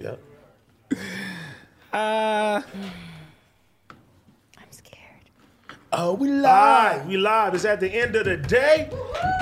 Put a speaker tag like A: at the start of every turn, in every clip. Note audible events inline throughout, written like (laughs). A: Yeah.
B: Uh,
C: I'm scared.
A: Oh, we live.
B: Live, we live. It's at the end of the day.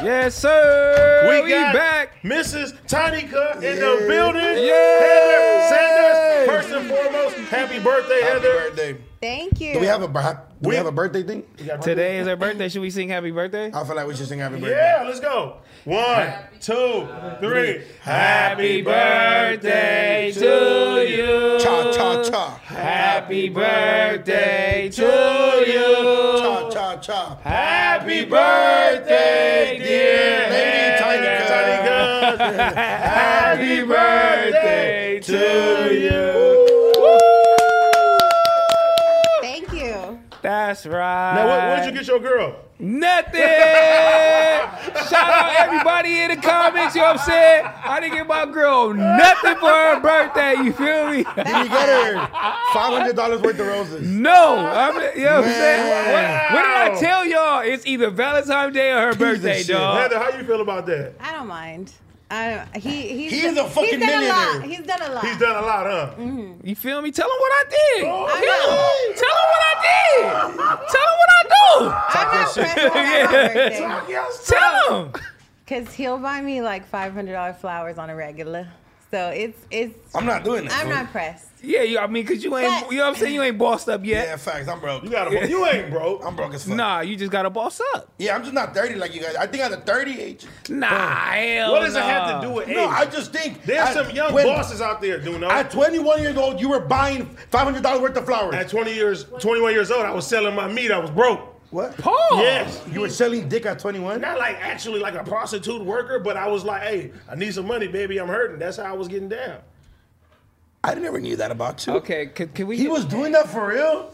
D: Yes, sir.
B: We,
D: We,
B: got
D: back.
B: Mrs. Tonica in the building. Heather
D: Yay!
B: Sanders, first and foremost, happy birthday,
A: Happy
B: Heather.
A: birthday.
C: Thank you.
A: Do we have a bir- do we
B: We-
A: have a birthday thing?
D: Today is her birthday. Should we sing happy birthday?
A: I feel like we should sing happy birthday.
B: Yeah, let's go. One, two, three.
D: Happy birthday to you.
A: Cha cha cha.
D: Happy birthday to you.
A: Cha cha cha.
D: Happy birthday, dear
A: Lady
D: Heather.
A: Tonica.
D: (laughs) Happy birthday to you.
C: Thank you.
D: That's right.
B: Now, where, where'd you get your girl?
D: Nothing. (laughs) Shout out everybody in the comments. You know what I'm saying? I didn't get my girl nothing for her birthday. You feel me?
A: Did you get her five hundred dollars worth of roses?
D: No. I'm, you know what I'm saying?
A: Man.
D: What, what did I tell y'all? It's either Valentine's Day or her birthday,
A: shit.
D: dog.
B: Heather, how you feel about that?
C: I don't mind. I, he, he's,
A: He's a fucking
C: he's done A
A: millionaire.
C: lot. He's done a lot.
A: Ah.
B: He's done a lot, huh?
D: You feel me? Tell them what I did.
B: Oh,
D: Tell 'em- Tell them
C: I
D: what I did. Tell them what I do.
C: I'm not pressed on
A: (laughs)
D: Yeah.
C: that
D: Tell them.
C: because he'll buy me like five hundred dollars flowers on a regular. So it's it's.
A: I'm not doing that.
C: I'm
A: fool.
C: not pressed.
D: Yeah, you, I mean, cause you ain't, you know what I'm saying? You ain't bossed up yet.
A: Yeah, facts. I'm broke.
B: You got to You ain't broke.
A: I'm broke as fuck.
D: Nah, you just gotta boss up.
A: Yeah, I'm just not 30 like you guys. I think I'm a 30 age.
D: Nah, hell
B: What does it have
D: nah.
B: to do with age?
A: Oh, No, I just think
B: There's
A: I-
B: some young
A: when-
B: bosses out there, Duno.
A: At 21 years old, you were buying $500 worth of flowers.
B: At 20 years, 21 years old, I was selling my meat. I was broke.
A: what?
D: Paul?
B: Yes.
A: You were selling dick at 21?
B: Not like actually like a prostitute worker, but I was like, hey, I need some money, baby. I'm hurting. That's how I was getting down.
A: I never knew that about you.
D: Okay, can, can we?
A: He was doing that for real?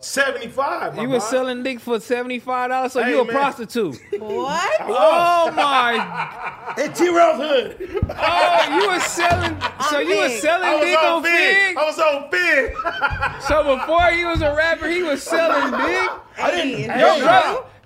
B: 75. my
D: You was
B: boy.
D: selling dick for seventy five dollars, so
B: Hey,
D: you a
B: man. (laughs)
D: prostitute.
A: (laughs)
C: What?
D: oh my!
A: It's T Ralph Hood.
D: Oh, you were selling. So you were
C: Fig.
B: I
D: selling
B: was
D: dick
B: on
D: on
B: big.
D: Fig.
B: I was on big.
D: So before he was a rapper, he was selling dick.
A: I didn't.
C: Hey,
A: Yo,
C: hey,
A: bro.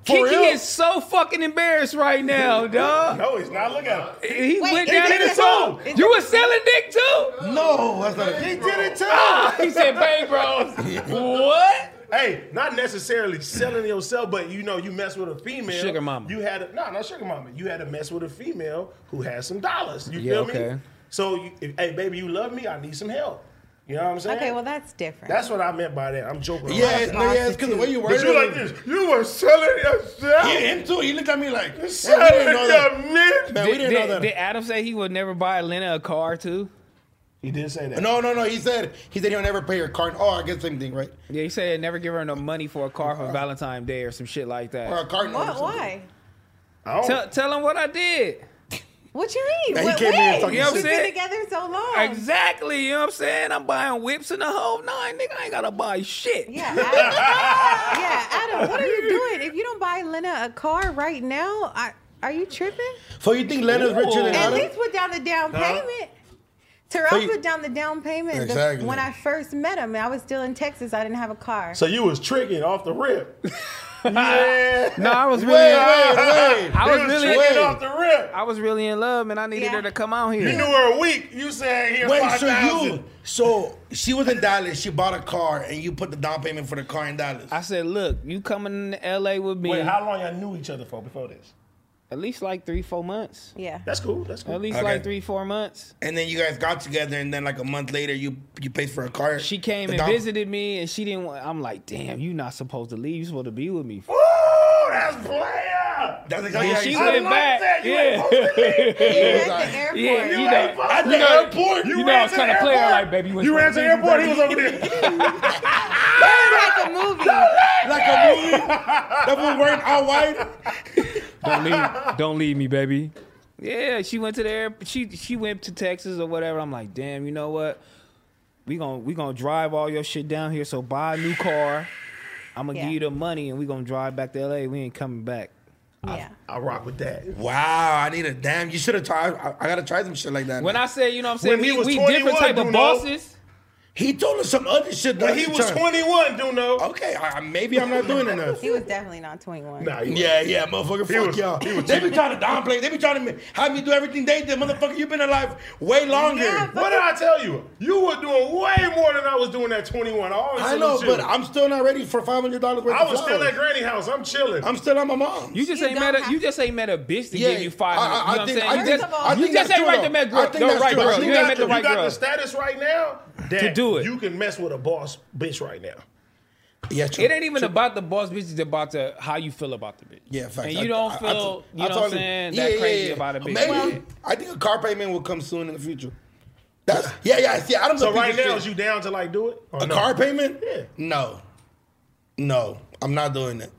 D: Bro,
A: For
D: Kiki
A: real?
D: is so fucking embarrassed right now, dog.
B: No, he's not. Look at him.
D: He
C: Wait,
D: went
C: it
D: down
C: did
D: in the
C: it
D: song.
C: too. It
D: You were selling dick
A: (laughs)
D: too.
A: No, that's not a
B: He did it too.
D: He said, "Babe, bro, (laughs) what?"
B: Hey, not necessarily selling yourself, but you know, you mess with a female.
D: Sugar mama.
B: You had a, no, not sugar mama. You had to mess with a female who has some dollars. You
D: Yeah,
B: feel
D: okay.
B: me? So, you, if, hey, baby, you love me. I need some help. You know what I'm saying?
C: Okay, well that's different.
B: that's what I meant by that. I'm joking.
A: Yeah, it- no, yeah, it's because the way you were.
B: But you like this. You were selling yourself.
A: Yeah, him too. He looked at me like, man, we
B: Selling
A: didn't know
B: your
A: that.
B: meat.
A: Man, we didn't know
D: Did, did
A: that.
D: Adam say he would never buy Lena a car too?
B: He did say that.
A: No, no, no. He said he said he'll never pay your card. Oh, I guess same thing, right?
D: Yeah, he said he'd never give her no money for a car for Valentine's Day or some shit like
A: Or a
D: that.
A: card.
C: what? Why?
B: I don't-
D: Tell, tell him what I did.
C: What you mean?
A: Yeah, he
C: What-
A: came in here talking
C: wait,
D: You know what I'm
C: We've been
D: saying?
C: together so long.
D: Exactly, you know what I'm saying? I'm buying whips and the whole nine, nigga. I ain't gotta buy shit.
C: Yeah, Adam,
A: (laughs)
C: yeah, Adam. What are you doing? If you don't buy Lena a car right now, I, are you tripping?
A: So you think Leonard's richer than
C: At
A: Adam?
C: least put down the down
B: Huh?
C: payment. Terrell
A: So you-
C: put down the down payment the-
A: Exactly.
C: when I first met him. I was still in Texas. I didn't have a car.
B: So you was tricking off the rip. (laughs) yeah.
D: No, I was really,
A: Wait, wait, wait.
D: I
B: You
D: was
B: was
D: really,
B: tricking
A: Wait.
B: off the rip.
D: I was really in love, and I needed
C: Yeah.
D: her to come out here.
B: You knew her a week. You said here
A: Wait,
B: five
A: so
B: thousand.
A: you, so she was in Dallas. She bought a car, and you put the down payment for the car in Dallas.
D: I said, look, you coming to LA with me?
B: Wait, how long y'all knew each other for before this?
D: at least like three, four months.
C: yeah.
B: That's cool. That's cool.
D: At least
A: Okay.
D: like three, four months.
A: and then you guys got together, and then like a month later, you you paid for a car.
D: She came
A: The
D: and
A: down-
D: visited me, and she didn't. want I'm like, damn, you not supposed to leave. You supposed to be with me.
B: Ooh, that's player.
A: That's exactly
D: Then
A: how
D: she
A: you-
B: I
D: went
B: like
D: back.
B: that. You ain't
D: yeah.
C: You were at the airport.
D: Yeah, (laughs) you
B: You ain't
D: know,
B: fucking-
A: At the
D: you know,
A: airport,
D: you
A: you
D: know, I
B: ran
D: was
B: to
D: trying
B: the
D: to play her
B: airport.
D: like, baby, went
B: You
D: to
B: ran to the airport. He was over
D: (laughs)
B: there.
C: It was like a movie.
A: like a movie. that one weren't all white.
D: Don't
A: (laughs)
D: leave, don't leave me, baby. Yeah, she went to the air. She she went to Texas or whatever. I'm like, damn, you know what? We gonna we gonna drive all your shit down here. So buy a new car. I'm gonna
C: Yeah.
D: give you the money, and we gonna drive back to LA. We ain't coming back.
C: Yeah.
B: I rock with that.
A: Wow, I need a damn. You should have tried. I, I gotta try some shit like that.
D: When I say, you know, what I'm
B: When
D: saying
B: he
D: we,
B: was
D: we different
B: 21,
D: type of
B: Duno.
D: bosses.
A: He told us some other shit.
B: When
A: that
B: he was 21, do know.
A: Okay, I, I- maybe I'm not doing (laughs) enough.
C: He was definitely not 21.
B: Nah, he
A: Yeah, yeah, motherfucker, fuck
B: was-
A: y'all.
B: he was
A: They be trying to downplay. They be trying to ma- have me do everything they did, motherfucker. You've been alive way longer.
C: Yeah, but-
B: What did I tell you? You were doing way more than I was doing at 21. I always
A: I know,
B: salute you.
A: but I'm still not ready for five hundred dollars worth.
B: I
A: of
B: was still
A: flowers.
B: at Granny House. I'm chilling.
A: I'm still on my mom.
D: You just
C: You
D: ain't met
C: don't
D: a you
C: have-
D: just ain't met a bitch to
A: Yeah,
D: give you five.
A: I- I- I
D: you
A: think-
D: know
A: I
D: what I'm saying?
C: think-
D: you
C: I
D: just, you
A: think
D: just
A: that's
D: ain't right
A: true,
D: to met
A: though. I
D: girl.
A: think
D: No
A: that's
D: right
A: true.
D: girl.
A: I
D: You
A: think
D: ain't met
A: that's
D: the
A: true.
B: you
D: right
B: got the
D: girl.
B: status right now that
D: do it.
B: You can mess with a boss bitch right now.
A: yeah, true.
D: It ain't even about the boss bitch. It's about the how you feel about the bitch.
A: Yeah, facts.
D: And
A: I-
D: you don't
A: I- I
D: feel
A: told-
D: you know
A: I told
D: what I'm
A: him,
D: saying
A: yeah,
D: that
A: yeah,
D: crazy
A: yeah.
D: about a bitch.
A: Maybe.
D: Yeah.
A: I think a car payment will come soon in the future. That's yeah, yeah. See, I don't.
B: So
A: know
B: right
A: people
B: now,
A: shit.
B: is you down to like do it? Or
A: a
B: no?
A: car payment?
B: Yeah.
A: No, no, I'm not doing it.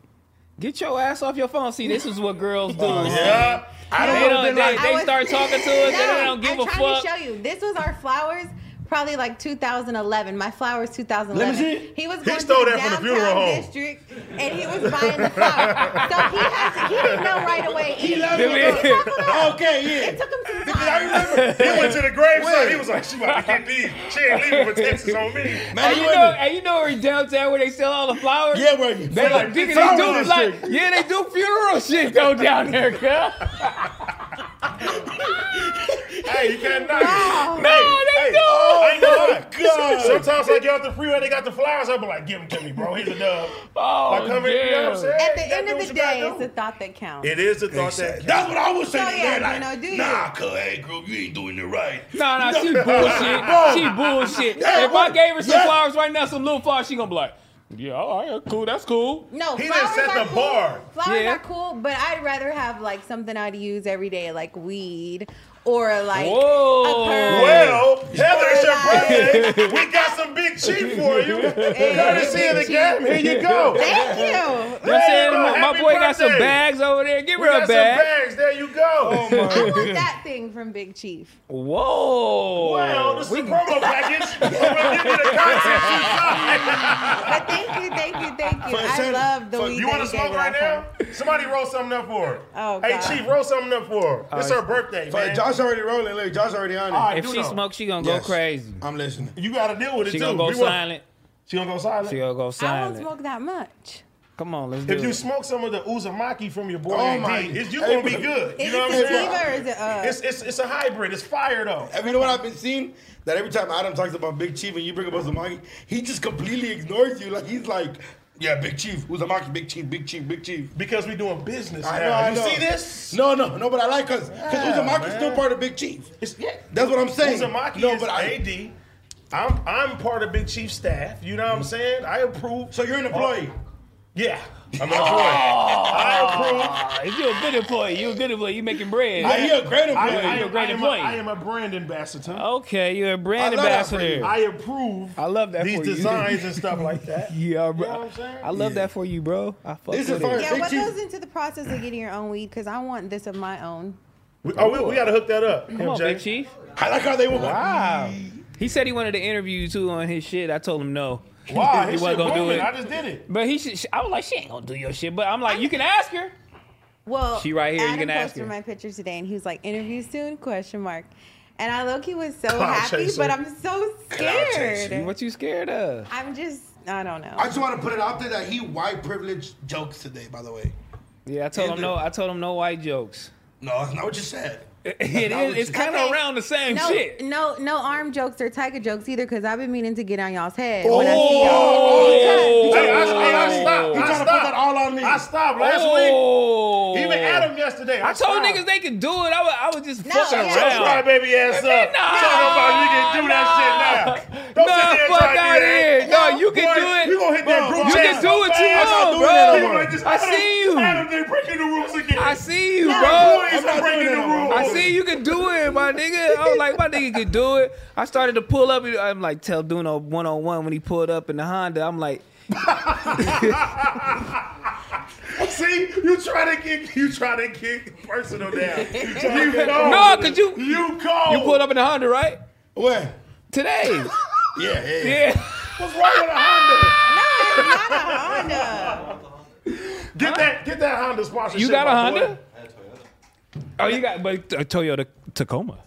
D: Get your ass off your phone. See, this is what girls do.
B: Yeah.
A: I don't
D: They
A: want
D: don't-
A: to be like.
D: they
C: I was-
D: start talking to us, they don't give
C: I'm
D: a
C: trying
D: fuck.
C: to show you. This was our flowers, probably like 2011. My flowers, 2011.
A: Let me see.
C: He was
B: He
C: going to
B: stole
C: the
B: that from the
C: downtown
B: funeral home.
C: district, and he was buying the flowers. so he had to. He didn't know right away. either.
D: it. (laughs)
C: He was talking about-
A: Okay, (laughs)
C: It took him some time.
A: yeah. I remember.
B: He went to the gravesite.
A: Wait.
B: He was like, she about to get these. She ain't leaving with Texas on me.
D: And
A: Man, you
D: Oh, you
A: ain't
D: know,
A: been-
D: and you know where downtown where they sell all the flowers.
A: Yeah, where you-
D: they like,
A: like,
D: nigga,
A: flower
D: they do like,
A: district.
D: yeah, they do funeral shit though down there,
A: (laughs)
D: girl.
B: Hey, you can't knock
C: Wow.
B: it.
C: No,
D: they
B: hey,
D: don't. Oh,
B: I ain't gonna lie.
A: God.
B: Sometimes I get off the freeway, they got the flowers. I'll be like, give them to me, bro. Here's a dub.
D: Oh,
B: Like, come here, you know what I'm
D: damn.
B: saying?
C: At the
B: You gotta
C: end
B: do
C: of
B: what
C: the
B: you gotta
C: day, it's
B: do.
C: the thought that counts.
B: It is the thought that.
A: That's what I was saying.
C: So,
A: They
C: yeah,
A: like,
C: you know, do you?
A: nah, cuz, hey, group, you ain't doing it right.
D: Nah, nah,
A: (laughs)
D: she bullshit. she bullshit.
A: Yeah,
D: if I gave her some
A: yeah.
D: flowers right now, some little flowers, she gonna be like, yeah, all right, cool, that's cool.
C: No,
B: He
C: flowers
B: done set
C: are
B: the
C: cool.
B: bar.
C: Flowers
D: Yeah.
C: are cool, but I'd rather have like something I'd use every day, like weed or like
D: Whoa.
C: a perm.
B: Well, Heather, it's your
C: Spoiler.
B: birthday. We got some big cheap for you.
C: Hey,
B: Courtesy of the
C: big
B: game. Here you go.
C: Thank
B: (laughs)
C: you.
D: You know what I'm
B: Hey,
D: saying?
B: bro,
D: My- my
B: happy
D: boy got some
B: birthday.
D: bags over there. Give
B: We
D: her a
B: got some
D: bag.
B: bags. There you go.
C: I want that thing from Big Chief.
D: Whoa.
B: Well, this is
D: We-
B: a promo package. We're gonna give you the content.
C: But thank you, thank you, thank you.
A: For
C: I
A: sure.
C: love the
A: For-
C: weed.
B: You
C: want
B: want to smoke right now? Somebody roll something up for her.
C: Oh,
B: hey,
C: God.
B: Chief, roll something up for her. It's her
D: All right.
B: birthday,
A: But
B: man.
A: Josh already rolling. Look, Josh already on it.
B: All right,
D: if
B: do
D: she
B: know.
D: smokes, she gonna
A: Yes.
D: go crazy.
A: I'm listening.
B: you gotta deal with it
D: She
B: too.
D: gonna go
B: We want-
D: silent.
B: She gonna go silent.
D: She gonna go
C: I won't
D: silent.
C: smoke that much.
D: Come on, let's do
B: if you
D: it.
B: smoke some of the Uzumaki from your boy,
A: Oh,
B: AD,
A: my-
B: it's, you gonna be good.
C: Is
B: you know
C: it
B: what I'm saying?
C: sativa or is it uh?
B: It's, it's it's a hybrid. It's fire though.
A: And you know what I've been seeing? That every time Adam talks about Big Chief and you bring up Uzumaki, he just completely ignores you. Like he's like, yeah, Big Chief, Uzumaki, Big Chief, Big Chief, Big Chief.
B: Because we doing business
A: I
B: now.
A: know, I
B: you
A: know.
B: see this?
A: No, no, no, but I like us. Because
B: Yeah,
A: Uzumaki's
B: man.
A: still part of Big Chief.
B: It's, yeah.
A: That's what I'm saying.
B: Uzumaki
A: No,
B: is
A: but I-
B: AD. I'm I'm part of Big Chief staff. You know what I'm saying? I approve.
A: Mm-hmm. So you're Oh. an employee.
B: Oh. yeah, I'm an employee. I approve.
D: Ah, if you're a good employee, you're a good employee. You're making bread.
A: I hear a
B: I,
A: great employee. Oh,
B: I,
D: You're a
B: am,
D: great
B: I, am a,
D: employee.
B: I am a brand ambassador.
D: okay, you're a brand
A: I love that for
D: ambassador.
A: you.
B: I approve.
D: I love that
B: these
D: for you. (laughs)
B: designs and stuff like
A: (laughs)
B: that.
D: yeah, bro.
B: You know what I'm saying?
D: I love that for you, bro. I fuck
A: This is
D: with
A: fire.
D: it.
C: yeah,
A: Big
C: what
A: Chief.
C: goes into the process of getting your own weed? Because I want this of my own.
B: We, oh, we, we gotta hook that up.
D: Come on,
B: MJ.
D: Big Chief.
A: I like how they were.
D: Wow. He said he wanted to interview you too on his shit. I told him no. (laughs)
B: Wow,
D: he
B: his
D: wasn't
B: shit
D: gonna do
B: booming. I
D: it.
B: just did it.
D: But he should. I was like, she ain't gonna do your shit. But I'm like, you can ask her.
C: Well,
D: She right here, you
C: Adam
D: can ask
C: posted
D: her.
C: my picture today, and he was like, "Interview soon?" Question mark. And I low key was so
B: Cloud
C: happy,
B: chaser.
C: but I'm so
A: chaser.
C: scared.
D: What you scared of?
C: I'm just, I don't know.
A: I just want to put it out there that he white privilege jokes today, by the way.
D: Yeah, I told him
A: Either.
D: no. I told him no white jokes.
A: No, that's not what you said.
D: (laughs) It
A: That's
D: is. It's
A: not
D: kind
A: what
D: of
C: Okay.
D: around the same
C: no,
D: shit.
C: no, no arm jokes or tiger jokes either, because I've been meaning to get on y'all's head.
A: Oh,
C: when I see y'all.
A: oh,
B: Hey, I, hey, I stopped.
A: You
B: I
A: trying to
B: stopped.
A: put that all on me.
B: I stopped last
D: Oh.
B: week. Even Adam yesterday. I,
D: I told
B: stopped.
D: niggas they could do it. I was, I was just
C: No,
D: fucking
C: yeah.
B: Shut your
D: around.
B: baby ass up.
C: (laughs)
D: Nah,
B: Talking about you can do that shit now. Don't
D: nah,
B: sit there and
D: fuck
B: try to
D: out
B: do that.
D: here. No, you can
B: Boy,
D: do it.
B: You gonna hit that
A: Bro,
B: group
A: you
B: chat
A: can
D: do
B: so
D: it too
B: fast.
A: long,
B: People
A: bro.
B: like this,
D: I
B: Adam-
D: see you.
B: Adam, they breaking the rules again.
D: I see you,
C: No.
D: bro.
B: Boys
A: I'm not
B: are breaking
A: doing
B: the
A: that no
B: rules.
A: more.
D: I see you can do it, my nigga. I was like, my nigga could do it. I started to pull up. and I'm like, tell Duno one on one when he pulled up in the Honda. I'm like,
B: See, you try to get you try to get personal
D: (laughs)
B: now. You cold.
D: no, cause you you
B: you cold.
D: pulled up in the Honda, right?
A: Where? (laughs)
D: Today,
A: Yeah, yeah. yeah.
D: yeah.
B: What's wrong with a Honda?
C: No, it's not a Honda.
B: Get that get that Honda sponsorship.
D: You got a
B: my boy.
D: Honda? Oh, you got but a Toyota Tacoma.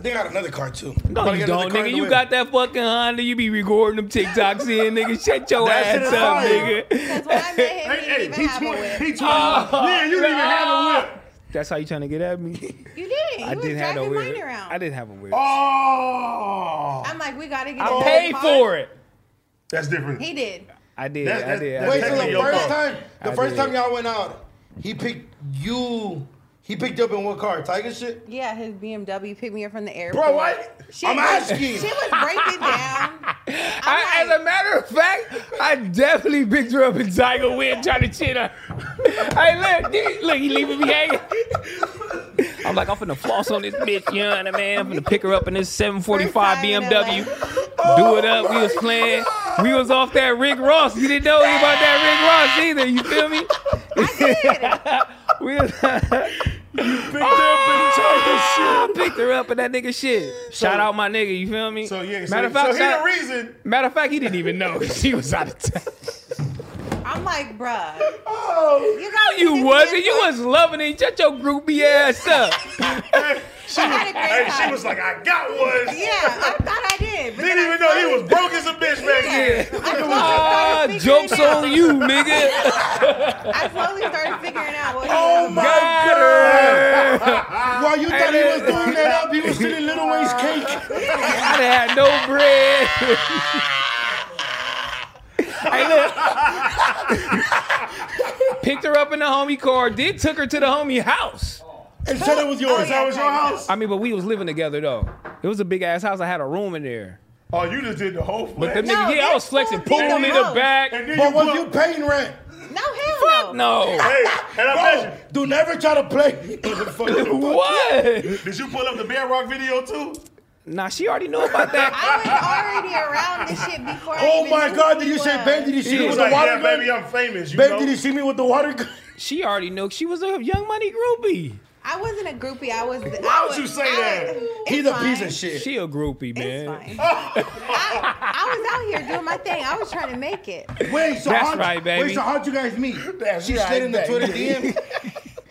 A: I think I got another car too.
D: No,
A: Probably
D: you
A: got another
D: don't,
A: car
D: nigga.
A: in the
D: You
A: way.
D: got that fucking Honda. You be recording them TikToks in,
A: (laughs)
D: nigga. Shut your
A: That shit
D: ass
A: is
D: up,
A: fire.
D: nigga.
C: Because when I met him,
B: Hey,
C: he didn't
B: hey,
C: even
B: he
C: have a
B: twenty.
C: whip.
B: He twenty.
D: Oh,
B: yeah, you didn't even have a whip.
D: That's how you trying to get
A: (laughs)
D: at me.
C: You didn't. You
D: I
C: was
D: didn't have
C: dragging
D: no
C: mine
D: weird.
C: around.
D: I didn't have a weird.
A: Oh,
B: Oh,
C: I'm like, we gotta get.
D: I
C: him
D: paid
C: a
D: for
C: car.
D: it.
B: that's different.
C: He did.
D: I did.
B: That's-
D: I did. I
B: that's-
A: Wait,
D: did.
A: so
B: Technically
A: the
B: your
A: first
B: car.
A: time, the
D: I
A: first
D: did.
A: time y'all went out, he picked you. He picked you up in what car? Tiger shit.
C: Yeah, his BMW picked me up from the airport.
A: Bro, what?
C: She
A: I'm
C: was-
A: asking.
C: She was breaking down.
D: I,
C: like-
D: as a matter of fact, I definitely picked her up in Tiger Wind trying to cheat her. hey, look, dude, look, he leaving me hanging. I'm like, I'm finna floss on this bitch, you know what I mean? I'm finna pick her up in this 745
C: First time in
D: BMW. Do it up. We was playing. We was off that Rick Ross. You didn't know about that Rick Ross either. You feel me? (laughs) we was,
B: picked up
D: I picked her up in that nigga shit. Shout out my nigga. You feel me?
B: So yeah, so,
D: matter of fact,
B: so he the
D: shout-
C: (laughs)
B: reason.
D: matter of fact, he didn't even know (laughs) she was out of (laughs) town.
C: I'm like, bruh.
B: Oh,
C: You got
D: You wasn't. You was loving it. Shut your groupie ass (laughs) up.
B: she,
C: had a great
B: hey, she
C: time.
B: was like, I got one.
C: Yeah, I thought I did. but
B: Didn't
C: then
B: even
C: I
B: know he was broke as a bitch back then.
D: Ah,
C: started figuring
D: jokes
C: it out.
D: on you, nigga. (laughs)
C: I slowly started figuring out what he
A: Oh
C: was
A: my
D: Got
A: god!
D: her.
A: While you thought he was doing that up, he was stealing Little Wayne's cake.
D: I done had no bread. hey, look. (laughs) Picked her up in the homie car. Did took her to the homie house.
A: And said it was yours.
C: yeah.
B: That was your house.
D: I mean, but we was living together though. It was a big ass house. I had a room in there.
B: Oh, you just did the whole flex.
D: But that
C: No,
D: nigga, yeah, I
C: this
D: was flexing,
C: fool did
D: pulling
C: the
D: in the
C: most.
D: back.
B: And then
A: But
B: you
A: was
B: put-
A: you paying rent?
C: No, hell no.
D: No.
B: Hey, and I
A: Bro,
B: bet
A: do never try to play. Motherfucker.
D: What?
B: you. Did you pull up the Bedrock video too?
D: Nah, she already knew about that.
C: I was already around this shit before I
A: Oh
C: even
A: my
C: knew
A: god!
C: who
A: Did
C: he
A: you say,
C: was.
A: babe? Did you see
D: He
A: me
B: He was
A: with the
B: like, yeah,
A: water gun?
B: baby, I'm famous. You
A: Babe,
B: know?
A: did you see me with the water gun?
D: She already knew. She was a Young Money groupie.
C: I wasn't a groupie. I was.
B: Why
C: I
B: would
C: was,
B: you say
C: I
B: that?
C: was-
A: He's
C: it's
A: a piece
C: fine.
A: of shit.
D: She a groupie,
C: It's
D: man.
C: fine. (laughs) I, I was out here doing my thing. I was trying to make it.
A: Wait, so
D: That's
A: how'd,
D: right, baby.
A: Wait, so how'd you guys meet?
B: (laughs) That's
A: she
B: right,
A: slid in the
B: baby.
A: Twitter
B: (laughs)
A: DM,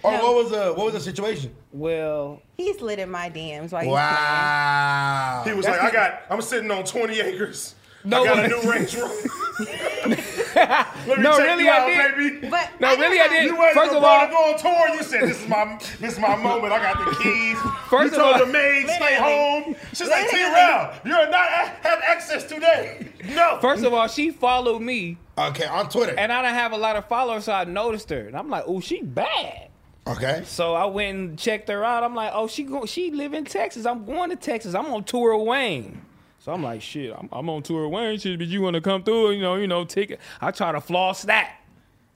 A: or what was the what was the situation?
D: Well,
C: He slid in my DMs while
A: Wow.
B: He was like, I got, I'm sitting on 20 acres.
D: No,
B: I got a
D: it-
B: new Range
D: (laughs)
B: Rover. Let me
D: No,
B: check
D: really,
B: you
D: I
B: out,
D: did.
B: baby.
C: he was playing. But
D: No,
C: I didn't
D: really, I
C: have-
D: didn't.
B: You waited
D: First
B: for
D: of
B: Bro
D: all-
B: to go on tour. You said this is my this is my moment. I got the keys.
D: First
B: you
D: of
B: told
D: all-
B: the maid stay
C: Literally.
B: home. She's like
C: Literally.
B: T-Rail, you're not have access today. No.
D: first (laughs) of all, she followed me,
A: Okay, on Twitter.
D: and I don't have a lot of followers, so I noticed her, and I'm like, oh, she bad.
A: okay.
D: So I went and checked her out. I'm like, oh, she go- she live in Texas. I'm going to Texas. I'm on tour of Wayne. So I'm like, shit, I'm, I'm on tour of Wayne. Shit, but you want to come through? You know, you know, take it. I try to floss that.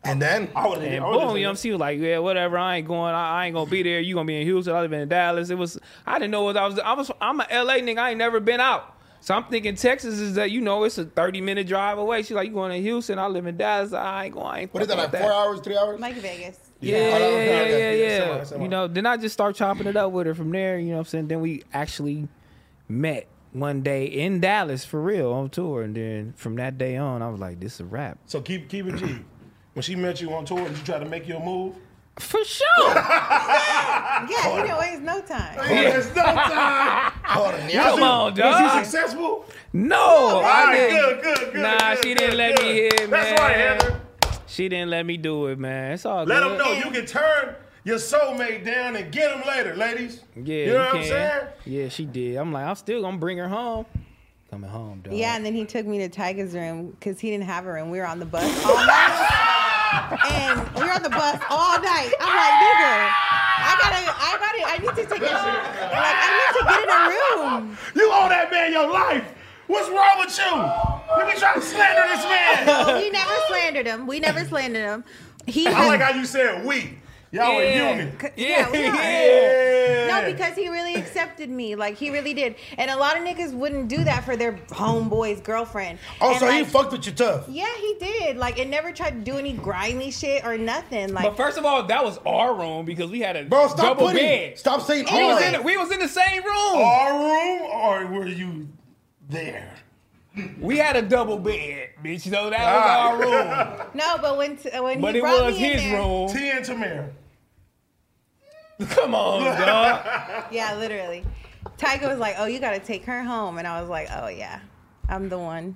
A: And then
B: I would
D: And boom, you know, she was like, "Yeah, whatever. I ain't going. I, I ain't gonna be there. You gonna be in Houston. I live in Dallas. It was. I didn't know what I was. I was. I'm a LA nigga. I ain't never been out. So I'm thinking Texas is that you know it's a 30 minute drive away. She's like, "You going to Houston? I live in Dallas. I ain't going. I ain't
A: what is that?
D: fucking
A: Like
D: with
A: four hours, three hours?
C: Like Vegas.
D: Yeah,
A: Yeah.
D: yeah,
A: Oh,
D: yeah,
A: okay,
D: yeah,
A: okay.
D: yeah.
B: Yeah, somewhere, somewhere.
D: You know, then I just start chopping it up with her from there. You know what I'm saying? Then we actually met one day in Dallas for real on tour, and then from that day on, I was like, "This is a wrap."
B: So keep keep it G. When she met you on tour, did you try to make your
D: (laughs)
B: move?
D: For sure.
C: Yeah, you didn't waste no time.
B: Yes, no time.
A: Hold on, yeah.
D: Come on, dog.
B: Was he successful?
A: (laughs)
D: No,
B: All
D: I
B: right, good,
D: didn't.
B: good, good.
D: Nah,
B: good,
D: she
B: good,
D: didn't let
B: good.
D: me hit, man.
B: That's right, Heather.
D: She didn't let me do it, man. It's all
B: Let
D: good.
B: them know you can turn your soulmate down and get them later, ladies.
D: Yeah,
B: you know what I'm
D: can.
B: saying?
D: Yeah, she did. I'm like, I'm still gonna bring her home. Coming home, dog.
C: Yeah, and then he took me to Tiger's room because he didn't have a room. We were on the bus all night, and we were on the bus all night. I'm like, nigga, I gotta, I gotta, I need to take a, like, I need to get in a room.
B: (laughs) You owe that man your life. What's wrong with you? You be trying to slander this man.
C: We never slandered him. We never slandered him. He
B: I
C: had-
B: like how you said we. Y'all a
D: Yeah.
B: unit.
C: Yeah,
D: (laughs)
C: we are.
D: yeah.
B: Yeah.
C: No, because he really accepted me. Like he really did. And a lot of niggas wouldn't do that for their homeboy's girlfriend.
A: Oh,
C: And,
A: so he
C: like,
A: fucked with you tough.
C: Yeah, he did. Like it never tried to do any grimy shit or nothing. Like
D: But first of all, that was our room because we had a
A: Bro, stop
D: double
A: putting.
D: bed.
A: Stop saying
D: We was,
A: all.
D: in, we was in the same room.
B: Our room or were you there?
D: We had a double bed, bitch. So that
B: Ah.
D: was
A: (laughs)
D: our room.
C: no, but when t- when
D: But
C: he
D: it
C: brought
D: was
C: me in
D: his
C: there,
D: room.
B: T and Tamara.
D: (laughs)
A: (laughs)
D: Come on, dog.
C: Yeah, literally. Tiger was like, "Oh, you gotta take her home," and I was like, "Oh yeah, I'm the one."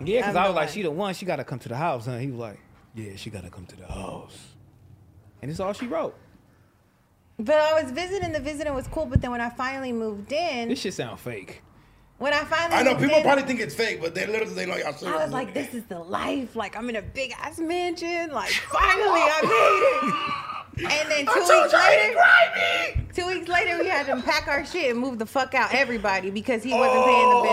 D: Yeah, because
C: I'm
D: I
C: the
D: was like,
C: one.
D: she the one. She got to come to the house. And he was like, yeah, she got to come to the house. And it's all she wrote.
C: But I was visiting. The visiting was cool. But then when I finally moved in,
D: This shit sound fake.
C: when I finally
A: I know
C: moved
A: people
C: in,
A: probably think it's fake, but they literally they know y'all serious.
C: I was like, "This is the life. Like I'm in a big ass mansion. Like finally, I made it." And then two weeks later, two weeks later, we had to pack our shit and move the fuck out everybody because he wasn't paying the bills.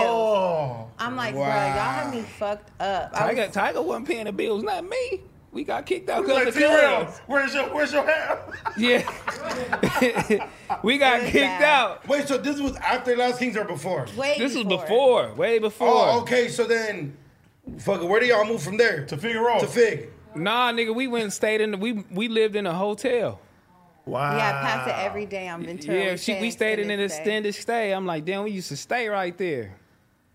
B: Oh,
C: I'm like, bro,
A: Wow.
C: y'all had me fucked up. I was-
D: Tiger, Tiger wasn't paying the bills, not me. We got kicked out because
B: like,
D: of the
B: be real.
D: clubs.
B: Where's your Where's your hair?
D: Yeah. (laughs) we
C: It
D: got
C: was
D: kicked
C: bad.
D: out.
A: Wait, so this was after Last Kings or before?
C: way
D: This was before, way before.
A: Oh, okay. So then, fucking, where do y'all move from there?
B: To figure out.
A: To Fig.
D: Nah, nigga, we went and stayed in the, we we lived in a hotel.
B: (laughs) Wow.
C: Yeah, I pass it every day on Ventura.
D: yeah, she, we
C: pass
D: stayed in an
C: and stay.
D: extended stay. I'm like, damn, we used to stay right there.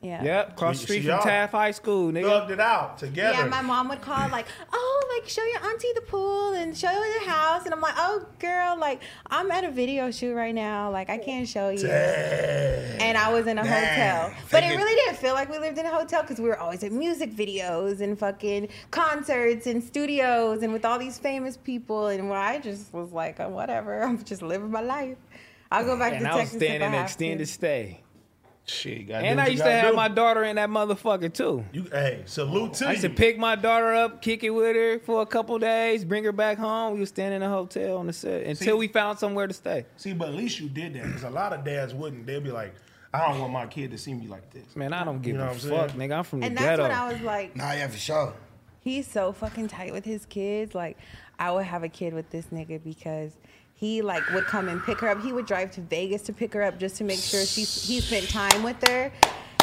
C: Yeah.
D: Yep, across the
B: See-
D: street
B: see
D: from
B: y'all.
D: Taft High School, nigga.
B: Thugged it out together.
C: Yeah, my mom would call like, "Oh, like show your auntie the pool and show her the house," and I'm like, "Oh, girl, like I'm at a video shoot right now, like I can't show you."
B: Dang.
C: And I was in a hotel,
A: Damn.
C: but it
A: Thinking-
C: really didn't feel like we lived in a hotel because we were always at music videos and fucking concerts and studios and with all these famous people, and where I just was like, oh, "Whatever, (laughs) I'm just living my life." I'll go back
D: And
C: to
D: I was
C: Texas
D: staying
C: if I
D: in an
C: have
D: extended
C: to.
D: stay.
B: Shit, gotta do
D: And
B: what
D: I
B: you
D: used to
B: gotta
D: have
B: do.
D: my daughter in that motherfucker too.
B: You, hey, salute to
D: I
B: you.
D: used to pick my daughter up, kick it with her for a couple days, bring her back home. We was staying in a hotel on the set until
B: See-
D: we found somewhere to stay.
B: See, but at least you did that because a lot of dads wouldn't. They'd be like, I don't want my kid to see me like this.
D: Man, I don't give
B: know
D: a
B: what I'm
D: fuck,
B: saying?
D: nigga. I'm from the
C: And that's
D: ghetto.
C: when I was like,
A: Nah, yeah, for sure.
C: he's so fucking tight with his kids. Like, I would have a kid with this nigga because he like would come and pick her up. He would drive to Vegas to pick her up just to make sure she he spent time with her.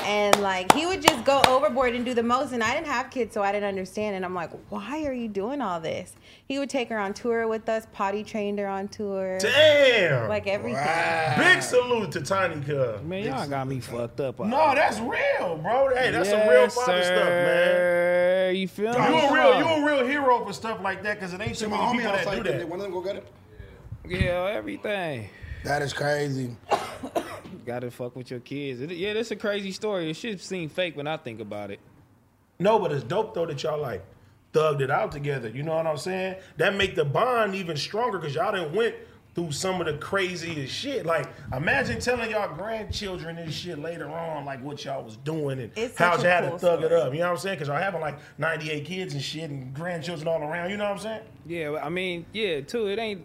C: And like he would just go overboard and do the most. And I didn't have kids, so I didn't understand. And I'm like, why are you doing all this? He would take her on tour with us, potty trained her on tour,
B: Damn.
C: like everything.
A: Wow.
B: Big salute to Tiny Cub.
D: Man, y'all got me fucked up.
B: No, that's real, bro. Hey, that's some real father stuff, man.
D: man. You feel me?
B: You a
D: Come
B: real,
D: on.
B: you a real hero for stuff like that because it ain't too
A: My
B: many
A: homie
B: people that
A: outside.
B: do
A: Did
B: that.
A: one of them go get it?
D: Yeah, everything.
A: That is crazy.
D: Got to fuck with your kids. It- yeah, that's a crazy story. It should seem fake when I think about it.
B: No, but it's dope though that y'all like thugged it out together. You know what I'm saying? That make the bond even stronger because y'all done went through some of the craziest shit. Like imagine telling y'all grandchildren this shit later on, like what y'all was doing and
C: It's
B: how
C: such
B: y'all
C: a
B: had
C: cool
B: to thug it
C: story.
B: up. You know what I'm saying? Because y'all having like 98 kids and shit and grandchildren all around. You know what I'm saying?
D: Yeah, but I mean, yeah, too. It ain't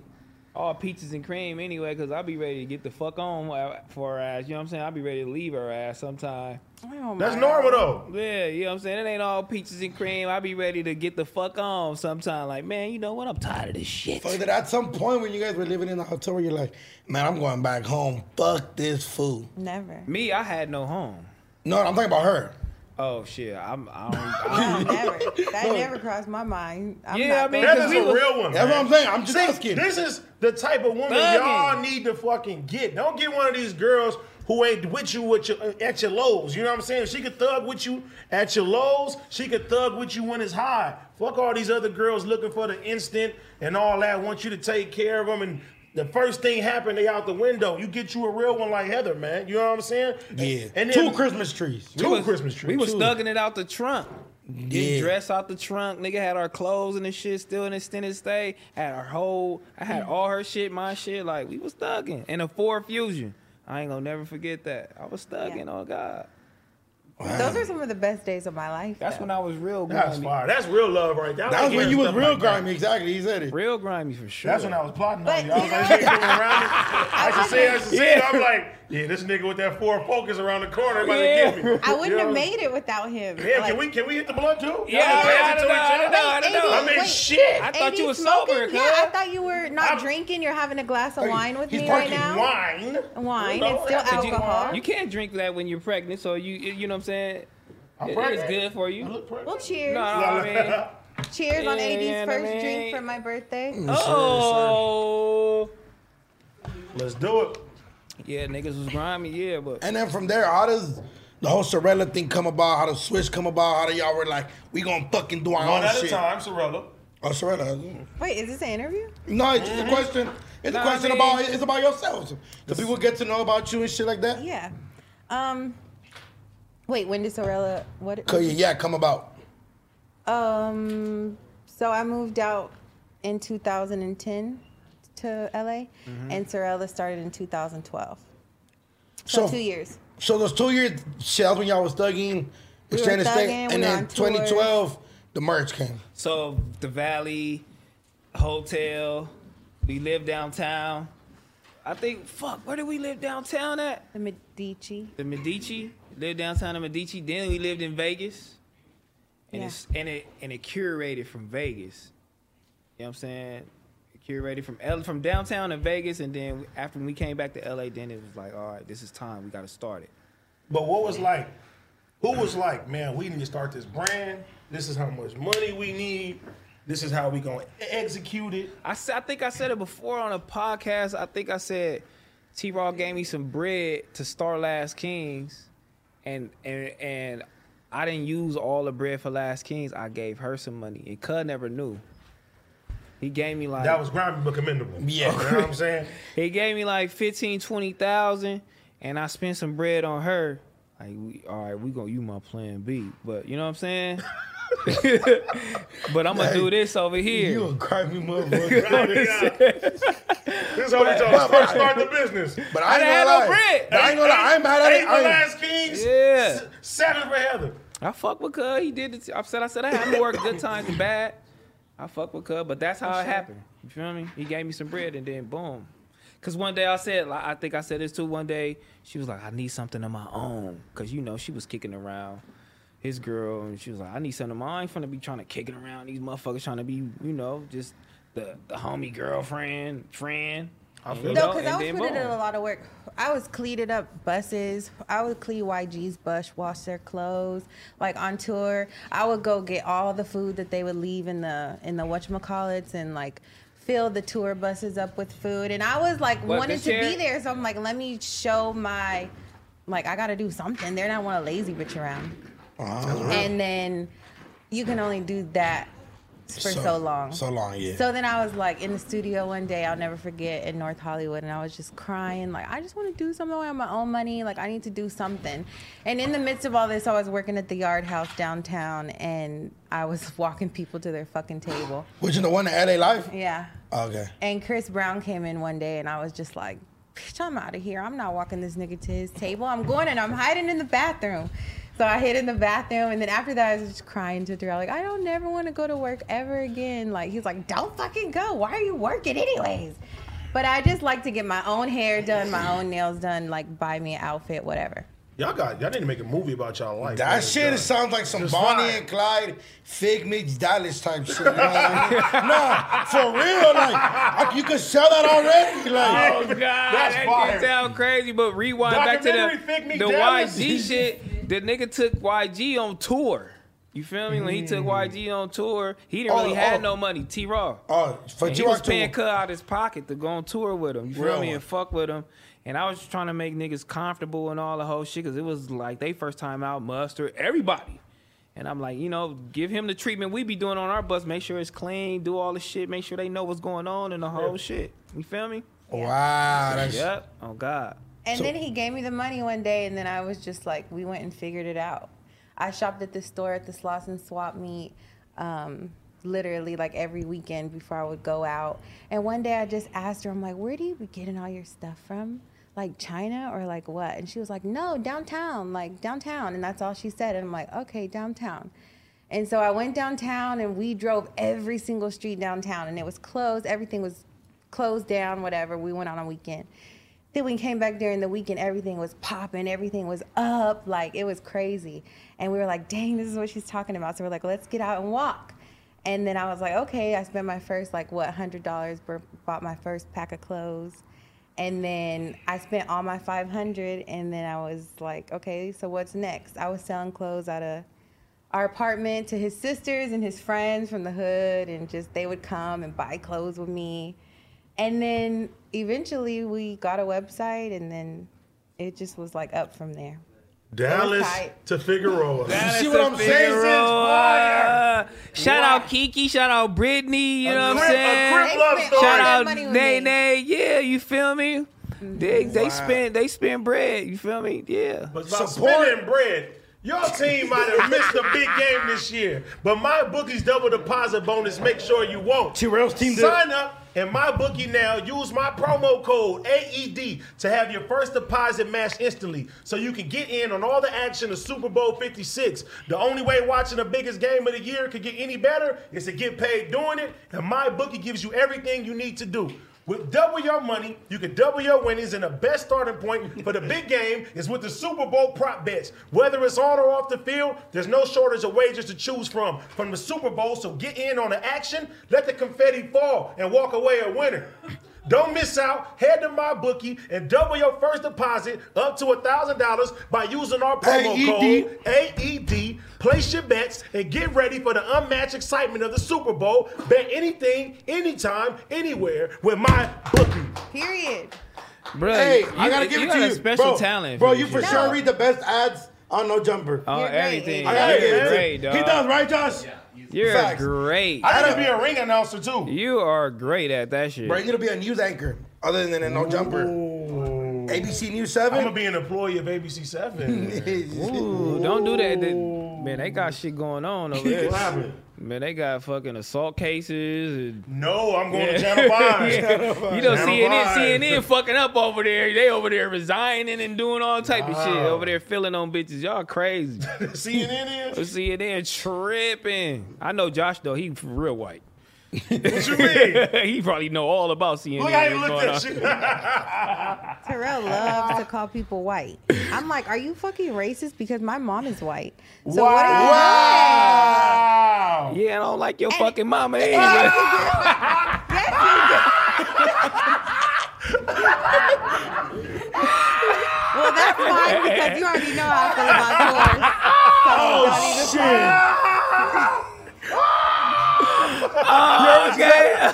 D: all peaches and cream anyway, because I'll be ready to get the fuck on for her ass. You know what I'm saying? I'll be ready to leave her ass sometime.
C: Oh
B: That's
C: my
B: normal
C: God.
B: though.
D: Yeah, you know what I'm saying? It ain't all peaches and cream. I'll be ready to get the fuck on sometime. Like, man, you know what? I'm tired of this shit.
A: Fuck that. At some point when you guys were living in the hotel, where you're like, man, I'm going back home. Fuck this food.
B: (laughs)
C: Never.
D: Me, I had no home.
A: No, I'm talking about her.
D: Oh shit, I'm. I
B: (laughs)
D: don't, I
C: Oh, never. That never crossed my mind. I'm
D: Yeah,
C: not
D: I mean,
C: going-
B: That is
D: we
B: a
D: was-
B: real one.
A: That's
B: man.
A: what I'm saying. I'm just
B: See,
A: asking.
B: This is the type of woman
D: Thugging.
B: y'all need to fucking get. Don't get one of these girls who ain't with you with your, uh, at your lows. You know what I'm saying? She could thug with you at your lows. She could thug with you when it's high. Fuck all these other girls looking for the instant and all that. Want you to take care of them and. The first thing happened, they out the window. You get you a real one like Heather, man. You know what I'm saying?
A: yeah.
B: And then,
A: Two Christmas trees.
B: two
D: was-
B: Christmas trees.
D: We was
B: Two.
D: thugging it out the trunk. Getting
A: Yeah.
D: dressed out the trunk. Nigga had our clothes and the shit still in extended stay. Had our whole, I
B: Mm.
D: had all her shit, my shit. Like, we was thugging. And a Ford Fusion. I ain't gonna never forget that. I was thugging,
C: Yeah.
D: oh God.
C: Those are some of the best days of my life.
D: That's when I was real
B: That's
D: grimy.
B: fire. That's real love right there. I
A: That
B: like
A: was when
B: hearing
A: you was
B: stuff
A: real
B: like that.
A: grimy. Exactly. He said it.
D: Real grimy for sure.
B: That's when I was plotting
C: But
B: on you. I
C: you
B: was
C: know
B: like, (laughs)
C: what?
B: this nigga coming
C: (laughs)
B: around me. I should say, I should say,
D: Yeah.
B: I'm like, yeah, this nigga with that four focus around the corner about
D: Yeah.
B: to get me.
C: I wouldn't
B: You know?
C: have made it without him.
B: Damn,
C: Like,
B: can we can we hit the blood too? Y'all
D: Yeah,
B: can pass
D: I
B: it to
D: don't know,
B: each
D: I
B: other?
D: don't know, I don't know.
B: I mean,
C: Wait.
B: shit.
D: I thought
C: 80
D: you was
C: smoking?
D: sober,
C: Yeah,
D: cuz.
C: I thought you were not
B: I'm-
C: drinking. You're having a glass of wine with
B: He's
C: me right
B: parking
C: now.
B: wine.
C: Wine,
B: You know,
C: it's still
B: that's what you
C: alcohol.
B: want.
D: You can't drink that when you're pregnant, so you you know what I'm saying?
B: I'm
D: It-
B: pregnant.
D: It's good for
B: I
D: you.
B: look pregnant.
C: Well, cheers.
D: No, I mean,
C: Cheers on
D: Yeah,
C: AD's
D: yeah,
C: first
D: I mean-
C: drink for my birthday.
B: Mm.
D: oh.
B: (laughs) Let's do it.
D: Yeah, niggas was grimy, yeah, but
A: And then from there, how does the whole Sorella thing come about? How does Switch come about? How do y'all were like, we gonna fucking do our
B: One
A: own
B: at a
A: shit?
B: time, Sorella.
A: Oh, Sorella.
C: Wait, is this an interview?
A: No, it's just a question. It's
D: Nah,
A: a
D: I
A: question
D: mean-
A: about it's about yourselves. The people get to know about you and shit like that.
C: Yeah. Um. Wait, when did Sorella? What?
A: Could you- yeah, come about.
C: Um. So I moved out in 2010 to LA,
B: Mm-hmm.
C: and Sorella started in 2012. So, two years.
A: So those two years, shit, that's when y'all was
C: We
A: thugging,
C: were
A: exchanging
C: thugging,
A: state,
C: we
A: and
C: were
A: then
C: on tours.
A: 2012, the merge came.
D: So the Valley Hotel, we live downtown. I think fuck, where did we live downtown at?
C: The Medici.
D: The Medici. Lived downtown in Medici. Then we lived in Vegas. And
C: Yeah.
D: it's and it and it curated from Vegas. You know what I'm saying? It Curated from L from downtown to Vegas, and then after when we came back to LA, then it was like, all right, this is time. We got to start it.
B: But what was like? Who was like, man? We need to start this brand. This is how much money we need. This is how we gonna execute it.
D: I said, I think I said it before on a podcast. I think I said T Raw gave me some bread to start Last Kings, and and and I didn't use all the bread for Last Kings. I gave her some money, and Cud never knew. He gave me like
B: That was grimy but commendable.
A: Yeah.
B: you know what I'm
A: (laughs)
B: saying.
D: he gave me like 15, 20,000 and I spent some bread on her. Like, we, all right, we gonna you my plan B, but you know what
B: (laughs)
D: I'm saying. (laughs) but I'm gonna do this over here.
A: You a grimy motherfucker.
B: This is how we talk. Start, start the business.
A: (laughs) but
D: I
A: I ain't
D: done had
A: gonna
D: no
A: lie.
D: bread.
A: I ain't gonna lie. I ain't mad at
B: Eight
A: it.
B: for
A: I ain't-
B: last kings.
D: Yeah.
B: s- Seven for Heather.
D: I fuck with Cub. He did it. I said I said I had more good times than bad. I fuck with Cub, but that's how it happened. You feel me? He gave me some bread and then boom. Cause one day I said, like, I think I said this too. One day she was like, I need something of my own. Cause you know she was kicking around his girl, and she was like, I need something of mine. I ain't finna be trying to kick it around. These motherfuckers trying to be, you know, just the the homie girlfriend friend. I
B: feel
C: No, because I was putting in a lot of work. I was cleated up buses. I would clean YG's bus, wash their clothes. Like on tour, I would go get all the food that they would leave in the in the whatchamacallits and like fill the tour buses up with food. And I was like
D: What,
C: wanted
D: this
C: to
D: year?
C: be there, so I'm like, let me show my like I gotta do something. They're not want a lazy bitch around.
A: Uh-huh.
C: And then you can only do that for so, long.
A: So long, yeah.
C: So then I was like in the studio one day, I'll never forget in North Hollywood, and I was just crying, like, I just want to do something with my own money. Like, I need to do something. And in the midst of all this, I was working at the Yard House downtown, and I was (laughs) walking people to their fucking table.
A: Which is the one that LA Life?
C: Yeah.
A: Okay.
C: And Chris Brown came in one day, and I was just like, bitch, I'm out of here. I'm not walking this nigga to his table. I'm going and I'm hiding in the bathroom. So I hid in the bathroom, and then after that, I was just crying to Darrell, like, I don't never want to go to work ever again. Like, he's like, don't fucking go. Why are you working anyways? But I just like to get my own hair done, my own nails done, like, buy me an outfit, whatever.
B: Y'all got. Y'all need to make a movie about y'all life.
A: That
B: man.
A: shit it sounds like some
B: Just
A: Bonnie
B: fine.
A: and Clyde fake mix Dallas type shit. you know what I mean? (laughs) nah, for real, like I- you could sell that already. Like
D: Oh God,
B: That's
D: that
B: fire.
D: shit sound crazy. But rewind back to
B: Documentary Fake Me
D: the the
B: Dallas.
D: YG shit. The nigga took YG on tour. You feel me? When he
B: Mm.
D: took YG on tour, he didn't
A: Oh,
D: really have
A: oh.
D: no money. T Raw.
A: oh, for
D: And he
A: you
D: was
A: was
D: paying
A: too.
D: cut out his pocket to go on tour with him. You feel
A: Real
D: me?
A: one.
D: And fuck with him. And I was just trying to make niggas comfortable and all the whole shit because it was like they first time out, mustard, everybody. And I'm like, you know, give him the treatment we be doing on our bus. Make sure it's clean, do all the shit, make sure they know what's going on and the whole shit. You feel me?
A: Wow, that's
D: Yep. Oh God.
C: And then he gave me the money one day, and then I was just like, we went and figured it out. I shopped at the store at the Sloss and Swap meet, um, literally like every weekend before I would go out. And one day I just asked her, I'm like, where do you be getting all your stuff from? Like China or like what? And she was like, no, downtown, like downtown. And that's all she said. And I'm like, okay, downtown. And so I went downtown and we drove every single street downtown and it was closed. Everything was closed down, whatever. We went on a weekend. Then we came back during the weekend, everything was popping, everything was up, like it was crazy. And we were like, dang, this is what she's talking about. So we're like, let's get out and walk. And then I was like, okay, I spent my first, like, what, $100, bur- bought my first pack of clothes. And then I spent all my 500 and then I was like, okay, so what's next? I was selling clothes out of our apartment to his sisters and his friends from the hood and just they would come and buy clothes with me and then eventually we got a website and then it just was like up from there
B: Dallas
C: tight.
B: to Figueroa.
A: You see what I'm saying? Sis? Fire.
D: Shout out Kiki, shout out Brittany, you know what
B: grip- a
D: I'm saying?
B: grip love
C: They spent all
B: story.
D: Shout
C: that
D: out
C: money with
D: Nay
C: me.
D: Nay, yeah, you feel me? They they spend they spend bread, you feel me? Yeah.
B: But about
A: Support.
B: spending bread. Your team might have missed a big game this year, but my bookie's double deposit bonus. Make sure you won't.
A: Terrell's team did-
B: Sign up and my bookie now. Use my promo code AED to have your first deposit matched instantly, so you can get in on all the action of Super Bowl Fifty Six. The only way watching the biggest game of the year could get any better is to get paid doing it, and my bookie gives you everything you need to do. With double your money, you can double your winnings, and the best starting point for the big game is with the Super Bowl prop bets. Whether it's on or off the field, there's no shortage of wagers to choose from from the Super Bowl. So get in on the action, let the confetti fall, and walk away a winner. Don't miss out. Head to my bookie and double your first deposit up to $1,000 by using our promo
A: AED.
B: code AED. E Place your bets and get ready for the unmatched excitement of the Super Bowl. Bet anything, anytime, anywhere with my bookie.
C: Period.
D: Bro,
A: Hey, I gotta give
D: you
A: it to
D: got
A: you.
D: a special
A: bro,
D: talent.
A: Bro, you for
D: shit.
A: sure read the best ads on No Jumper.
D: Oh,
C: You're great.
D: everything.
A: I gotta
B: Hey,
A: give it
D: You're
A: to
D: great,
A: you.
D: dog.
A: He does, right, Josh?
D: You're
A: Facts.
D: great.
B: I gotta be a ring announcer too.
D: You are great at that shit.
A: Bro, you're gonna be a news anchor other than a No Jumper. ABC News
B: I'm
A: (laughs)
B: gonna
A: 7.
B: be an employee of ABC (laughs) Seven.
D: Ooh, don't do that. They- Man, they got shit going on over
B: What
D: there.
B: happened?
D: Man, they got fucking assault cases. And,
B: No, I'm going
D: Yeah.
B: to Channel (laughs) Five.
D: Yeah. You know,
B: Channel
D: CNN,
B: five.
D: CNN fucking up over there. They over there resigning and doing all type of shit over there, filling on bitches. Y'all
B: (laughs)
D: crazy.
B: CNN is.
D: CNN tripping. I know Josh though. He real white.
B: (laughs)
D: (laughs)
B: What you mean?
D: he probably know all about CNN.
B: Look how you
D: what's
B: looked
D: going on.
B: at (laughs) shit.
C: Terrell loves to call people white. I'm like, are you fucking racist? Because my mom is white. So what are you
B: Wow.
D: Yeah, I don't like your fucking mama. Hey,
B: (laughs)
C: Well, that's fine because you already know how I feel about yours. So don't even
A: Shit.
D: okay.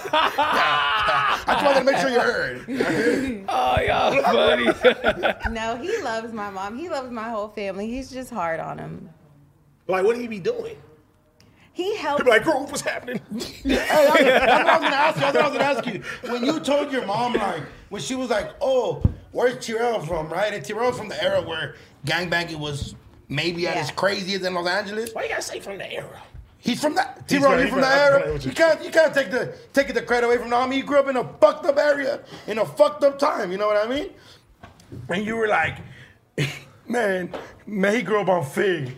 A: I just wanted to make sure you heard.
B: (laughs)
D: Oh, y'all funny.
C: No, he loves my mom. He loves my whole family. He's just hard on him.
B: Like, what he be doing?
C: He helps.
B: He be like, girl, what's happening?
A: (laughs)
B: (laughs)
A: Hey, that's, that's what I was gonna ask you. That's what I was gonna ask you. When you told your mom, like, when she was like, "Oh, where's Tyrell from?" Right, and Tyrell's from the era where gangbanging was maybe at
C: Yeah.
A: its craziest in Los Angeles.
B: Why you gotta say from the era?
A: He's from that.
B: He's
A: Tyrell,
B: right,
A: he's
B: he's
A: from
B: right.
A: that
B: I'm
A: era.
B: familiar with
A: You
B: you.
A: can't, you can't take the take the credit away from the homie. He grew up in a fucked up area, in a fucked up time. You know what I mean? And you were like, (laughs) man, man, he grew up on Fig,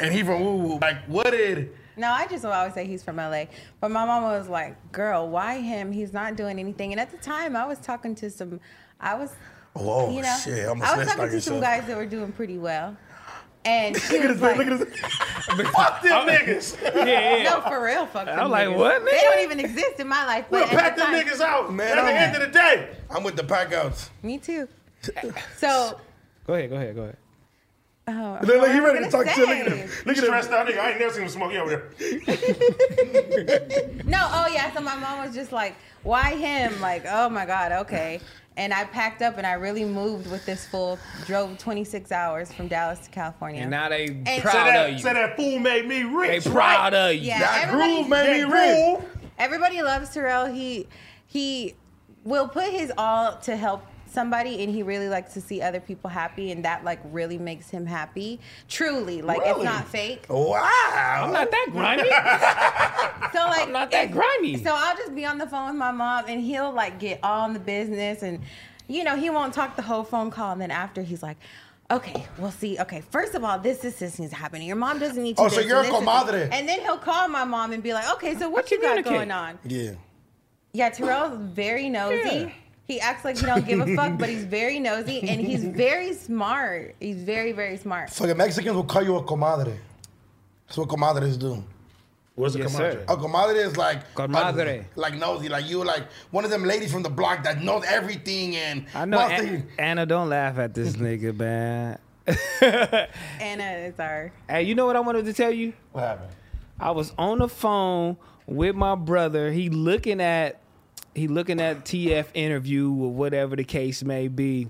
A: and he from Woo Woo. Like, what did?
C: No, I just will always say he's from LA. But my mama was like, girl, why him? He's not doing anything. And at the time, I was talking to some, I was,
A: Whoa,
C: you know,
A: Oh, shit!
C: I
A: almost
C: was
A: snitched
C: talking
A: on
C: to some
A: yourself.
C: guys that were doing pretty well. And she
A: Look at
C: was
A: his
C: like,
A: face. Look at his. (laughs)
B: Fuck them
D: (laughs)
B: niggas.
D: (laughs) yeah, yeah.
C: No, for real, fuck them
D: I'm like,
C: niggas.
D: what,
C: They
D: nigga?
C: don't even exist in my life.
B: We'll
C: But
B: pack
C: at the
B: them
C: time,
B: niggas out.
A: Man,
B: at the
A: I'm-
B: end of the day.
A: I'm with the packouts.
C: Me too. So,
D: Go ahead, go ahead, go ahead.
C: oh, I
A: Look, look, he
C: forgot what
A: ready to
C: I was
A: talk
C: gonna
A: shit. Look at
C: say.
A: him. Look at him.
B: Stressed out nigga. I ain't never seen him smoke. He over there.
C: No, oh yeah. So my mom was just like, "Why him?" Like, oh my god, okay. And I packed up and I really moved with this fool. Drove 26 hours from Dallas to California.
D: And now they
C: Say
D: proud
B: Say
D: of you.
B: that, say that fool made me
D: they
B: rich.
D: proud
B: right?
D: of you.
C: Yeah.
A: That
C: everybody-
A: groove made me
B: That
A: rich.
B: fool.
C: Everybody loves Terrell. He he will put his all to help somebody and he really likes to see other people happy and that like really makes him happy truly like it's
B: Really?
C: not fake
D: I'm
A: Wow.
D: not that grimy.
C: so like
D: I'm not that
C: if-
D: grimy.
C: So I'll just be on the phone with my mom, and he'll like get all in the business, and you know he won't talk the whole phone call, and then after he's like. Okay, we'll see. Okay, first of all, this this this needs happening. Your mom doesn't need to.
A: Oh, so
C: this,
A: you're
C: and
A: a
C: this, and this."
A: comadre.
C: And then he'll call my mom and be like, "Okay, so what
D: I
C: you got
D: communicate.
C: going on?"
A: Yeah.
C: Yeah, Terrell's very nosy.
D: Yeah.
C: He acts like he don't
D: (laughs)
C: give a fuck, but he's very nosy and he's very smart. He's very very smart.
A: Fucking Mexicans will call you a comadre. That's what comadres do.
B: What's the
D: Yes,
B: commander?
A: A comadre is like
D: Comadre.
A: like nosy, like you like one of them ladies from the block that knows everything and
D: I know
A: wants to-
D: An- Anna, don't laugh at
A: (laughs)
D: this nigga, man. (laughs)
C: Anna is our
D: hey, you know what I wanted to tell you?
B: What happened?
D: I was on the phone with my brother. He looking at he looking at TF interview or whatever the case may be.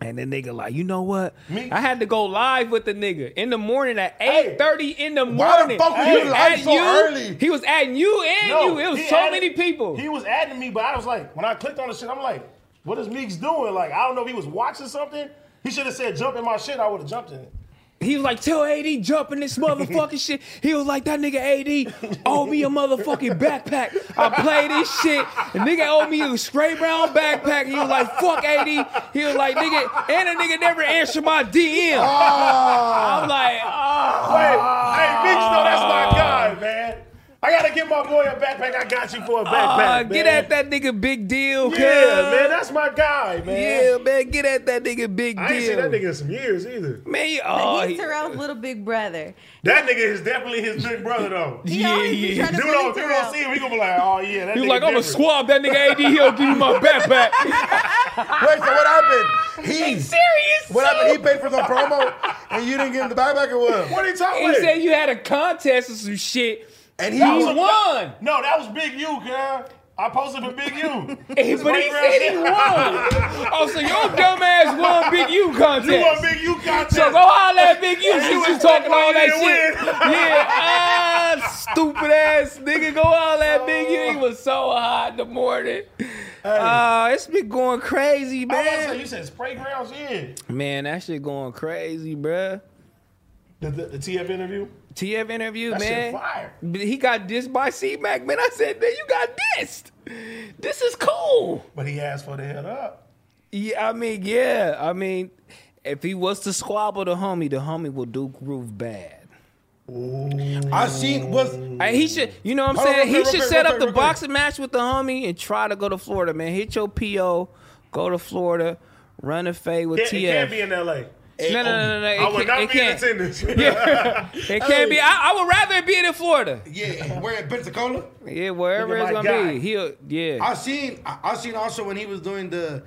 D: And the nigga like, you know what?
B: Me?
D: I had to go live with the nigga in the morning at eight thirty in the
A: Why the
D: morning.
A: fuck were
D: He
A: you
D: was
A: live
D: adding
A: so early?
D: He was adding you and you. It was
B: he
D: so
B: added-
D: many people.
B: He was adding me, but I was like, when I clicked on the shit, I'm like, what is Meeks doing? Like, I don't know if he was watching something. He should have said jump in my shit. I would have jumped in it.
D: He was like, tell AD jumping this motherfucking shit. He was like, that nigga AD owe me a motherfucking backpack. I play this shit. The nigga owe me a straight brown backpack. He was like, fuck AD. He was like, nigga, and the nigga never answered my DM. I'm like, oh.
B: Hey, hey, Meeks, no, that's my guy, man. I gotta get my boy a backpack. I got you for a backpack.
D: uh,
B: man.
D: get at that nigga big deal.
B: Yeah,
D: cuz.
B: man, that's my guy, man.
D: Yeah, man, get at that nigga big deal.
B: I ain't seen that nigga in some years either.
D: Man, he- oh,
C: He's
D: he-
C: Terrell's little big brother.
B: That nigga is definitely his big brother
D: (laughs)
B: though.
C: He
D: Yeah,
C: always be
D: yeah.
C: trying to
B: Dude,
C: bully
B: don't, dude
C: Terrell.
B: don't see him. He gonna be like, oh yeah, that
D: he was
B: nigga
D: like, I'm
B: different.
D: gonna swab that nigga AD. He'll give you my backpack.
A: Wait, so what
C: (laughs)
A: happened? He
D: (laughs) Serious?
A: what happened? He paid for the promo, and you didn't give him the buyback or what?
B: What are you talking
D: He
B: about?
D: said you had a contest or some shit.
A: And he
D: That
A: was
D: was- won.
B: No, that was Big U, girl. I posted for Big
D: (laughs)
B: U.
D: Hey, but he said he won. oh, so your dumb ass won Big U contest.
B: (laughs) You want Big U contest?
D: so go holler at Big U
B: you
D: since you
B: was
D: talking
B: fucking
D: all that
B: you
D: shit.
B: didn't win.
D: (laughs) yeah, ah, stupid ass nigga. Go holler at Big U.
B: Oh.
D: He was so hot in the morning. Ah, it's been going
B: I
D: crazy,
B: was like,
D: man.
B: you said spray grounds in
D: Man, that shit going crazy, bruh.
B: the, the, the TF interview.
D: TF interview,
B: That
D: man.
B: shit fire.
D: But He got dissed by C Mac, man. I said, man, you got dissed. This is cool.
B: But he asked for the head up.
D: Yeah, I mean, yeah. I mean, if he was to squabble the homie, the homie will do groove bad.
A: I seen was
D: Hey, he should, you know what I'm
A: Hold on,
D: saying?
A: real
D: He
A: quick,
D: should
A: real
D: set
A: quick,
D: up the
A: real quick.
D: boxing match with the homie and try to go to Florida, man. Hit your PO, go to Florida, run a fade with
B: It, it can't
D: TF.
B: be in LA.
D: No, no, no, no, no. It
B: I would
D: can't-
B: not
D: it
B: be in
D: can't.
B: attendance.
D: Yeah. It can't be. I, I would rather it be in Florida.
A: yeah, where in Pensacola.
D: Yeah, wherever
B: Look
D: it's
B: at
D: gonna
B: my guy.
D: be. He'll yeah.
A: I seen I, I seen also when he was doing the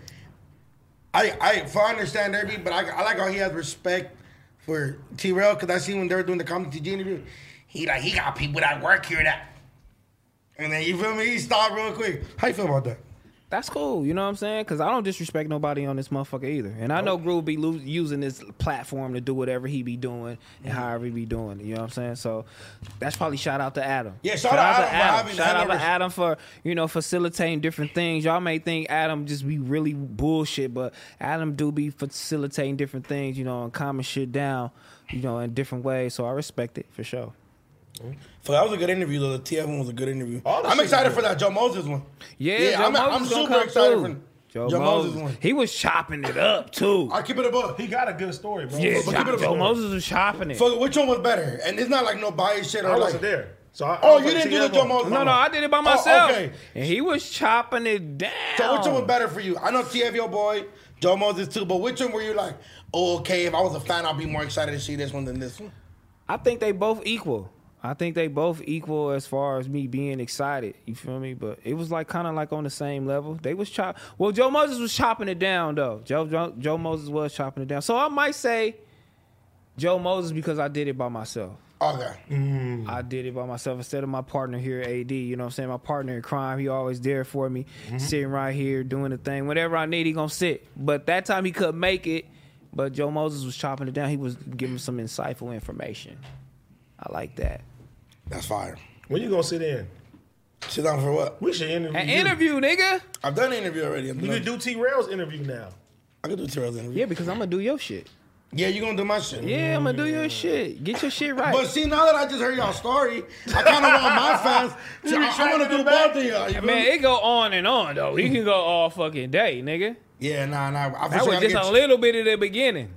A: I I for I understand Derby, but I, I like how he has respect for T Rail because I seen when they were doing the comedy G interview, he like he got people that work here that and then you feel me, he stopped real quick. How you feel about that?
D: That's cool. You know what I'm saying? Because I don't disrespect nobody on this motherfucker either. And I know Groove be lo- using this platform to do whatever he be doing and
A: Mm-hmm.
D: however he be doing. it. You know what I'm saying? So that's probably shout out to Adam.
A: Yeah, shout out Adam for having-
D: Shout out to
A: having-
D: Adam for you know facilitating different things. Y'all may think Adam just be really bullshit, but Adam do be facilitating different things. You know, and calming shit down. You know, in different ways. So I respect it for sure.
A: So that was a good interview though. The TF one was a good interview.
B: All that
A: I'm
B: shit
A: excited
B: was
A: for that Joe Moses one.
D: Yeah,
A: Yeah,
D: Joe
A: I'm- I'm
D: Moses gonna
A: super
D: come
A: excited
D: through.
A: for
D: Joe,
A: Joe
D: Moses.
A: Moses one.
D: He was chopping it up too.
A: I keep it
B: (laughs)
A: above.
B: He got a good story, bro.
D: Yeah,
A: but
D: Joe,
A: keep it up,
D: Joe
A: though.
D: Moses was chopping it.
A: So which one was better? And it's not like no bias shit or
B: I
A: like,
B: wasn't there. So I, I
A: Oh,
B: was
A: you
B: like,
A: didn't do the
B: TF
A: Joe
B: on-
A: Moses.
D: no, no, I did it by
A: Oh,
D: myself,
A: okay.
D: and he was chopping it down.
A: So which one was better for you? I know TF your boy, Joe Moses too, but which one were you like, oh, okay, if I was a fan, I'd be more excited to see this one than this one?
D: I think they both equal. I think they both equal as far as me being excited. You feel me? But it was like kind of like on the same level. They was chop. Well, Joe Moses was chopping it down though. Joe, Joe Joe Moses was chopping it down. So I might say Joe Moses because I did it by myself.
A: Okay.
D: Mm. I did it by myself instead of my partner here, AD. You know what I'm saying? My partner in crime, he always there for me, sitting right here doing the thing. Whatever I need, he gonna sit. But that time he couldn't make it. But Joe Moses was chopping it down. He was giving some insightful information. I like that.
A: That's fire.
B: When you gonna sit in?
A: Sit down for what?
B: We should interview.
D: An
B: you.
D: interview, nigga.
A: I've done an interview already. I'm
B: You
A: done.
B: could do T Rail's interview now.
A: I could do Terrell's interview.
D: Yeah, because I'm gonna do your shit.
A: Yeah, you gonna do my shit.
D: Yeah, I'm gonna do your shit. Get your shit right.
A: But see, now that I just heard y'all story, I kind of want my
D: (laughs)
A: fans. To, I, I want to do both of y'all. You feel
D: Man,
A: me?
D: it go on and on though. We can go all fucking day, nigga.
A: yeah, nah, nah. I for
D: That
A: sure
D: was
A: gotta
D: just
A: get
D: a
A: you-
D: little bit of the beginning.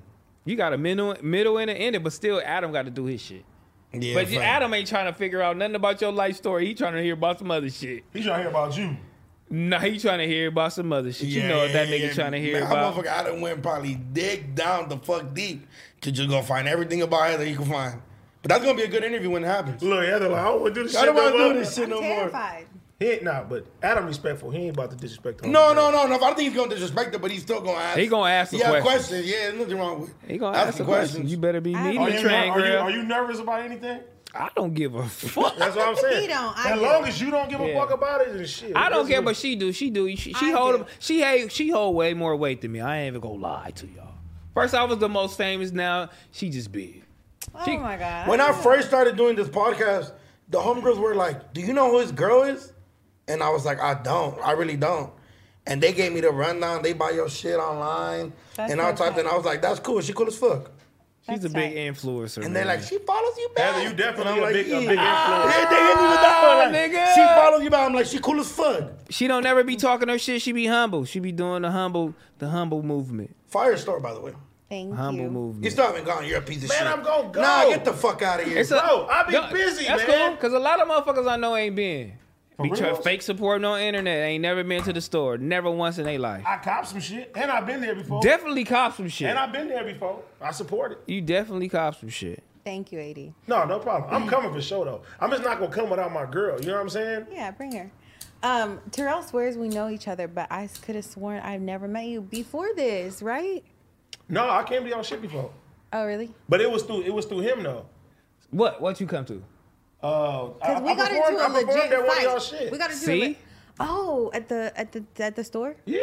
D: You got a middle, middle and an ending, but still, Adam got to do his shit.
A: Yeah,
D: But you-
A: fine.
D: Adam ain't trying to figure out nothing about your life story. He trying to hear about some other shit.
B: He's trying to hear about you.
D: Nah, he trying to hear about some other shit.
A: Yeah,
D: you know what that
A: yeah,
D: nigga
A: yeah.
D: trying to hear
A: Man,
D: about.
A: That motherfucker, I done went probably dig down the fuck deep to just go find everything about her that you can find. But that's gonna be a good interview when it happens.
B: Look, Heather, like, I don't want to do this
A: I
B: shit.
A: don't
B: no
A: want to do
B: more.
A: this shit no more.
C: Terrified.
B: He ain't nah, but Adam respectful. He ain't about to disrespect. him.
A: No, no, no, no. I don't think he's gonna disrespect it, but he's still gonna ask.
D: He gonna ask the
A: yeah,
D: question.
A: Yeah, there's nothing wrong with.
D: He gonna
A: asking
D: ask a question. You better be
C: I-
D: meeting
B: Are
D: the
B: you,
D: train,
B: are, you,
D: girl.
B: are you nervous about anything?
D: I don't give a fuck.
B: That's what I'm saying.
C: (laughs) He don't, I
B: as
C: do.
B: long as you don't give a
D: Yeah.
B: fuck about it, then shit.
D: I don't
B: That's
D: care
B: what-
D: what she do. She do. She, she
C: I
D: hold.
C: do.
D: She hey. She hold way more weight than me. I ain't even gonna lie to y'all. First, I was the most famous. Now she just big. She-
C: Oh my god.
A: When I first started doing this podcast, the homegirls were like, "Do you know who his girl is?" And I was like, "I don't. I really don't." And they gave me the rundown. They buy your shit online
C: That's
A: and all
C: so
A: types. And
C: tight.
A: I was like, "That's cool. She cool as fuck."
D: She's
C: That's
D: a big
C: tight.
D: influencer.
A: And they're
D: man.
A: like, "She follows you back."
B: Heather, you definitely
A: And I'm
B: a big- a
A: yeah.
B: big influence.
A: Yeah, they didn't even know. Like,
D: nigga.
A: She follows you back. I'm like, "She cool as fuck."
D: she don't never be talking her shit. She be humble. She be doing the humble, the humble movement,
A: Firestore, by the way.
C: Thank
D: humble
C: you.
A: You
D: movement.
A: still haven't gone. You're a piece of
B: Man,
A: shit.
B: I'm gonna go.
A: Nah, get the fuck out of here.
D: It's a-
B: Bro, I be
D: No,
B: busy,
D: that's
B: man.
D: cool, cause a lot of motherfuckers I know ain't been. Be try,
B: reals?
D: fake supporting on internet. Ain't never been to the store. Never once in their life.
B: I cop some shit, and I've been there before.
D: definitely cop some shit.
B: and I've been there before. I support it.
D: you definitely cop some shit.
C: Thank you, AD.
B: No, no problem. I'm coming for sure though. I'm just not gonna come without my girl. You know what I'm saying?
C: Yeah, bring her. Um, Terrell swears we know each other, but I could have sworn I've never met you before this, right?
B: No, I came to y'all shit before,
C: Oh, really?
B: but it was through it was through him though.
D: What? What you come to?
B: Uh,
C: Because we got
B: performed-
C: into a
B: I performed
C: legit
B: at one of y'all
C: fight.
B: shit.
C: We got into
D: See?
C: a. le- Oh, at the at the at the store.
B: yeah.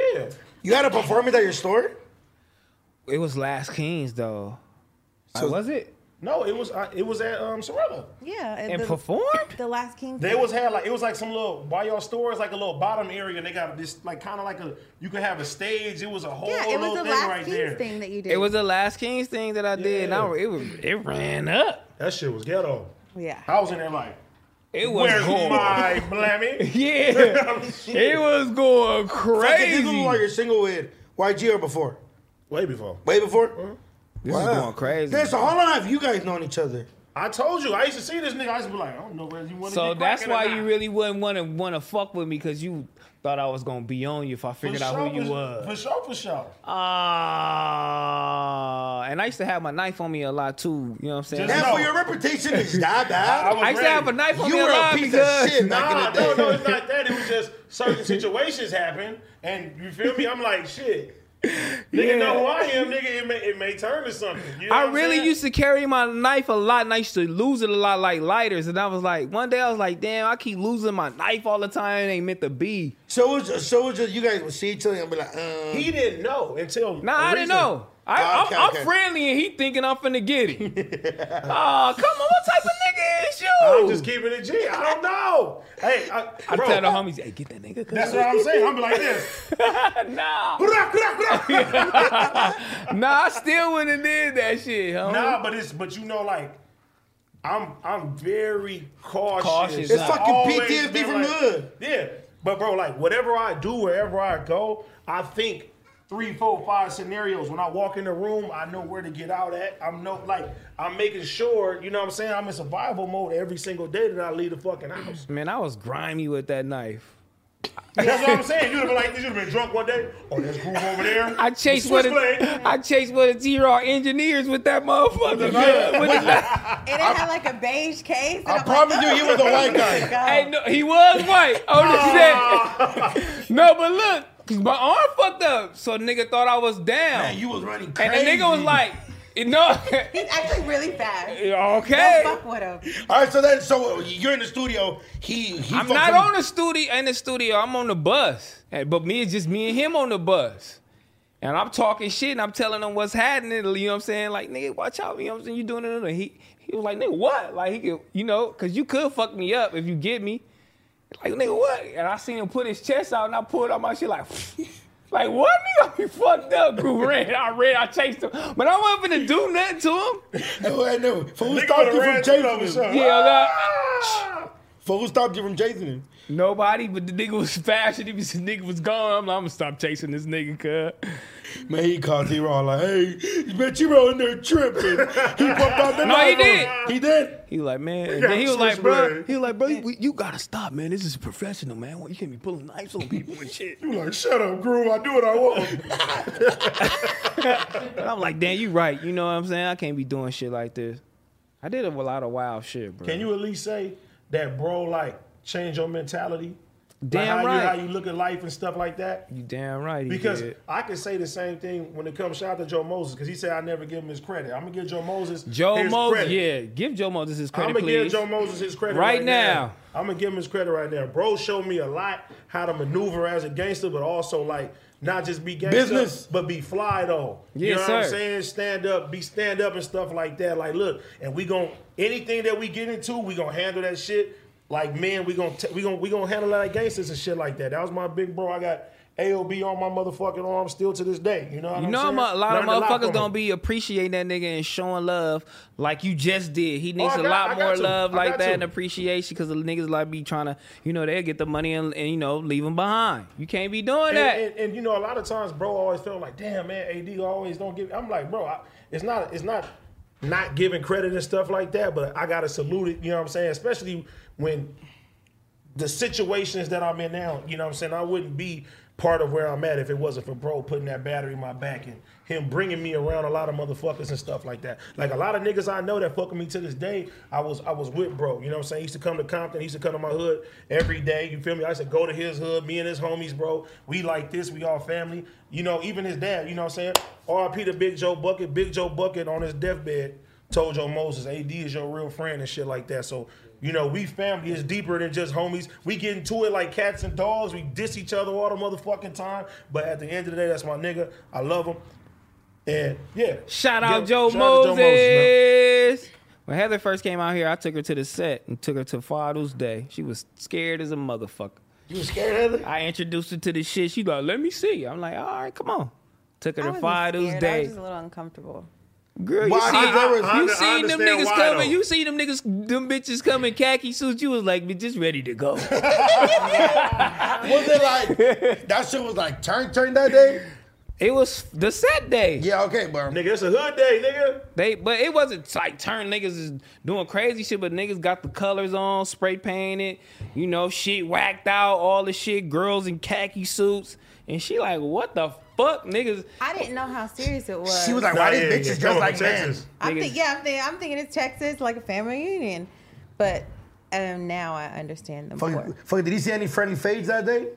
A: you had a performance at your store?
D: It was Last Kings though.
A: So-
D: Uh, was it?
B: No, it was I, it was at um Sorella.
C: Yeah, at
D: And
C: the,
D: performed?
C: the last king.
B: They was had like it was like some little by y'all store is like a little bottom area and they got this like kind of like a you could have a stage. It was a whole
C: yeah, it
B: little
C: was the
B: thing
C: last
B: right
C: king's
B: there.
C: thing that you did.
D: It was a Last Kings thing that I did. And I,
B: Yeah.
D: it was it ran up.
B: That shit was ghetto.
C: yeah.
B: I was in there like,
D: It was
B: where's
D: going.
B: my blammy? (laughs)
D: (laughs) Yeah, it was going
A: Fucking, This is
D: crazy.
A: who you're single with YG or before?
B: Way before.
A: Way before?
D: This is
A: Wow.
D: going crazy.
A: Yeah, so how long have you guys known each other?
B: I told you, I used to see this nigga. I used to be like, I don't know whether you want to.
D: so
B: get
D: that's
B: cracking or
D: why
B: not.
D: you really wouldn't want to want to fuck with me because you thought I was gonna be on you if I
B: For
D: figured out who
B: sure,
D: you
B: for-
D: was.
B: For sure, for sure.
D: Ah, and I used to have my knife on me a lot too. You know what I'm saying?
B: Just
A: And
B: No.
A: for your
B: (laughs)
A: reputation is that
B: I
A: bad.
B: was
D: I used to
B: ready.
D: have a knife on
A: you
D: me a
A: were a
D: lot
A: piece
D: because
A: of shit
B: Nah,
A: back
B: no,
A: in the
B: no,
A: day.
B: it's not that. It was just certain situations happened, and you feel me? I'm like, shit. Nigga
D: Yeah.
B: know who I am, nigga. It may, it may turn to something. You know
D: I
B: what I'm
D: really
B: saying?
D: used to carry my knife a lot, and I used to lose it a lot, like lighters. And I was like, one day I was like, damn, I keep losing my knife all the time. It ain't meant to be.
A: So it was, so it was just you guys would see each other and be like, um,
B: He didn't know until.
D: Nah, I didn't
B: recently.
D: know. I,
A: Oh,
D: I'm,
A: okay,
D: I'm
A: okay.
D: friendly, and he thinking I'm finna get it. oh, come on, what type of nigga is you?
B: I'm just keeping it G. I don't know. Hey, I,
D: I'm
B: bro,
D: telling the homies, hey, get that nigga.
B: that's what I'm saying. I'm be like this.
D: nah,
B: nah,
D: nah, I still wouldn't have did that shit, homie.
B: but it's but you know like. I'm I'm very cautious.
D: Cautious,
A: it's
D: Nah.
A: fucking
B: Always
A: PTSD
B: been
A: from
B: like-
A: the hood.
B: Yeah, but bro, like whatever I do, wherever I go, I think three, four, five scenarios. When I walk in the room, I know where to get out at. I'm no like I'm making sure. You know what I'm saying? I'm in survival mode every single day that I leave the fucking
A: (laughs)
B: house.
D: Man, I was grimy with that knife.
B: That's what I'm saying. You'd have been like, you'd have been drunk one day. Oh, there's groove over there.
D: I chased
B: Switch
D: with a,
B: blade.
D: (laughs) I chased with a T-Raw engineers with that motherfucker. man, with the knife.
C: And it had like a beige case. And
A: I
C: I'm
A: promise
C: like,
A: you, he was a white
C: oh,
A: guy.
C: God.
D: Hey, no, he was white Oh, on
B: Ah. (laughs)
D: the set. no, but look, cause my arm fucked up, so nigga thought I was down,
A: Man, you was running
D: and
A: crazy.
D: the nigga was like, "No, (laughs)
C: He's actually really fast.
D: okay."
C: Don't fuck with him.
A: all right, so then, so you're in the studio. He, he
D: I'm
A: fucking-
D: not on the studio in the studio. I'm on the bus, And- but me it's just me and him on the bus. And I'm talking shit and I'm telling him what's happening. You know what I'm saying? Like, nigga, watch out. You know what I'm saying? You doing it. And he, he was like, nigga, what? Like, he could, you know, because you could fuck me up if you get me. Like, nigga, what? And I seen him put his chest out and I pulled out my shit like, (laughs) like, what? Nigga, we fucked up. Grew red. I ran. I chased him. But I wasn't going to do nothing to him.
A: No, I know. For who
B: Nigga
A: stopped
B: would've
A: you
B: ran
A: from
B: through that for
A: chasing
B: sure.
A: him?
D: Yeah, like, Ah!
A: For who stopped you from chasing him?
D: Nobody, but the nigga was (laughs) fast and he was, the nigga was gone. I'm like, I'm going to stop chasing this nigga, cuz.
A: Man, he called T-Raw like, hey, you bet you were in there tripping. He popped out
B: (laughs)
A: the
D: No, he
A: knife on
D: did.
A: him. He did.
D: He like, man, and
B: got
D: then he was like,
B: switchblade.
D: bro, he was like, bro, you, you gotta stop, man. This is professional, man. You can't be pulling knives on people and
B: (laughs)
D: shit.
B: You like, shut up, groove. I do what I want.
D: And I'm like, damn, you right. You know what I'm saying? I can't be doing shit like this. I did a lot of wild shit, bro.
B: Can you at least say that, bro? Like, change your mentality.
D: Damn
B: how
D: right.
B: You, how you look at life and stuff like that.
D: You damn right. He
B: Because
D: did.
B: I could say the same thing when it comes. Shout out to Joe Moses because he said I never give him his credit. I'm gonna give Joe Moses
D: Joe
B: his
D: Moses,
B: credit.
D: yeah, give Joe Moses his credit,
B: I'm gonna
D: please.
B: give Joe Moses his credit
D: Right
B: right,
D: now.
B: I'm gonna give him his credit right now. Bro showed me a lot how to maneuver as a gangster, but also like not just be gangster,
A: Business.
B: but be fly though.
D: Yes,
B: you know what
D: sir.
B: I'm saying? Stand up, be stand up and stuff like that. Like, look, and we gon' anything that we get into, we gonna handle that shit. Like, man, we gonna t- we gonna we gonna handle that like gangsters and shit like that. That was my big bro. I got AOB on my motherfucking arm still to this day. You know what
D: you
B: I'm
D: know,
B: saying?
D: I'm a, a lot
B: Learned
D: of
B: from
D: motherfuckers
B: him.
D: gonna be appreciating that nigga and showing love like you just did. He needs
B: Oh, I
D: a
B: got-
D: lot
B: I got
D: more
B: to.
D: love
B: I
D: like
B: got
D: that
B: to.
D: and appreciation because the niggas like be trying to, you know, they'll get the money and, and you know leave them behind. You can't be doing that.
B: And, and, and, you know, a lot of times, bro, always felt like, damn, man, AD always don't give. I'm like, bro, I, it's not, it's not, not giving credit and stuff like that. But I gotta salute it. You know what I'm saying? Especially when the situations that I'm in now. You know what I'm saying? I wouldn't be part of where I'm at if it wasn't for bro putting that battery in my back and him bringing me around a lot of motherfuckers and stuff like that. Like a lot of niggas I know that fuck with me to this day, I was I was with bro. You know what I'm saying? He used to come to Compton, he used to come to my hood every day. You feel me? I used to go to his hood, me and his homies, bro. We like this, we all family. You know, even his dad, you know what I'm saying? RP to Big Joe Bucket, Big Joe Bucket on his deathbed told Joe Moses, AD is your real friend and shit like that. So, you know, we family is deeper than just homies. We get into it like cats and dogs. We diss each other all the motherfucking time. But at the end of the day, that's my nigga. I love him. And yeah.
D: Shout out
B: Yo,
D: Joe
B: shout out to
D: Moses.
B: Joe man.
D: when Heather first came out here, I took her to the set and took her to Fadl's Day. She was scared as a motherfucker.
B: You was scared, Heather?
D: I introduced her to the shit. She like, let me see. I'm like, all right, come on. Took her
C: I
D: to
C: wasn't
D: Fadl's
C: scared. I was
D: Day.
C: just a little uncomfortable.
D: Girl, you
A: Why?
D: seen,
A: I- I- I
D: you
A: under- I
D: seen them
B: understand
D: niggas
B: why,
D: coming.
B: though.
D: You seen them niggas, them bitches coming khaki suits. You was like, bitch, just ready to
A: (laughs)
D: go.
A: (laughs) Was it like that shit was like turn turn that day?
D: it was the set day.
A: Yeah, okay, but
B: Nigga, it's a hood day, nigga.
D: They, but it wasn't like turn niggas is doing crazy shit, but niggas got the colors on, spray painted, you know, shit whacked out, all the shit, girls in khaki suits, and she like, what the fuck, niggas?
C: I didn't know how serious it was.
A: she was like, why
B: Nah,
A: these
B: yeah,
A: bitches
B: yeah,
A: just
B: come on,
A: like man?
B: Texas.
C: I'm
D: Niggas-
C: think, yeah, I'm thinking, I'm thinking it's Texas, like a family reunion. But um, now I understand them more.
A: Fuck, fuck, did he see any friendly fades that day?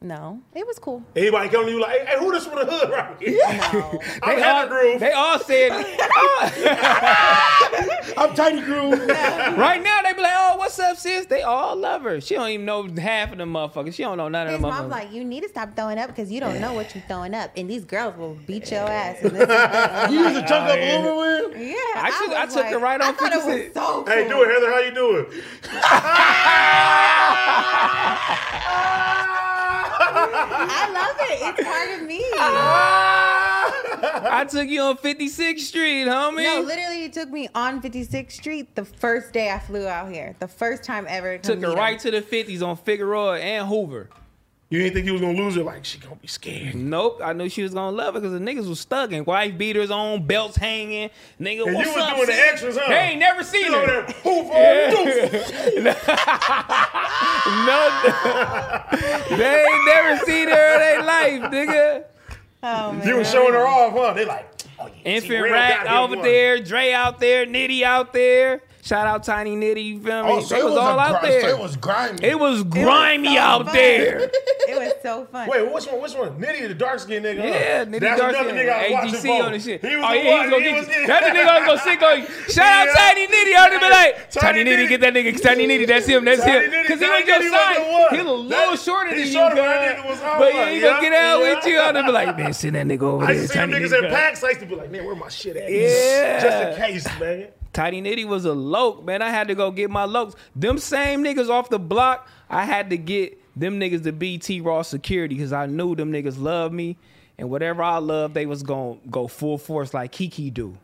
C: No, it was cool.
B: Anybody come to you like, hey, hey, who this from the hood
A: (laughs)
B: right here?
C: No.
B: I'm
D: They
B: Heather
D: all,
B: Groove.
D: they all said, "Oh."
A: I'm
B: (laughs)
A: Tiny Groove.
D: right now they be like, oh, what's up, sis? They all love her. She don't even know half of them motherfuckers. She don't know none of
C: His
D: them
C: mom's
D: motherfuckers.
C: like, you need to stop throwing up because you don't know what you're throwing up, and these girls will beat your ass. And this-
A: You used to chunk up Uber with?
C: yeah,
D: I took-
C: was
D: I took it right
C: I
D: on
C: thought it
D: 50
C: was so cool.
B: Hey, do it, Heather. How you doing?
C: I love it. It's part of me.
D: I took you on 56th Street, homie.
C: No, literally, it took me on 56th Street the first day I flew out here. The first time ever. to
D: took
C: meet
D: her
C: him.
D: right to the 50s on Figueroa and Hoover.
B: You didn't think you was gonna lose it? Like, she gonna be scared.
D: Nope, I knew she was gonna love it because the niggas was thugging. Wife beaters on, belts hanging. Nigga,
B: And
D: what's
B: you was
D: up,
B: doing the
D: sis?
B: extras, huh?
D: They ain't never seen
B: You over there,
D: her.
B: poof,
D: No, (laughs) they ain't never seen her in their life, nigga.
C: Oh, man.
B: You was showing her off, huh? They like, oh yeah. see,
D: Infant
B: Randall
D: Rack
B: got him
D: over
B: one.
D: there, Dre out there, Nitty out there. Shout out Tiny Nitty, you feel me?
A: Oh, so
D: they
A: it
D: was,
A: was,
D: all
A: a
D: out
A: gri-
D: there.
A: So it was grimy.
D: it was grimy
C: so
D: out
B: (laughs)
C: fun.
D: there.
C: It was so fun.
B: Wait, which one? Which one? Nitty, the dark skinned nigga. huh?
D: Yeah, nigga
B: That's
D: Darcy
B: another nigga I was
D: AGC
B: watching.
D: on this shit.
B: He was
D: oh,
B: the one.
D: yeah, he was gonna
B: he
D: get
B: was
D: you. That's the nigga I was gonna sit on you. Shout out
B: Yeah.
D: Tiny Nitty. I would have been like, Tiny,
B: Tiny
D: Nitty,
B: Nitty.
D: get that nigga. Tiny Nitty, that's him, that's
B: Tiny
D: him.
B: Nitty,
D: Because he
B: Tiny
D: was your
B: Nitty was the
D: size.
B: one.
D: He was a little
B: That-
D: shorter than
B: he's
D: you,
B: shorter than
D: guy.
B: that nigga was all
D: But yeah,
B: like,
D: he gonna
B: yeah,
D: get out with
B: yeah.
D: you. I would have been like, man, send that nigga over
B: I
D: there.
B: used to see them
D: Tiny
B: niggas
D: Nitty,
B: at
D: guy."
B: packs. I used to be like, man, where my shit at?
D: Yeah.
B: Just in case, man.
D: Tiny Nitty was a loke, man. I had to go get my lokes. Them same niggas off the block, I had to get them niggas to BT Raw security because I knew them niggas loved me. And whatever I love, they was gonna go full force like Kiki do.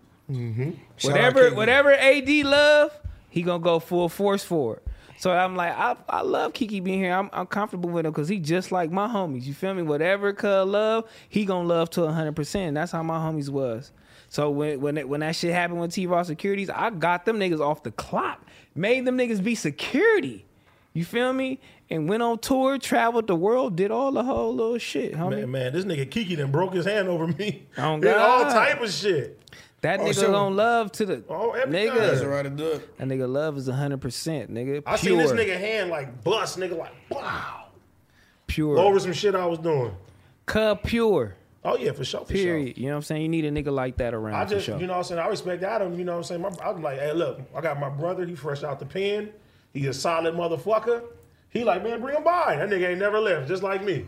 D: Whatever, whatever AD love, he gonna go full force for it. So I'm like, I, I love Kiki being here. I'm, I'm comfortable with him because he just like my homies. You feel me? Whatever cuz love, he gonna love to 100%. That's how my homies was. So when when that, when that shit happened with T-Raw Securities, I got them niggas off the clock. Made them niggas be security. You feel me? And went on tour, traveled the world, did all the whole little shit, homie.
B: Man, man, this nigga Kiki done broke his hand over me. (laughs)
D: Oh,
B: Did all
D: God.
B: type of shit.
D: That nigga
A: so-
D: gonna love to the
B: Oh, everything.
A: That's the
D: nigga.
A: right to do it.
D: That nigga love is 100%, nigga.
B: I seen this
D: Pure.
B: nigga hand like bust, nigga, like wow.
D: pure.
B: Over some shit I was doing.
D: Cub pure.
B: Oh yeah, for sure. For
D: Period.
B: Sure.
D: You know what I'm saying? You need a nigga like that around.
B: I just,
D: for sure.
B: you know what I'm saying? I respect Adam. You know what I'm saying? My, I'm like, hey, look, I got my brother. He fresh out the pen. He a solid motherfucker. He like, man, bring him by. That nigga ain't never left, just like me.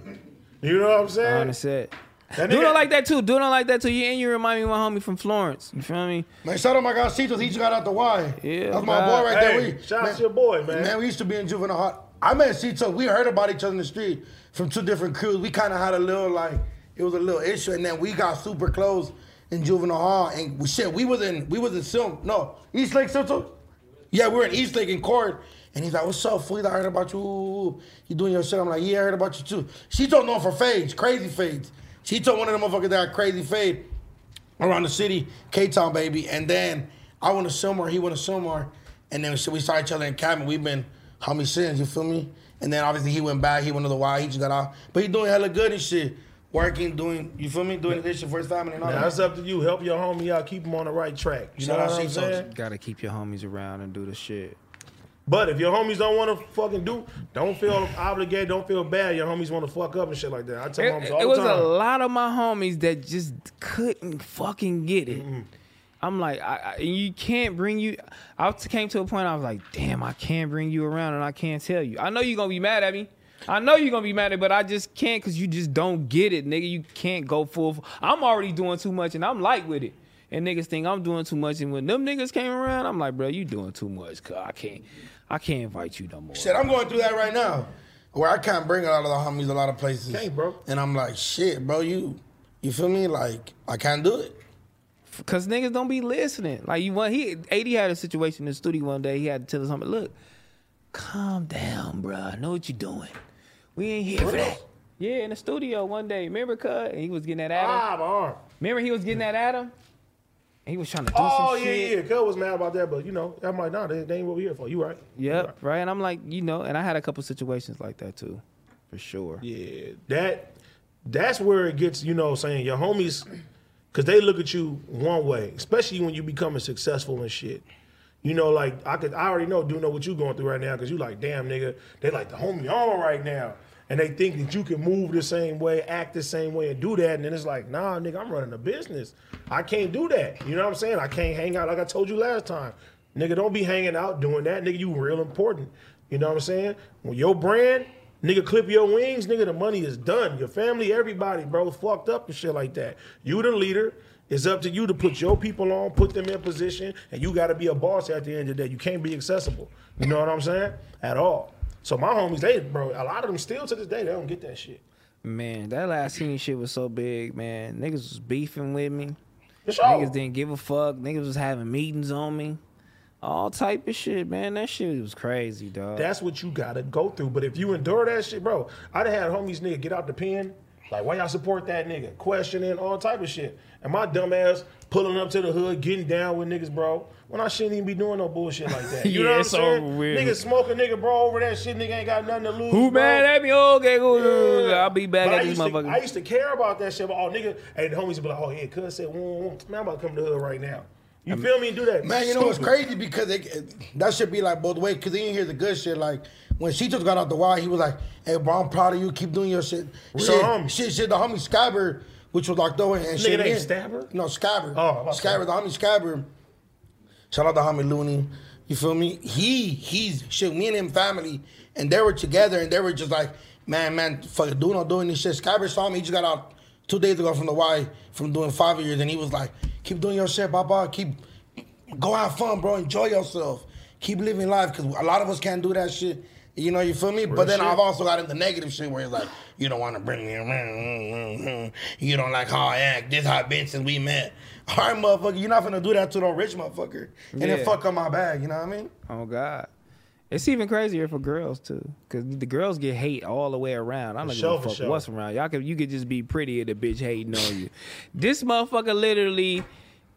B: You know what I'm saying?
D: Honest set.
B: That
D: Do
B: nigga-
D: not like that too. Do not like that too. You and you remind me of my homie from Florence. You feel me?
A: Man, shout out my guy Citos. He just got out the Y.
D: Yeah,
A: That's my
D: God.
A: boy right
B: Hey,
A: there. We,
B: shout out to your boy, man.
A: Man, we used to be in juvenile hall. I met Citos. We heard about each other in the street from two different crews. We kind of had a little, like, it was a little issue. And then we got super close in juvenile hall. And we- shit, we was in, we was in Sil, no, East Lake Citos? Yeah, we were in East Lake in court. And he's like, what's up, fool? I heard about you. You doing your shit. I'm like, yeah, I heard about you too. She told known for fades, crazy fades. She told one of them motherfuckers that got crazy fade around the city, K Town, baby. And then I went to Silmar, he went to Silmar. And then so we saw each other in cabin. We've been homies since, you feel me? And then obviously he went back, he went to the wild, he just got out. But he doing hella good and shit. Working, doing, you feel me? Doing this shit for his family and all
B: Now,
A: that.
B: that's up to you. Help your homie out. Keep him on the right track. You
A: Shout
B: know
A: out
B: what I'm
A: Citos.
B: saying?
D: Gotta keep your homies around and do the shit.
B: But if your homies don't want to fucking do, don't feel obligated. Don't feel bad. Your homies want to fuck up and shit like that. I tell
D: It,
B: homies all
D: it
B: the
D: was
B: time.
D: a lot of my homies that just couldn't fucking get it. I'm like, I, I, you can't bring you. I came to a point I was like, damn, I can't bring you around and I can't tell you. I know you're gonna be mad at me. I know you're gonna be mad at, me, but I just can't because you just don't get it, nigga. You can't go full. I'm already doing too much and I'm light with it. And niggas think I'm doing too much. And when them niggas came around, I'm like, bro, you doing too much. Cause I can't, I can't invite you no more.
A: Shit, I'm going through that right now. Where I can't bring a lot of the homies a lot of places.
B: Can't, bro.
A: And I'm like, shit, bro, you you feel me? Like, I can't do it.
D: Cause niggas don't be listening. Like you want he AD had a situation in the studio one day. He had to tell us something. Look, calm down, bro. I know what you're doing. We ain't here for that. Yeah, in the studio one day. Remember, cuz and he was getting that at him.
B: Ah, my arm.
D: Remember, he was getting that at him. And he was trying to do
B: Oh yeah,
D: some shit.
B: yeah. Cuz was mad about that, but you know, I'm like, nah, that, that ain't what we here for. You right?
D: Yep, right. And I'm like, you know, and I had a couple situations like that too, for sure.
B: Yeah, that that's where it gets. You know, what I'm saying your homies, because they look at you one way, especially when you becoming successful and shit. You know, like I could, I already know, do know what you going through right now, because you like, damn nigga, they like the homie on right now, and they think that you can move the same way, act the same way, and do that, and then it's like, nah, nigga, I'm running a business, I can't do that. You know what I'm saying? I can't hang out like I told you last time. Nigga, don't be hanging out doing that. Nigga, you real important. You know what I'm saying? When your brand, nigga, clip your wings, nigga, the money is done. Your family, everybody, bro, fucked up and shit like that. You the leader. It's up to you to put your people on, put them in position, and you got to be a boss at the end of the day. You can't be accessible. You know what I'm saying? At all. So my homies, they, bro, a lot of them still to this day, they don't get that shit.
D: Man, that last scene shit was so big, man. Niggas was beefing with me.
B: It's
D: Niggas
B: all.
D: didn't give a fuck. Niggas was having meetings on me. All type of shit, man. That shit was crazy, dog.
B: That's what you gotta go through. But if you endure that shit, bro, I'd have had homies nigga get out the pen, like why y'all support that nigga, questioning all type of shit. And my dumb ass pulling up to the hood, getting down with niggas, bro. When I shouldn't even be doing no bullshit like
D: (laughs)
B: that. You know
D: Yeah,
B: what I'm
D: it's
B: saying?
D: over with.
B: Nigga smoking, nigga, bro, over that shit, nigga ain't got nothing to lose.
D: Who
B: bro.
D: mad at me? Okay, cool.
B: Yeah.
D: I'll be back
B: But I
D: at these
B: used to- I
D: motherfuckers.
B: used to care about that shit, but oh nigga, and the homies would be like, oh yeah, cuz said, "Mm, mm, man, I'm about to come to the hood right now. You feel me? Do that,
A: Man, you know what's
B: Stupid.
A: crazy because it, that should be like both ways because he didn't hear the good shit. Like when she just got out the wild, he was like, "Hey, bro, I'm proud of you. Keep doing your shit." shit,
B: homie.
A: shit, shit. The homie Skyber, which was locked away, and shit.
B: named
A: in.
B: Stabber?
A: No, Skyber.
B: Oh, I was
A: Skyber. The homie Skyber. Shout out to homie Looney. You feel me? He he's shit. Me and him family, and they were together, and they were just like, man, man, fuck, doing or doing this shit. Skyber saw me. He just got out two days ago from the Y from doing five years, and he was like, keep doing your shit, Papa. Keep go have fun, bro. Enjoy yourself. Keep living life, cause a lot of us can't do that shit. You know, you feel me? but then
B: shit.
A: I've also got in the negative shit where it's like, you don't want to bring me around. You don't like how I act. This how i been since we met. (laughs) All right, motherfucker, you're not gonna do that to no rich motherfucker. And
D: Yeah.
A: then fuck up my bag, you know what I mean?
D: Oh God. It's even crazier for girls too, cause the girls get hate all the way around. I'm not
B: sure,
D: gonna
B: for
D: fuck
B: sure.
D: what's around. Y'all could you could just be pretty and the bitch hating on you. this motherfucker literally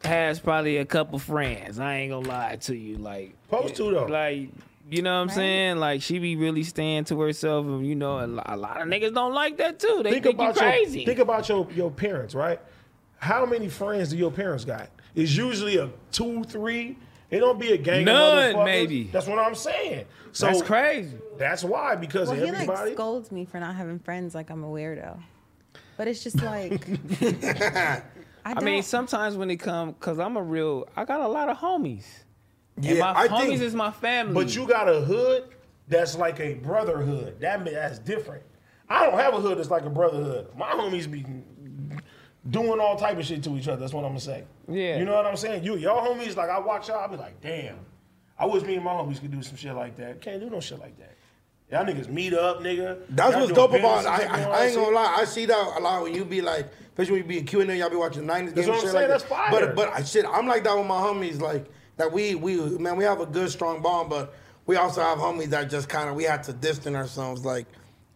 D: has probably a couple friends. I ain't gonna lie to you, like
B: Supposed to, though.
D: like you know what I'm saying? Like she be really staying to herself, and you know, a lo- a lot of niggas don't like that too. They think, you crazy.
B: Your, think about your, your parents, right? How many friends do your parents got? It's usually a two, three, It don't be a gang.
D: None,
B: of motherfuckers.
D: maybe.
B: That's what I'm saying. So
D: That's crazy.
B: That's why because
C: Well, he
B: everybody.
C: like scolds me for not having friends, like I'm a weirdo. But it's
B: (laughs)
C: just like, I,
D: I
C: don't,
D: mean, sometimes when they come, cause I'm a real, I got a lot of homies.
A: Yeah,
D: and my
A: I
D: homies
A: think.
D: is my family.
B: But you got a hood that's like a brotherhood. That ma- that's different. I don't have a hood that's like a brotherhood. My homies be doing all type of shit to each other. That's what I'm gonna say.
D: Yeah.
B: You know what I'm saying? You y'all homies like I watch y'all. I be like, damn. I wish me and my homies could do some shit like that. Can't do no shit like that. Y'all niggas meet up, nigga.
A: That's
B: Y'all
A: what's
B: doing
A: dope about.
B: business
A: it. I,
B: and
A: I,
B: all
A: I
B: that
A: ain't gonna
B: shit.
A: lie. I see that a lot when you be like, especially when you be in Q and A, y'all be watching the '90s games.
B: what I'm
A: and shit
B: saying,
A: Like
B: that's
A: that.
B: fire.
A: But but I shit, I'm like that with my homies. Like that we we man, we have a good strong bond, but we also have homies that just kind of we have to distance ourselves. Like,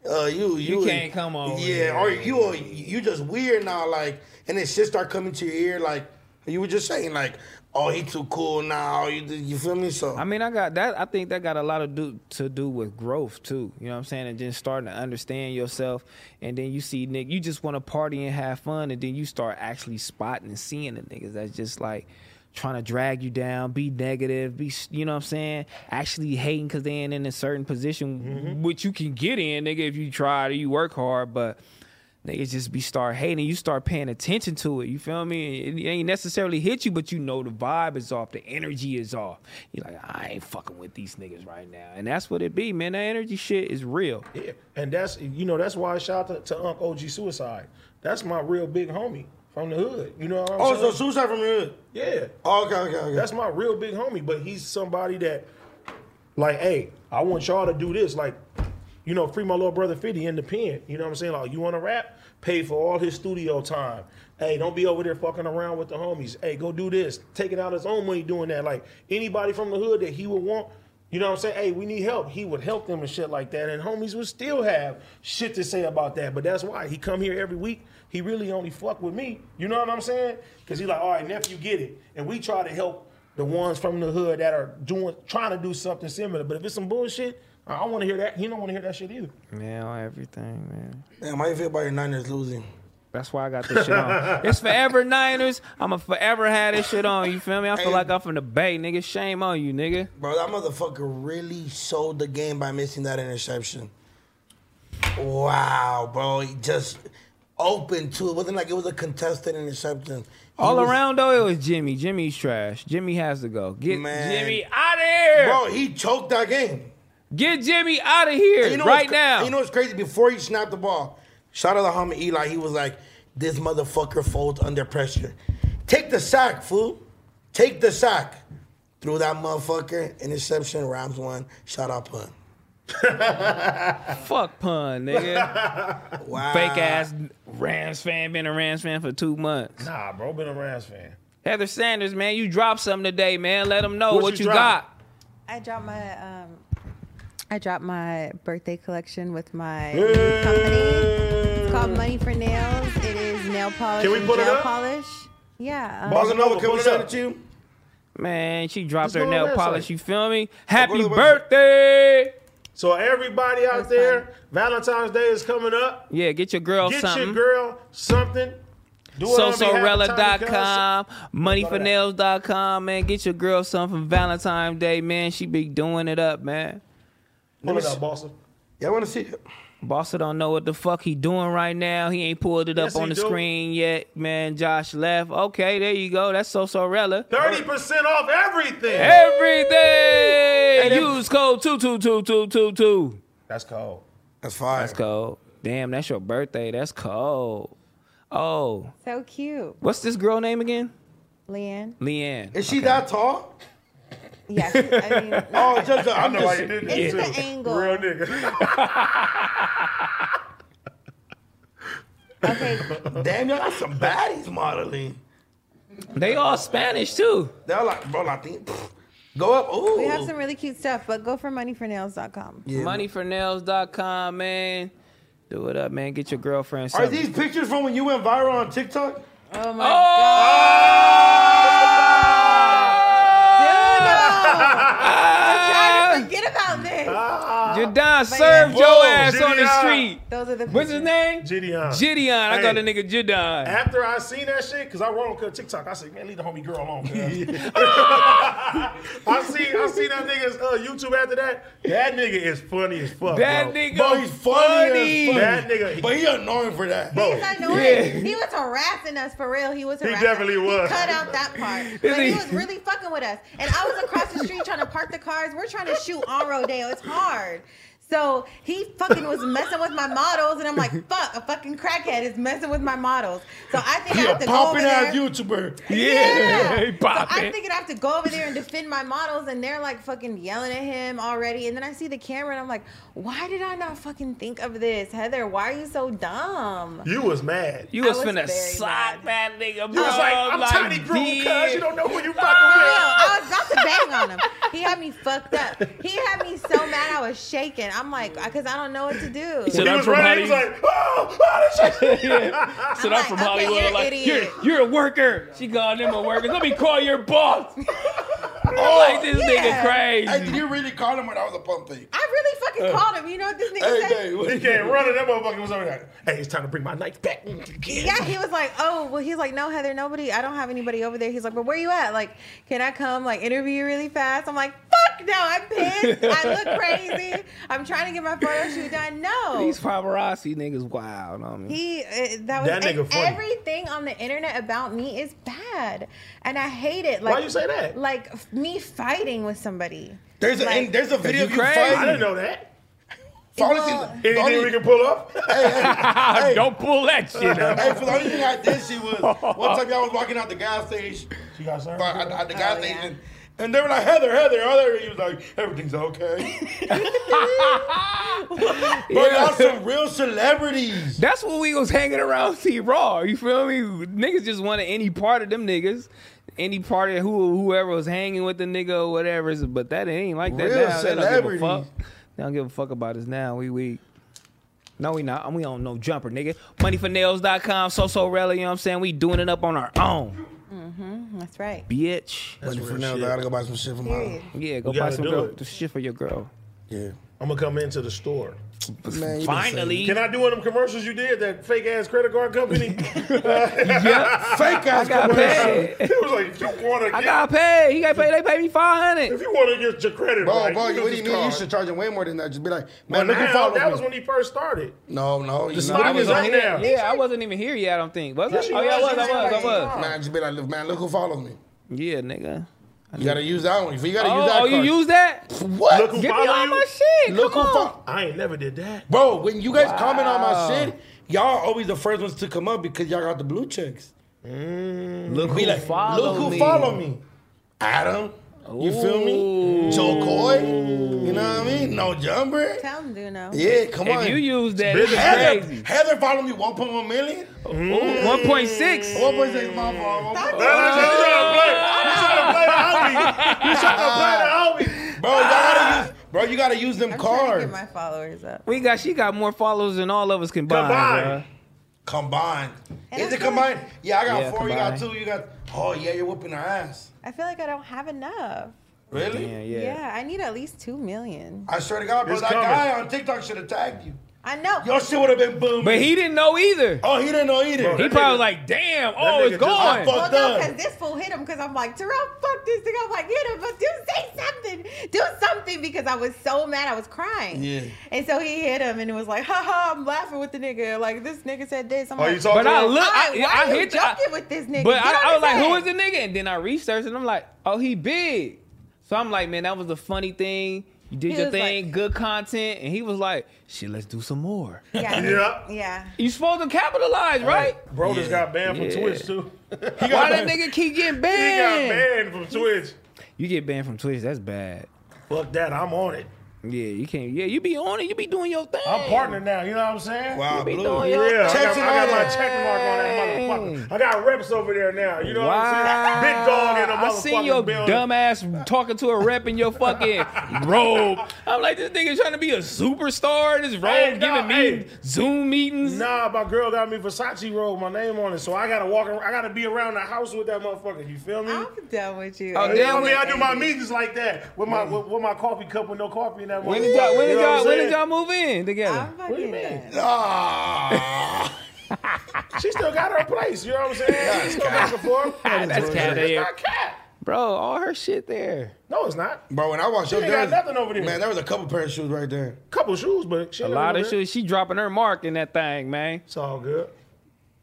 A: uh, you you,
D: can't come over
A: Yeah,
D: here.
A: or you are- you just weird now. Like, and then shit start coming to your ear. Like you were just saying, like, oh, he too cool now. You you feel me? So
D: I mean, I got that. I think that got a lot of do to do with growth too. You know what I'm saying? And just starting to understand yourself. And then you see nigga, you just want to party and have fun. And then you start actually spotting and seeing the niggas that's just like trying to drag you down, be negative, be s- you know what I'm saying? Actually hating because they ain't in a certain position, which you can get in, nigga, if you try or you work hard. But Niggas just be start hating. You start paying attention to it. You feel me? It ain't necessarily hit you, but you know the vibe is off. The energy is off. You're like, I ain't fucking with these niggas right now. And that's what it be, man. That energy shit is real.
B: Yeah, and that's you know that's why I shout out to, to Unc OG Suicide. That's my real big homie from the hood. You know what I'm
A: oh, so
B: saying?
A: suicide from the hood.
B: yeah,
A: Oh, okay, okay, okay.
B: that's my real big homie. But he's somebody that, like, hey, I want y'all to do this. Like, you know, free my little brother Fifty in the pen. You know what I'm saying? Like, you want to rap? Pay for all his studio time. Hey, don't be over there fucking around with the homies. Hey, go do this. Taking out his own money doing that. Like anybody from the hood that he would want. You know what I'm saying? Hey, we need help. He would help them and shit like that. And homies would still have shit to say about that. But that's why he come here every week. He really only fuck with me. You know what I'm saying? Cause he like, all right, nephew, get it. And we try to help the ones from the hood that are doing trying to do something similar. But if it's some bullshit, I don't want to hear that. He don't want to hear that shit either.
D: Man, on everything, man.
A: Damn, how you feel about your Niners losing?
D: That's why I got this shit
A: (laughs)
D: on. It's forever Niners. I'ma forever have this shit on. You feel me? I feel
A: Hey.
D: like I'm from the Bay, nigga. Shame on you, nigga.
A: Bro, that motherfucker really sold the game by missing that interception. Wow, bro. He just opened to it. Wasn't like it was a contested interception. He
D: All
A: was-
D: around though, it was Jimmy. Jimmy's trash. Jimmy has to go. Get
A: Man.
D: Jimmy out of here.
A: Bro, he choked that game.
D: Get Jimmy out of here
A: And
D: right
A: what's cra-
D: now.
A: and You know what's crazy? Before he snapped the ball, shout out to homie Eli. He was like, "This motherfucker folds under pressure. Take the sack, fool. Take the sack." Threw that motherfucker interception. Rams won. Shout out pun.
D: Fuck pun, (laughs) nigga.
A: Wow.
D: Fake ass Rams fan. Been a Rams fan for two months.
B: Nah, bro, been a Rams fan.
D: Heather Sanders, man, you dropped something today, man. Let them know
B: What
D: what,
B: you
D: you,
B: dropped?
D: got.
C: I dropped my, um, I dropped my birthday collection with my new company. It's
B: Hey.
C: called Money for Nails. It is nail polish.
B: Can we
C: and
B: put it
C: gel
B: up?
C: Polish. Yeah. um,
A: Bossa Nova, can
B: Pull
A: we
B: it
A: send
B: up.
A: it to you?
D: Man, she dropped
B: Let's go
D: her
B: on
D: nail
B: the website.
D: polish. You feel me?
A: go to
D: Happy
A: the website.
D: birthday.
B: So everybody out
C: That's
B: there,
C: fine.
B: Valentine's Day is coming up.
D: Yeah, get your girl
B: Get your
D: something.
B: girl something. Do it on behalf of Tommy Cuz.
D: SoSorella.com, moneyfornails.com, man. Get your girl something for Valentine's Day, man. She be doing it up, man.
B: Pull it up, bossa.
A: Yeah, I want to see it.
D: Bossa don't know what the fuck he doing right now. He ain't pulled it
B: Yes,
D: up on
B: he
D: the
B: do.
D: screen yet, man. Josh left. Okay, there you go. That's so sorella.
B: Thirty percent off everything.
D: Everything.
B: then-
D: Use code two two two two two two.
B: That's cold.
A: That's fire.
D: That's cold. Damn, that's your birthday. That's cold. Oh,
C: so cute.
D: what's this girl name again?
C: Leanne.
D: Leanne.
A: Is she that tall?
C: Yeah. she- I mean,
A: Oh, (laughs) just I'm
B: know why you did that
C: it's
B: too.
C: the angle.
B: Real nigga. (laughs)
C: okay.
A: Damn, y'all got some baddies modeling.
D: They all Spanish too.
A: They're like, bro, Latin. pfft. Go up. Ooh.
C: We have some really cute stuff, but go for moneyfornails.com.
A: Yeah.
D: Moneyfornails.com, man. Do it up, man. Get your girlfriend
A: Are
D: something.
A: these pictures from when you went viral on TikTok?
C: Oh my
D: Oh! (laughs)
C: god. Forget about this.
D: Jadon served
B: Ah.
C: Whoa.
D: your ass on the
B: Gideon.
D: street.
C: Those are the
D: What's his name?
B: Gideon.
D: Gideon. I
B: Hey.
D: got the nigga Gideon.
B: After I seen that shit, cause I rolled on TikTok, I said, "Man, leave the homie girl alone." cuz." (laughs) I see, I see that nigga's uh, YouTube after that. That nigga is funny as fuck.
D: That
B: bro.
D: nigga
A: Bro, he's funny.
D: funny.
A: As
B: That
A: fuck.
B: nigga-
A: But he annoying for that.
B: Bro.
C: He's annoying.
D: Yeah.
C: He was harassing us for real. He was harassing
B: definitely was.
C: He cut out that part. But
D: Isn't
C: he
D: he-
C: was really fucking with us. And I was across the street trying to park the cars. We're trying to shoot on Rodeo. It's hard. So he fucking was messing with my models, and I'm like, fuck, a fucking crackhead is messing with my models. So I think I
A: He a
C: have to go over
A: popping
C: there.
A: ass YouTuber.
D: Yeah,
C: Yeah.
D: he
C: So I'm
D: popping.
C: thinking I have to go over there and defend my models, and they're like fucking yelling at him already. And then I see the camera, and I'm like, why did I not fucking think of this, Heather? Why are you so dumb?
B: you was mad.
D: You
C: I
D: was
C: was
D: finna
C: very
D: sock that nigga.
B: You was like, "I'm tiny groom, cuz you don't know who you fucking
D: Ah.
C: Yo,
B: with."
C: I was about to bang on him. He had me fucked up. He had me so mad I was shaking. I'm like, because I don't know what to do.
D: said,
B: He
D: I'm
B: was
D: from
B: running. He was
D: Hollywood.
B: like, "Oh, oh this shit."
D: (laughs) So
C: I'm
D: I'm from
C: like, okay,
D: Hollywood.
C: you're
D: I'm like,
C: an
D: you're,
C: idiot."
D: you're a worker. She called him a worker. Let me call your boss. (laughs) I'm like, this
C: yeah.
D: nigga
A: Hey,
D: crazy.
A: did you really call him when I was a pump fake?
C: I really
B: Uh.
C: fucking called him. You know what this nigga
A: Hey,
C: said?
A: hey,
B: (laughs)
A: what
B: He came running. That motherfucker was over there. Hey, it's time to bring my knife back.
C: Yeah, he was like, oh, well, he's like, no, Heather, nobody, I don't have anybody over there. He's like, but where you at? Like, can I come, like, interview you really fast? I'm like, fuck no, I'm pissed. I
B: (laughs)
C: look crazy. I'm trying to get my photo shoot done. No.
D: These paparazzi niggas wild. I mean,
C: He uh, that was
B: That nigga
C: and
B: funny.
C: everything on the internet about me is bad, and I hate it. Like,
B: you say that?
C: Like f- me fighting with somebody.
A: There's a
C: Like-
A: there's a video
D: you
A: of you
D: crazy.
A: fighting.
B: I didn't know that.
A: For only
C: Well-
A: thing- the
B: Anything
A: only-
B: we can pull up?
A: hey, hey, hey.
D: (laughs) don't pull that shit up.
A: (laughs) Hey, for the only thing I did see was one time y'all was walking out the
C: (laughs)
A: gas station,
B: She got served.
A: uh, at the- at the
C: Oh,
A: gas
C: yeah.
A: station, and they were like Heather, Heather, Heather. He was like, everything's okay. (laughs) Bro,
D: Yeah.
A: y'all some real celebrities.
D: That's what we was hanging around T Raw. You feel me? Niggas just wanted any part of them niggas. Any part of who whoever was hanging with the nigga or whatever. But that ain't like that
A: Real
D: now. They don't give a fuck.
A: celebrities.
D: They don't give a fuck about us now. We we no, we not. We on no jumper, nigga. Moneyfornails.com, so so rally, you know what I'm saying? We doing it up on our own.
C: Mm, That's right.
D: Bitch.
A: Money
B: real
A: for now,
B: shit.
A: I gotta go buy some shit for my.
C: Period.
D: Yeah, go
B: We
D: buy
B: gotta
D: some
B: do
D: girl,
B: it.
D: shit for your girl.
A: Yeah.
B: I'm gonna come into the store.
A: Man, you been
D: Finally.
B: Can I do one of them commercials you did? That fake ass credit card company. (laughs)
A: saying- Fake ass
D: got
A: commercial.
D: paid.
B: It was like, if you want to
D: I
B: get,
D: got paid. He got paid. They paid me five
B: if
D: hundred.
B: you want to get your credit,
A: Bro,
B: right,
A: bro,
B: use
A: what do you
B: this
A: mean? You
B: card.
A: should charge him way more than that. Just be like,
B: But
A: man, look
B: now,
A: and follow
B: that
A: me.
B: was when he first started.
A: No, no, you
B: The
A: know, I
B: song
A: was
B: is
A: on
B: up
A: here.
B: now.
D: Yeah, I wasn't even here yet. I don't think. Was
B: Yes,
D: I?
B: you
D: Oh yeah, I
B: was.
D: was. I was. I was.
A: Man, just be like, look, man, look who follows me.
D: Yeah, nigga.
A: You gotta use that one. If you gotta
D: Oh,
A: use that
D: oh, you
A: card.
D: use that?
A: what?
B: Look who
D: Give me
B: Follow
D: all
B: you?
D: my shit.
A: Look
D: Come
A: who
D: on.
A: fo-
B: I ain't never did that.
A: Bro, when you guys comment on
D: Wow.
A: my shit, y'all always the first ones to come up because y'all got the blue checks.
D: Look who
A: Be like,
D: follow
A: look who
D: me.
A: follow me. Adam. You feel me? Joe Coy. You know what I mean? No jumper.
C: Tell him, do know.
A: Yeah, come on.
D: If you use that,
B: Business.
D: it's
A: Heather,
D: crazy.
A: Heather followed me 1.1 million.
D: Ooh, One point six.
A: 1.6 my fault.
C: Stop
A: Bro,
C: it.
A: y'all
B: Trying to play the
A: (laughs)
B: homie.
A: gotta use bro, you gotta use them
C: I'm trying to
A: cards.
C: get my followers up.
D: We got. She got more followers than all of us combined.
B: Combined.
D: bruh.
A: Combined.
C: And
A: Is
C: I
A: it
C: feel like-
A: combined? Yeah, I got
D: Yeah,
A: four,
D: combined.
A: you got two, you got oh yeah, you're whooping our ass.
C: I feel like I don't have enough.
A: Really?
D: Yeah,
C: Yeah.
D: yeah.
C: I need at least two million.
A: I swear to God, bro,
B: It's
A: that
B: coming.
A: guy on TikTok should have tagged you.
C: I know.
A: Your shit would have been booming.
D: But he didn't know either.
A: oh, he didn't know either.
D: He
B: that
D: probably
B: nigga-
D: was like, "Damn, oh,
B: nigga
D: it's
B: just- I
D: going."
C: Well,
A: fuck-
C: no,
A: done.
C: because this fool hit him because I'm like, Terrell, fuck this thing. I'm like, hit him, but do say something. Do something because I was so mad. I was crying.
A: Yeah.
C: And so he hit him and it was like, ha ha, I'm laughing with the nigga. Like, this nigga said this. I'm
B: Oh,
C: like,
B: you talking
D: But I
B: about-
D: look, I,
C: Why-
D: yeah,
C: why
D: I
C: you
D: hit that.
C: joking with this nigga?
D: But
C: Get on
D: I, I was
C: his
D: like, who
C: ass.
D: is the nigga? And then I researched and I'm like, oh, he big. So I'm like, man, that was a funny thing. You did
C: He
D: your
C: was
D: thing,
C: like-
D: good content. And he was like, shit, let's do some more.
C: Yeah.
A: Uh,
B: Yeah.
C: Yeah.
D: You supposed to capitalize, right?
B: Bro just
A: Yeah.
B: got banned from
D: Yeah.
B: Twitch too. he got
D: Why that nigga keep getting
B: banned
D: banned?
B: from Twitch.
D: You get banned from Twitch, that's bad.
B: Fuck that. I'm on it.
D: Yeah, you can't. Yeah, you be on it. You be doing your thing.
B: I'm partner now. You know what I'm saying?
A: Wow,
D: be
A: blue.
D: doing
A: Yeah.
D: your
B: Yeah, I got,
A: Checks and
B: I got
A: all
B: my
A: that.
B: check mark on that motherfucker. I got reps over there now. You know what I'm saying? Big dog in the
D: I
B: motherfucking
D: seen your
B: building.
D: dumb ass talking to a rep in
B: (laughs)
D: your fucking robe. I'm like, this nigga trying to be a superstar. This robe
B: Hey, nah,
D: giving me
B: hey.
D: Zoom meetings.
B: Nah, my girl got me Versace robe, my name on it, so I gotta walk. ar- I gotta be around the house with that motherfucker. You feel me?
C: I'm done with you.
D: Oh,
B: You know
D: damn.
B: what I mean? I do my meetings like that with my with, with my coffee cup with no coffee in that
D: When
B: moment.
D: did y'all when
B: You know what
D: did y'all
B: I'm
D: when did
B: saying?
D: y'all move in together?
C: I'm
B: do you
C: fucking
B: mean?
C: done.
A: Ah.
B: She still got her place. You know what I'm saying? She still back and forth.
D: (laughs) That's cat
B: It's
D: there.
B: not cat.
D: Bro, all her shit there.
B: No, it's not.
A: Bro, when I watched your
B: ain't got
A: dance,
B: nothing over there.
A: man, there was a couple pair of shoes right there.
B: Couple shoes, but she
D: A lot of shit. She dropping her mark in that thing, man.
B: It's all good.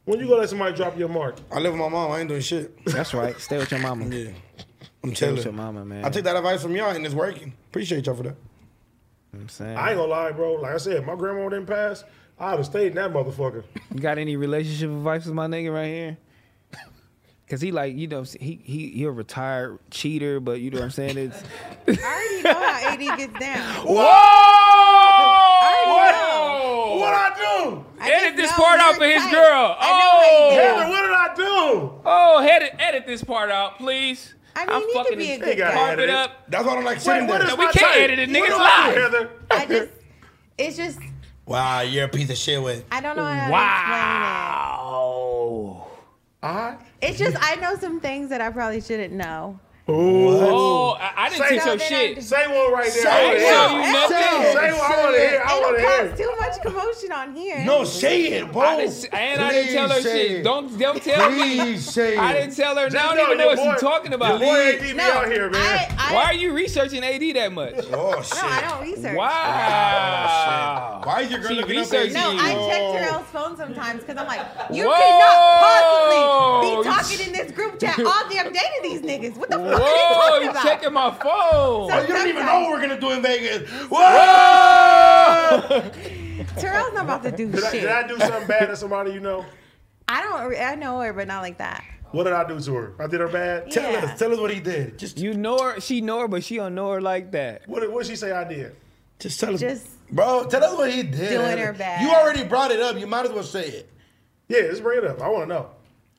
B: When you gonna let somebody drop your mark?
A: I live with my mom. I ain't
D: (laughs)
A: doing shit.
D: That's right. Stay with your mama.
A: Yeah, I'm
D: Stay with your
A: telling. you.
D: mama, man.
A: I took that advice from y'all, and it's working. Appreciate y'all for that.
D: I'm saying.
B: I ain't gonna lie, bro. Like I said, my grandma didn't pass. I would have stayed in that motherfucker.
D: You got any relationship advice with my nigga right here? (laughs) Cause he like you know he he he a retired cheater, but you know what I'm saying it's (laughs)
C: I already know how AD gets
B: (laughs)
C: down.
A: Whoa!
D: Oh.
C: already
A: What I do?
C: I
D: Edit
C: just
D: this
C: know
D: part
C: you're
D: out for his
C: tight.
D: girl.
C: I know how you
D: Oh.
C: get
B: Heather, what did I do?
D: oh edit edit this part out please.
C: I mean, you could be a good
B: They got it.
C: guy.
D: carve it up.
A: That's why I don't like
B: Wait,
A: sitting
B: what
A: there.
B: is
D: we
B: my
D: can't
B: type?
D: edit it,
B: What
D: nigga.
B: do
D: It's
B: I do,
D: live.
B: Heather.
C: I just, it's just,
A: wow, you're a piece of shit with.
C: I don't know how to
D: Wow.
B: I
C: explain it. It's just, I know some things that I probably shouldn't know.
D: Oh, I, I didn't
B: Say
D: teach your
C: something I
D: shit.
C: just-
B: say one right there. I wanna
A: Say it.
B: hear it.
D: Tell you
C: Say
D: nothing.
C: it.
B: Say what I want to hear. I want to
C: It'll
B: hear. it.
C: cause too much commotion on here.
A: No, say it, bro.
D: I didn't, and I didn't
A: Please
D: tell her
A: say
D: shit.
A: it.
D: Don't don't tell me.
A: Please say it.
D: I didn't tell her. Now I
B: know
D: don't even know
B: your
D: what she's
B: boy-
D: talking
B: Your
D: about.
B: boy
D: Why
B: AD be out here, man.
C: I, I,
D: are you researching AD that much?
A: Oh shit. Oh,
C: No, I don't Uh, research.
D: Wow.
A: Why is your girl
D: She
A: looking up
D: researching.
A: at Oh.
C: No,
D: Gee,
C: I
A: yo.
C: check Terrell's phone sometimes because I'm like, you
D: Whoa.
C: cannot possibly be
D: You-
C: talking in this group chat all damn day to these niggas. What the fuck
D: Whoa,
C: are they talking
D: you
C: about?
D: checking my phone.
C: So-
A: Oh, You don't even know what we're gonna do in Vegas.
D: Whoa!
C: Terrell's not about to do
B: Did I,
C: shit.
B: did I do something bad to somebody you know?
C: I don't. I know her, but not like that.
B: What did I do to her? I did her bad.
A: Tell
C: Yeah.
A: us, tell us what he did. Just,
D: You know her, she know her, but she don't know her like that.
B: What did what she say I did?
A: just tell us,
C: Just-
A: bro. Tell us what he did.
C: Doing her
A: Heather.
C: bad.
A: You already brought it up. You might as well say it.
B: Yeah, let's bring it up. I want to know.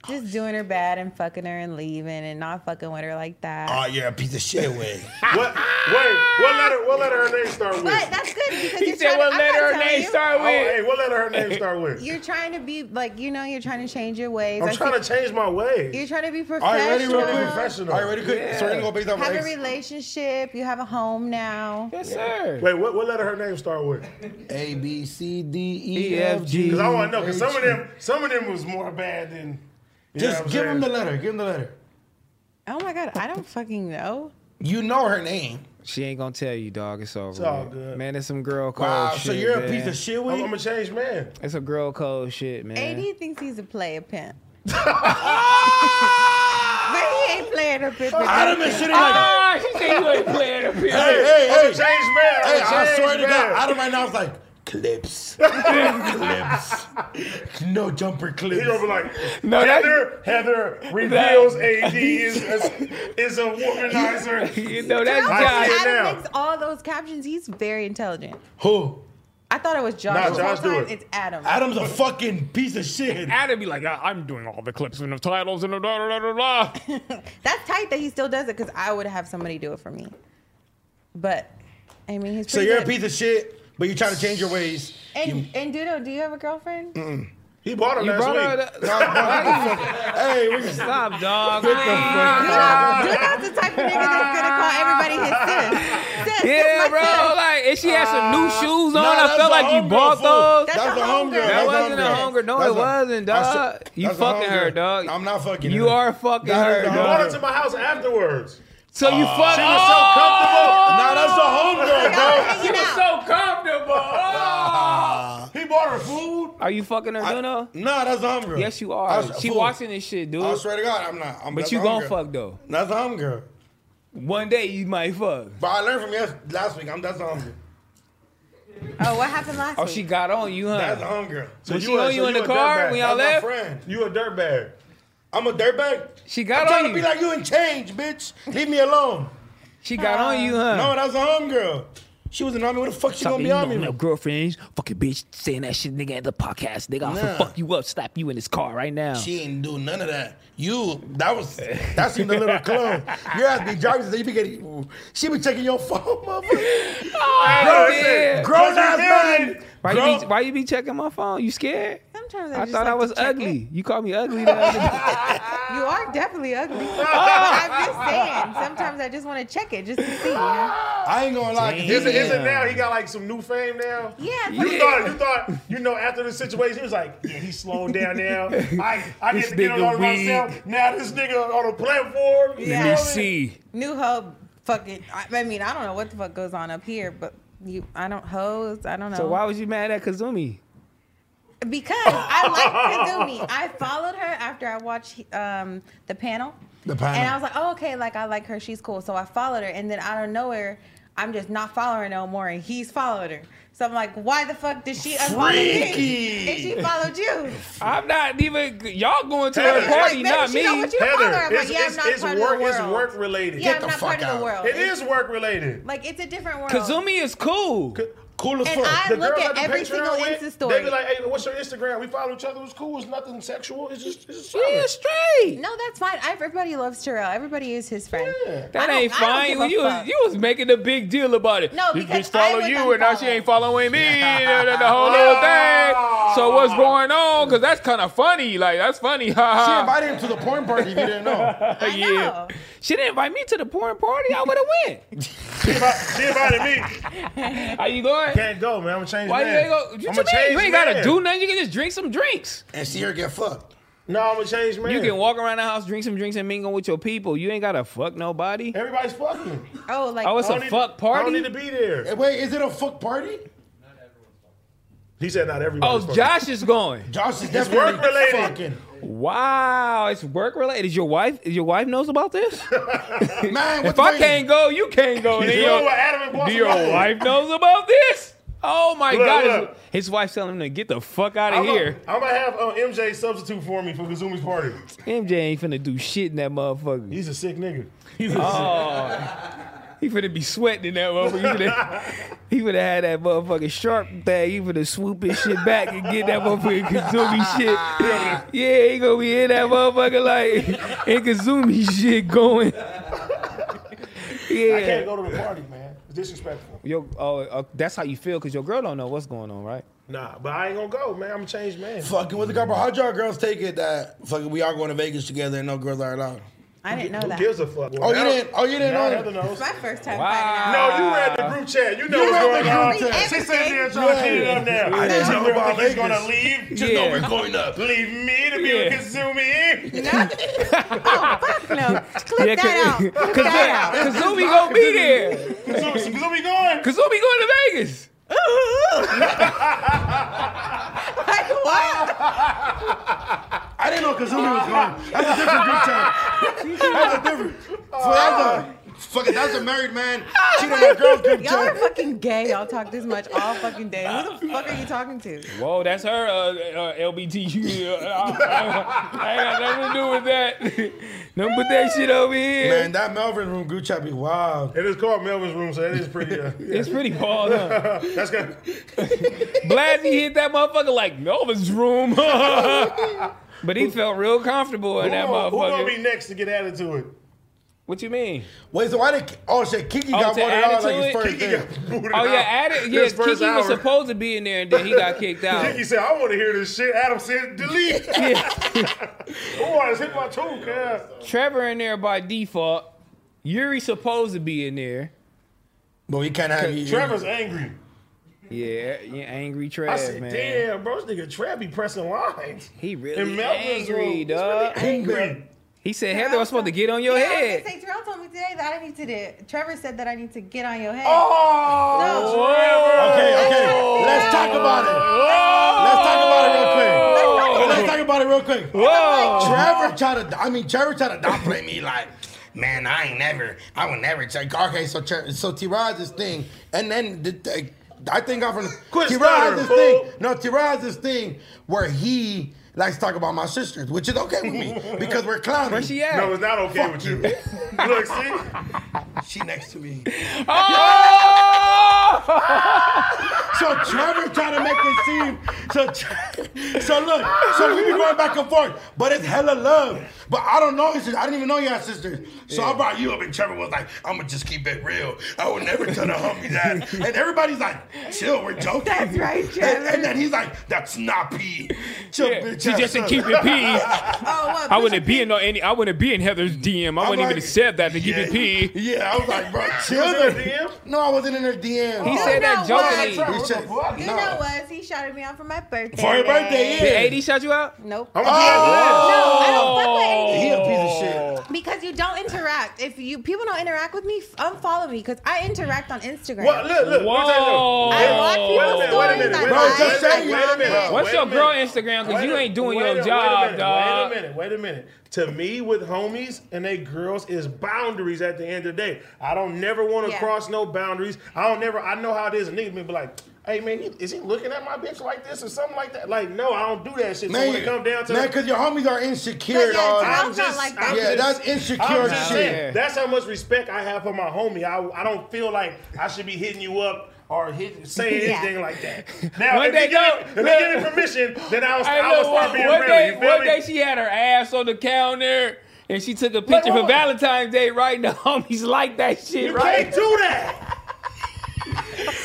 C: Just doing her bad and fucking her and leaving and not fucking with her like that.
A: Oh, you're a piece of shit, way.
B: What? Wait. What letter? What letter her name start with?
C: but that's good because
D: He
C: you're
D: said,
C: trying.
D: "Well,
C: to,
D: let her
C: I'm not telling
D: name
C: you,
D: start
B: oh,
D: with."
B: hey, what letter her
D: (laughs)
B: name start with?
C: You're trying to be like you know. You're trying to change your ways. I
B: I'm
C: see-
B: trying to change my way.
C: You're trying to be
A: (laughs) All right, ready,
C: professional.
A: real quick.
B: Professional.
A: All right, ready, quick. So we're gonna go based off
C: have a
A: of X.
C: relationship. You have a home now.
D: Yes, sir.
B: Wait, what, what letter her name start with?
A: A B C D
D: E,
A: E
D: F,
A: F
D: G.
A: G.
B: Because I want to know. Because some of them, some of them was more bad than. you know
A: Just
B: what I'm
A: give him the
B: saying?
A: letter. Give him the letter.
C: Oh my god, I don't fucking know.
A: You know her name.
D: She ain't gonna tell you, dog. It's over. It's
B: all good.
D: man. It's some girl code
A: Wow.
D: shit.
A: so you're a
D: man.
A: piece of Oh, shit,
B: I'm,
A: way.
B: I'm a changed man.
D: It's a girl code shit, man.
C: AD thinks he's a player pimp.
A: Ah!
C: but he ain't playing a pimp.
A: I done been shitting like
D: Ah,
A: that.
D: she said you ain't playing up here.
A: Hey, hey,
B: I'm a
A: hey.
B: changed man. I'm
A: Hey,
B: a
A: I
B: changed
A: swear to
B: man.
A: God, Adam right now is like clips, clips, no jumper
B: He gonna
A: clips.
B: be like,
D: No, that-
B: Heather, Heather reveals AD
D: (laughs)
B: is, is is a womanizer.
D: You know
B: I
D: that's
B: see
D: Josh.
B: it
C: Adam
B: now.
C: makes all those captions. He's very intelligent.
A: Who?
C: I thought it was Josh.
B: Nah,
C: This
B: Josh
C: whole
B: do
C: time
B: it.
C: It's Adam.
A: Adam's a fucking piece of shit.
D: Adam be like, I- I'm doing all the clips and the titles and the da da da da. da."
C: That's tight that he still does it because I would have somebody do it for me. But I mean, he's
A: So
C: pretty
A: you're a
C: good.
A: piece of shit, but you're trying to change your ways.
C: And and Dudo, do you have a girlfriend?
B: He bought her
D: You
B: last
D: brought
B: week.
D: her.
A: (laughs)
D: The-
A: hey, we can
D: Stop, dog.
A: (laughs)
C: Dudo, Dudo's the type of nigga that's gonna call everybody his sis.
D: (laughs)
C: Sis,
D: Yeah,
C: this my
D: bro.
C: sis.
D: Like, and she had some new
C: Uh,
D: shoes on.
A: Nah,
D: I
A: that's
D: felt
A: a
D: like you
A: homegirl,
D: bought
A: fool.
D: those.
C: That's
A: That's
C: a
A: a
C: homegirl.
A: homegirl.
C: That
A: That's
D: wasn't a homegirl. No, it wasn't, dog.
A: that's
D: You
A: that's a
D: fucking her,
A: homegirl.
D: dog.
A: I'm not fucking
D: You
A: her.
D: are fucking
A: That
D: her,
A: is a
D: dog.
B: He brought her
A: homegirl.
B: to my house afterwards.
D: So you
B: She
D: fucked.
B: was so
D: Oh!
B: comfortable.
A: Nah, that's a homegirl,
C: Y'all
A: bro.
C: hanging out.
D: so comfortable. Oh.
B: He bought her food.
D: Are you fucking her, Duno?
A: Nah, that's a homegirl.
D: Yes, you are.
A: I-
D: She
A: fool.
D: watching this shit, dude.
A: I swear to God, I'm not. I'm,
D: But
A: that's
D: you
A: a
D: gonna
A: homegirl.
D: fuck though.
A: That's a homegirl.
D: One day you might fuck.
A: But I learned from yes last week. I'm that's a homegirl.
C: Oh, what happened last
D: Oh,
C: week?
D: she got on you,
A: That's a
D: huh?
A: homegirl.
B: So
D: Was she on you in the car when y'all
A: That's my
D: left?
A: friend.
B: You a dirtbag.
A: I'm a dirtbag.
D: She
A: I'm
D: got
A: trying
D: on
A: to
D: you.
A: be like you and change, bitch. Leave me alone.
D: she got on you, huh?
A: No, that was a homegirl. She was an army. What the fuck she
E: Talking,
A: gonna be
E: you
A: army?
E: know, no
A: with?
E: girlfriends, fucking bitch, saying that shit, nigga, at the podcast. Nigga, I'll
A: Nah.
E: fuck you up, slap you in his car right now.
A: She ain't do none of that. You, that was, that seemed a little close. Your ass be jogging, so you be getting, she be checking your phone, (laughs) motherfucker.
D: Oh, yeah.
A: Grown ass
B: Cause you
A: man.
D: Why you,
A: Grown-
D: be, why you be checking my phone? You scared?
C: Sometimes I,
D: I
C: just
D: thought
C: like
D: I was
C: to check
D: ugly. You called me ugly. The other
A: (laughs)
D: day.
C: it. You are definitely ugly. But I'm just saying. Sometimes I just want to check it just to see. You know?
A: I ain't gonna lie. 'cause
B: Is it,
A: this-
B: is it now? He got like some new fame now.
C: Yeah. it's
B: You
C: like-
B: thought, you thought, you know, after the situation, he was like, yeah, he's slowing down now. I, I get
D: This
B: to get
D: nigga
B: on myself. Now this nigga on a platform. you
C: Yeah.
B: know
D: Let me
B: what I mean?
D: see.
C: New hoe, fucking. I I mean, I don't know what the fuck goes on up here, but you, I don't hoes. I don't know.
D: So why was you mad at Kazumi?
C: Because I like Kazumi. I followed her after I watched um, the panel.
A: The panel.
C: And I was like, oh, okay, like I like her. She's cool. So I followed her. And then out of nowhere, I'm just not following her no more. And he's followed her. So I'm like, why the fuck did she unfollow
A: Freaky.
C: me? And she followed you.
D: I'm not even. Y'all going to
B: Heather,
D: her party,
C: Like,
D: not
C: bitch, you know
D: me.
C: what you follow her.
B: Heather,
C: I'm
B: it's,
C: like, yeah, I'm
B: it's,
C: not
B: it's
C: part
B: work,
C: of the
B: it's
C: world.
B: work related.
C: Yeah, I'm
A: the
C: not
A: fuck
C: part of
A: out.
C: the world.
B: It is work related.
C: Like, it's a different world.
D: Kazumi is cool.
B: Cool as
C: And I look at every single Insta story.
B: They be like, hey, what's your Instagram? We follow each other. It's cool. It's nothing sexual. It's just, it's just
D: She is straight.
C: No, that's fine. Everybody loves Terrell. Everybody is his friend.
B: Yeah.
D: That
C: I
D: ain't
C: don't- I don't
D: fine.
C: give
D: When
C: a
D: you was
C: fuck.
D: you was making a big deal about it.
C: No,
D: This
C: because
D: bitch follow
C: I was
D: you, and now she
C: unfollowed.
D: ain't following
C: (laughs)
D: me. and the whole little thing. So what's going on? Because that's kind of funny. Like that's funny. (laughs)
A: She
D: Ha ha.
A: invited him to the porn party if you didn't know.
C: I know.
D: Yeah. She didn't invite me to the porn party. I would have went.
B: She invi- she invited me.
D: How you going?
B: Can't go, man. I'm a change
D: Why you
B: man.
D: ain't go? You,
B: I'm
D: you
B: a
D: mean?
B: change
D: You ain't
B: man.
D: gotta do nothing. You can just drink some drinks.
A: and see her get fucked.
B: No, I'm a change man.
D: You can walk around the house, drink some drinks, and mingle with your people. You ain't gotta fuck nobody.
B: Everybody's fucking.
C: Oh, like,
D: Oh, it's
B: I
D: a
B: don't need
D: fuck
B: to- I don't
D: party.
B: need to be there.
A: Eh, Wait, is it a fuck party?
B: He said not everybody.
D: Oh, Josh is going.
A: Josh is
B: It's
A: definitely
B: work-related.
A: fucking.
D: Wow, it's work related. Is your wife? Is your wife knows
B: (laughs)
D: about this?
A: (laughs) Man, what
D: if
A: the
D: I
A: fuck?
D: can't go, you can't go.
B: You
D: Then
B: know
D: your-
B: what Adam and
D: do
B: Boston
D: your
B: was?
D: wife knows about this? Oh my
B: Look,
D: God!
B: look.
D: His, his wife's telling him to get the fuck out
B: I'm
D: of
B: a-
D: here.
B: I'm gonna have uh, MJ substitute for me for Kazumi's party.
D: MJ ain't finna do shit in that motherfucker.
B: He's a sick nigga.
D: Oh. He finna be sweating in that motherfucker. He finna, he finna have that motherfucking sharp thing. He finna swoop his shit back and get that motherfucking Kazumi shit. Yeah, he gonna be in that motherfucker like and Kazumi shit going. Yeah.
B: I can't go to the party, man. It's disrespectful.
D: Yo, oh, uh, that's how you feel because your girl don't know what's going on, right?
B: Nah, but I ain't gonna go, man. I'm a changed man.
A: Fucking with the couple. How'd y'all girls take it that fucking we all going to Vegas together and no girls are allowed?
C: I didn't know
B: Who
C: that.
B: gives a fuck?
A: Oh, you didn't. Oh, you didn't
B: Now
A: know.
B: Heather knows.
C: It's my first time
D: Wow. (laughs)
C: finding
B: No,
C: out.
B: you read the group chat. You know
A: You
B: what's
A: read
B: going
A: the
B: on.
A: group
C: chat.
B: She sitting there trying to
A: Everything.
B: clean it up now.
A: I didn't
B: She
A: know about
B: think he's gonna
A: Vegas.
B: leave.
A: Just know we're going up.
B: Leave me to be
D: Yeah.
B: with Kazumi.
C: Oh, No, clip
D: Yeah, (laughs) 'cause-
C: that out. Clip that out.
D: Kazumi gonna be there.
B: (laughs) Kazumi, Kazumi going.
D: Kazumi going to Vegas.
C: Like what?
A: I didn't know Kazumi was going. That's a different group chat. That's a different. So that's a fucking. That's a married man cheating on a girls group
C: Y'all are
A: chat.
C: fucking gay. Y'all talk this much all fucking day. Who the fuck are you talking to?
D: Whoa, that's her uh, uh, (laughs) LBTQ. Uh, I ain't got nothing to do with that. (laughs) Don't put that shit over here.
A: Man, that Melvin room group chat be wild.
B: It is called Melvin's room, so that is pretty. (laughs) Uh,
D: It's pretty balled up.
B: that's good.
D: Blassie hit that motherfucker like Melvin's room. (laughs) but he felt real comfortable in
B: Who
D: that
B: gonna- who gonna
D: motherfucker.
B: be next to get added to it?
D: what you mean?
A: Wait, so why did? Oh shit, Kiki
D: Oh,
A: got
D: to
A: voted
D: add it
A: out
D: to
A: like his
B: (laughs)
D: it?
A: first
B: Kiki
D: (laughs)
A: thing.
B: got booted
D: Oh, yeah,
B: out
D: added. Yeah,
B: his first
D: Kiki was
B: hour.
D: supposed to be in there and then he
B: (laughs)
D: got kicked out.
B: Kiki said, "I want to hear this shit." Adam said, "Delete." (laughs) oh, I just hit my tooth. Yeah.
D: Trevor in there by default. Yuri supposed to be in there.
A: But we can't have you.
B: Trevor's angry.
D: Yeah, yeah, angry
B: I
D: Trev,
B: said,
D: man.
B: "Damn, bro, this nigga Trev be pressing lines."
D: He
B: And
D: really
B: Melvin's
D: angry,
B: room, he's really
D: dog. (laughs)
B: angry.
D: He said, Heather, I'm supposed to get on your
C: yeah, I was
D: head.
C: gonna say, Terrell told me today that I need to. do- Trevor said that I need to get on your head.
B: Oh,
C: No.
B: Trevor.
A: Okay, okay. Let's talk about it. Let's talk about it real quick. Let's talk about it real quick.
D: Whoa.
A: Trevor tried to. I mean, Trevor tried to downplay me. Like, man, I ain't never. I would never check. Okay, so Tre- so T. Rod this thing, and then the, the, I think I'm from
B: Quit
A: T. Rod
B: stuttering,
A: this
B: fool.
A: thing. No, T. Rod this thing where he likes to talk about my sisters, which is okay with me because we're clowning.
D: Where she at?
B: No, it's not okay with you. (laughs) Look, see,
A: She next to me.
D: Oh!
A: So Trevor trying to make it seem so. Tre- So look, so we be going back and forth, but it's hella love. But I don't know his sister. I didn't even know you had sisters. So I brought you up, and Trevor was like, "I'm gonna just keep it real. I will never tell the homie that." And everybody's like, "Chill,
D: (laughs)
A: we're joking."
C: That's right,
A: And-
C: Trevor.
A: And, then he's like, "That's not pee." Chill,
D: Yeah,
A: (laughs) bitch.
D: she
A: ass
D: just said
A: up.
D: keep it pee.
C: Oh, what,
D: I
C: Pusha
D: wouldn't be
C: T?
D: in no any. I wouldn't be in Heather's DM. I
A: (laughs) I'm
D: wouldn't even
A: like,
D: have said that to keep
A: yeah,
D: it pee.
A: Yeah, I was like,
D: (laughs)
A: bro, chill.
B: Was it a
A: the-
B: DM?
A: No, I wasn't in her DM.
D: He
A: Oh.
D: said that
C: no, what?
D: jokingly.
A: He said-
C: You
A: no.
C: know what? He shouted me out for my birthday.
A: For your birthday, Oh. yeah.
D: Did AD shout you out?
C: Nope.
B: I'm
C: no,
B: gonna do
C: I don't fuck with AD.
A: He a
D: Oh.
A: piece of shit.
C: Because you don't interact. If you people don't interact with me, f- unfollow me because I interact on Instagram.
B: What? Look, look.
D: Whoa.
B: let me tell you something.
C: I watch people's
B: Wait a minute, wait a minute, wait a
C: stories. I
A: minute, just
C: like
A: say
C: their
A: wait a minute.
C: comments.
D: What's
B: Wait
D: your
B: a
D: girl
B: minute.
D: Instagram? Because
B: Wait
D: you
B: a-
D: ain't doing
B: wait a-
D: your
B: wait a
D: job,
B: minute,
D: dog.
B: Wait a minute, wait a minute. To me, with homies and they girls, is boundaries at the end of the day. I don't never want to
C: Yeah.
B: cross no boundaries. I don't never, I know how it is. A nigga may be like, hey man, he- is he looking at my bitch like this or something like that? Like, no, I don't do that shit. so
A: Man,
B: when it come down to
A: man, because your homies are insecure.
C: But yeah,
A: dog.
C: I'm
B: I'm
C: not
B: just,
C: like
B: I'm
C: that.
A: Yeah,
B: just-
A: that's insecure
B: I'm just
A: shit.
B: saying, that's how much respect I have for my homie. I, I don't feel like I should be hitting you up or hit, saying
A: (laughs)
C: Yeah.
B: anything like
D: (laughs)
B: that. Now,
D: One
B: if, they
D: day,
B: give, me- if they
D: yo, look.
B: give me permission, then I'll,
D: Hey,
B: I'll
D: look,
B: start
D: one,
B: being
D: one
B: real.
D: day,
B: you feel
D: one
B: me?
D: day she had her ass on the counter and she took a picture
B: wait,
D: for
B: wait.
D: Valentine's Day, right? (laughs) The homies like that shit,
B: you
D: right?
B: can't do
D: (laughs)
B: that.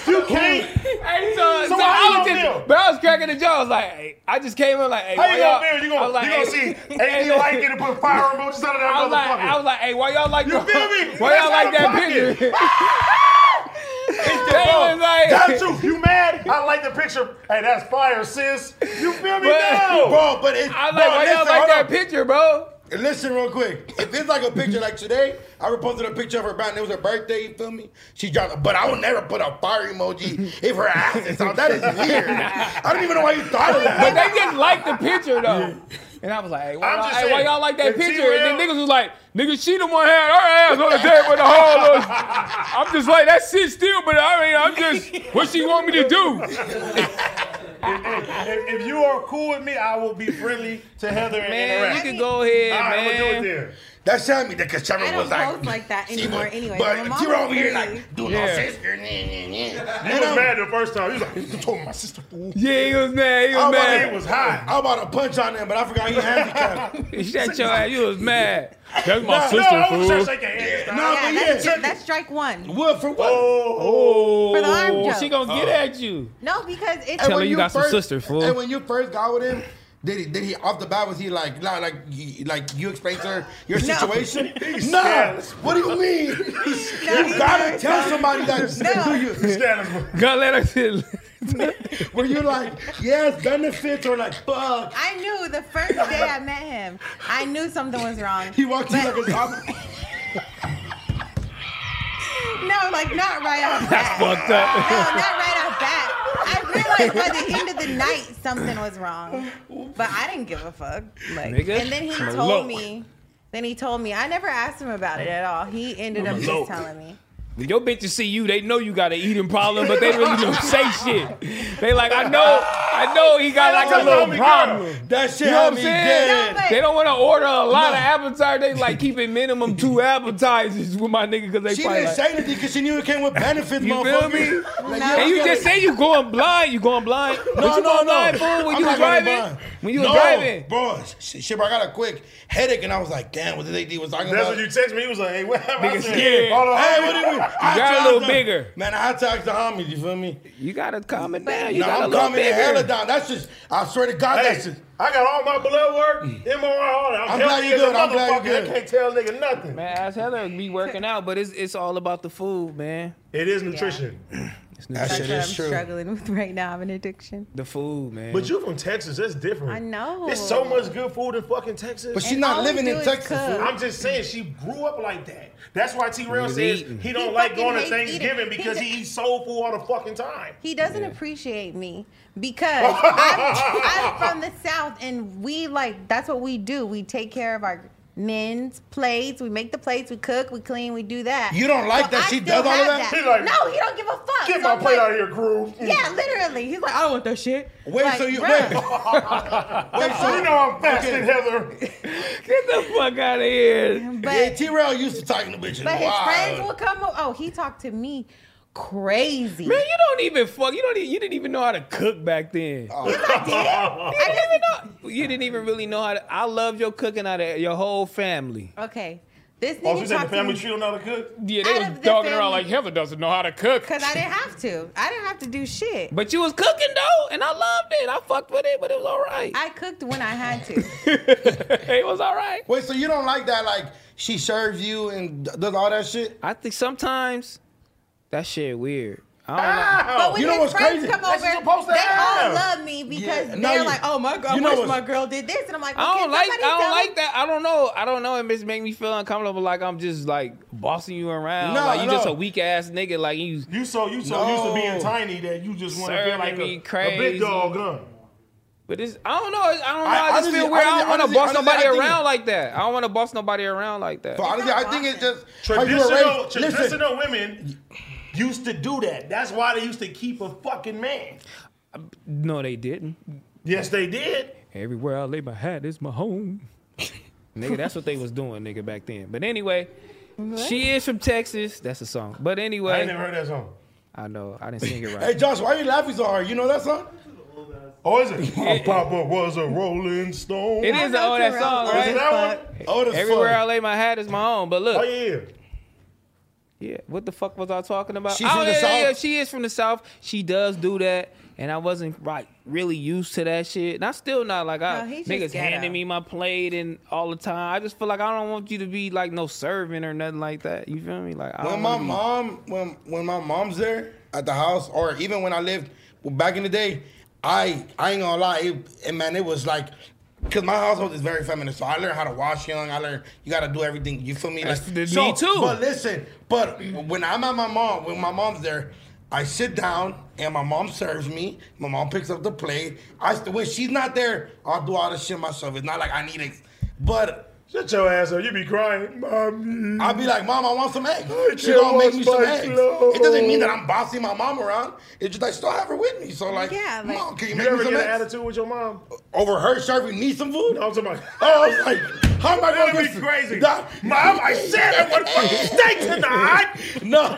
B: you can't.
D: Hey, so, so,
B: So how
D: I was
B: you
D: just,
B: feel?
D: but I was cracking the joke. I was like, hey, I just came in like, hey,
B: How
D: why
B: you gonna
D: y'all?
B: feel? You
D: I
B: gonna,
D: was like,
B: you gonna
D: hey-
B: see
D: (laughs)
B: AD
D: hey,
B: like it and put fire emojis out of that
D: I was like,
B: motherfucker.
D: I was like, hey, why y'all like?
B: You
D: the-
B: feel me?
D: (laughs) Why
B: That's
D: y'all
B: out
D: like
B: of
D: that
B: (laughs) pocket.
D: picture?
B: Bro,
D: They was like-
B: that's true. You mad? I like the picture. Hey, that's fire, sis. You feel me?
D: But-
B: now?
A: Bro, but it,
D: I was
A: bro,
D: like, why y'all
A: listen,
D: like
A: hold
D: that
A: up.
D: picture, bro?
A: Listen real quick. If it's like a picture like today, I posted a picture of her back and it was her birthday, you feel me? She dropped but I would never put a fire emoji if her ass is out. That is weird. I don't even know why you thought
B: (laughs)
D: But
A: of that.
D: they just liked the picture though. And I was like, hey, why,
B: I'm
D: y'all,
B: just
D: hey, why
B: saying,
D: y'all like that
B: if
D: picture?
B: T-Rail-
D: And then niggas was like, nigga, she the one had her ass on the table with
B: (laughs)
D: the whole little- I'm just like, that shit still, but I mean, I'm just, what she want me to do?
B: if, if you are cool with me, I will be friendly to Heather and
D: Man, you
B: interact.
D: can go ahead,
B: All right,
D: man.
B: I'm gonna do it
A: That sounded me because
C: I
A: Trevor
C: don't
A: was like,
C: post like
A: (laughs)
C: that
A: she
C: anymore
A: was-
C: anyway. My
A: But
C: mom
A: you were over here
C: was
A: like, do no
D: Yeah.
A: sister. nah, nah, nah."
B: then.
A: And
B: He was
A: (laughs) I'm-
B: mad the first time. He was like, you told my sister. Ooh,
D: Yeah, he was mad. He was
A: I'm about
B: It
D: mad.
B: was hot.
A: I'm about to punch on him, but I forgot
D: (laughs)
A: he handicapped.
D: Shut your ass. You was mad. That's my
A: No,
B: No,
D: sister,
B: I was
D: fool.
B: just shaking hands.
A: No,
C: Yeah,
A: but
C: that's,
A: yeah.
C: that's strike one.
A: What for what?
D: oh,
C: For the arm joke.
D: she gonna get at you.
C: No, because it's
D: Tell
A: when
D: her you got some sister, fool.
A: And when you first got with him, did he, did he off the bat was he like like like, you- like you explained to her your
C: No. (laughs)
A: situation? no.
B: scared.
A: What do you mean? you gotta tell somebody that.
C: (laughs) No.
A: Do you, (laughs)
B: Status-
D: Gotta let her sit.
A: were you like yes benefits or like fuck?
C: I knew the first day I met him, I knew something was wrong.
A: (laughs) He walked in like a cop.
C: (laughs) No, like not right
A: (laughs)
C: off
D: (laughs)
C: bat.
D: Fucked up.
C: No, not right off bat. I realized by the end of the night something was wrong, but I didn't give a fuck. Like,
D: Nigga,
C: and then he
D: I'm a
C: told
D: loke.
C: me. Then he told me. I never asked him about it at all. He ended up just
D: loke.
C: telling me.
D: When your bitches see you, they know you got an eating problem, but they really don't say shit. They like, I know, I know he got like a
B: Homie,
D: little
B: girl.
D: problem.
A: That shit
D: You know
A: had
D: what I'm
A: me
D: saying?
A: dead.
C: No, but-
D: They don't want to order a lot of appetizers. They like keeping minimum two appetizers with my nigga because they
A: She
D: probably
A: didn't
D: like,
A: say anything because she knew it came with benefits,
D: You feel
A: motherfucker.
D: me?
A: Like,
C: No.
D: And you
A: gotta-
D: just say you going blind. You going blind.
A: No,
D: but you going
A: no, no.
D: blind, fool, when
A: I'm
D: you was
A: not going
D: driving.
A: blind.
D: When you was
A: no,
D: driving.
A: bro, shit, shit, bro, I got a quick headache, and I was like, damn, what the AD was talking
B: That's
A: about.
B: what you text me. He was like, hey, what happened? I
D: Nigga
B: said,
D: scared.
B: Hold on.
A: Hey, what do you mean?
D: got
A: I
D: a
A: talked
D: little
A: to-
D: bigger.
A: Man, I talked to homies, you feel me?
D: You gotta calm it down. You
A: No,
D: gotta
A: I'm
D: look
A: coming the hella
D: bigger.
A: down. That's just, I swear to God, that's
B: Hey,
A: just.
B: I got all my blood work, MRI, all that. I'm,
A: I'm glad
B: healthy
A: you
B: as a
A: good. I'm glad you
B: motherfucker.
A: good.
B: I can't tell nigga nothing.
D: Man, ass Heather be working out, but it's it's all about the food, man.
B: It is nutrition.
A: That
C: That's
A: shit
C: what I'm
A: is true.
C: struggling with (laughs) right now. I have an addiction.
D: The food, man.
B: But you from Texas. That's different.
C: I know.
B: There's so much good food in fucking Texas.
A: But she's
C: And all
A: not
C: we
A: living
C: do
A: in
C: is
A: Texas.
C: cook.
A: fool.
B: I'm just saying she grew up like that. That's why T Rail
D: was
B: says
D: eating.
B: he don't
C: He
B: like
C: fucking
B: going to
C: hates eating.
B: Thanksgiving
C: He
B: because
C: d-
B: he eats soul food all the fucking time.
C: He doesn't appreciate me because I'm, I'm from the South and we like that's what we do. We take care of our men's plates. We make the plates. We cook. We clean. We do that.
A: You don't like that
C: I
A: she
C: still
A: does all of
C: have
A: that?
B: He like,
C: no, he don't give a fuck.
B: Get
C: So
B: my
C: I'm
B: plate
C: like-
B: out of here, groove.
C: Yeah, literally. He's like, I don't want that shit.
A: Wait,
C: like,
A: so you. Wait,
B: (laughs)
C: bruh.
A: wait, so
B: You know I'm fasting,
A: Okay.
B: Heather.
D: (laughs) get the fuck out of here.
C: But
A: (laughs) Yeah, T Rail used to talking to bitches.
C: But his
A: wild.
C: friends will come. o- Oh, he talked to me crazy.
D: Man, you don't even fuck. You don't. Even, you didn't even know how to cook back then.
A: Oh.
C: I just-
D: You didn't even really know how to. I loved your cooking out of your whole family.
C: okay. This
B: Oh, she
C: nigga
B: said
C: talked
B: the
C: to
B: family
C: me
B: tree don't know how to cook.
D: Yeah,
C: Out
D: they
C: of
D: was
C: the
D: dogging around
C: family.
D: like Heather doesn't know how to cook.
C: because I didn't have to. I didn't have to do shit.
D: But you was cooking though, and I loved it. I fucked with it, but it was all right.
C: I cooked when I had
B: (laughs)
C: to.
D: (laughs) it was all right.
A: Wait, so you don't like that? Like she serves you and d- does all that shit?
D: I think sometimes that shit weird. I
A: Ah!
D: don't know.
C: But when
A: You know
C: his
A: what's
C: friends
A: crazy?
C: come
B: That's
C: over,
B: supposed to
C: they all
B: happen.
C: love me because
A: Yeah,
C: they're
A: no, you-
C: like, "Oh my god,
A: you know
C: wish
A: what's-
C: my girl did this," and I'm like, well,
D: I
C: can
D: don't like I
C: somebody
D: don't
C: tell
D: like
C: me?
D: that. I don't know. I don't know. It just make me feel uncomfortable. Like I'm just like bossing you around.
A: No,
D: like you just
A: no.
D: a weak ass nigga. Like you.
B: You so you so used to being tiny that you just want to feel
D: Serving
B: like
D: me
B: a, a
D: crazy.
B: big dog gun.
D: But it's I don't know. I don't know. I,
A: I-
D: just
A: honestly-
D: feel weird. I don't want to
A: honestly-
D: boss
A: honestly,
D: nobody
A: I think-
D: around like that. I don't want to boss nobody around like that.
A: But honestly,
C: not
A: I think it's just how you were
B: Traditional
A: raised. Listen,
B: traditional women used to do that. That's why they used to keep a fucking man.
D: No, they didn't.
B: Yes, they did.
D: Everywhere I lay my hat is my home. (laughs) nigga, that's what they was doing, nigga, back then. But anyway, she is from Texas. That's a song. But
B: I
D: anyway, I,
B: ain't never heard that song.
D: know I didn't sing it
A: hey (laughs)
D: right.
A: Josh, why are you laughing so hard? You know that song?
B: Oh, is it? (laughs) My papa was a rolling stone.
D: it
C: I
D: is
C: know
D: all that
C: Terrell.
D: song,
C: Is
B: Is it
D: right?
B: that one?
A: Old as
D: Everywhere I
A: fuck.
D: lay my hat is my home. But look,
B: Oh yeah.
D: Yeah, what the fuck was I talking about?
A: She's
D: oh,
A: from the
D: yeah, yeah,
A: South.
D: yeah, she is from the south. She does do that, and I wasn't right really used to that shit. And I still not like I
C: No, he just
D: niggas
C: ghetto.
D: handing me my plate and all the time. I just feel like I don't want you to be like no servant or nothing like that. You feel me? Like I
A: When
D: don't
A: my
D: wanna be-
A: mom, when when my mom's there at the house, or even when I lived well, back in the day, I I ain't gonna lie, it, and man, it was like. Cause my household is very feminist, so I learned how to wash young. I learned you gotta do everything. You feel me? Like,
D: That's- me
A: so-
D: too.
A: But listen, but when I'm at my mom, when my mom's there, I sit down and my mom serves me. My mom picks up the plate. I st- when she's not there, I'll do all the shit myself. It's not like I need it, but
B: Shut your ass up. You be crying, mommy.
A: I'll be like, Mom, I want some eggs. She
B: can't
A: gonna make
B: wash
A: me some
B: my
A: eggs.
B: clothes.
A: It doesn't mean that I'm bossing my mom around. It's just I still have her with me. So like,
C: Yeah, like-
A: Mom, can you,
B: You
A: make me
B: ever
A: some
B: get an
A: eggs?
B: attitude with your mom?
A: Over her serving me some food?
B: No, I'm talking about.
A: Oh, I was like, how am I
B: That
A: gonna
B: would
A: get
B: be crazy.
A: Nah,
B: Mom,
A: (laughs)
B: I said I want fucking steak tonight.
A: no,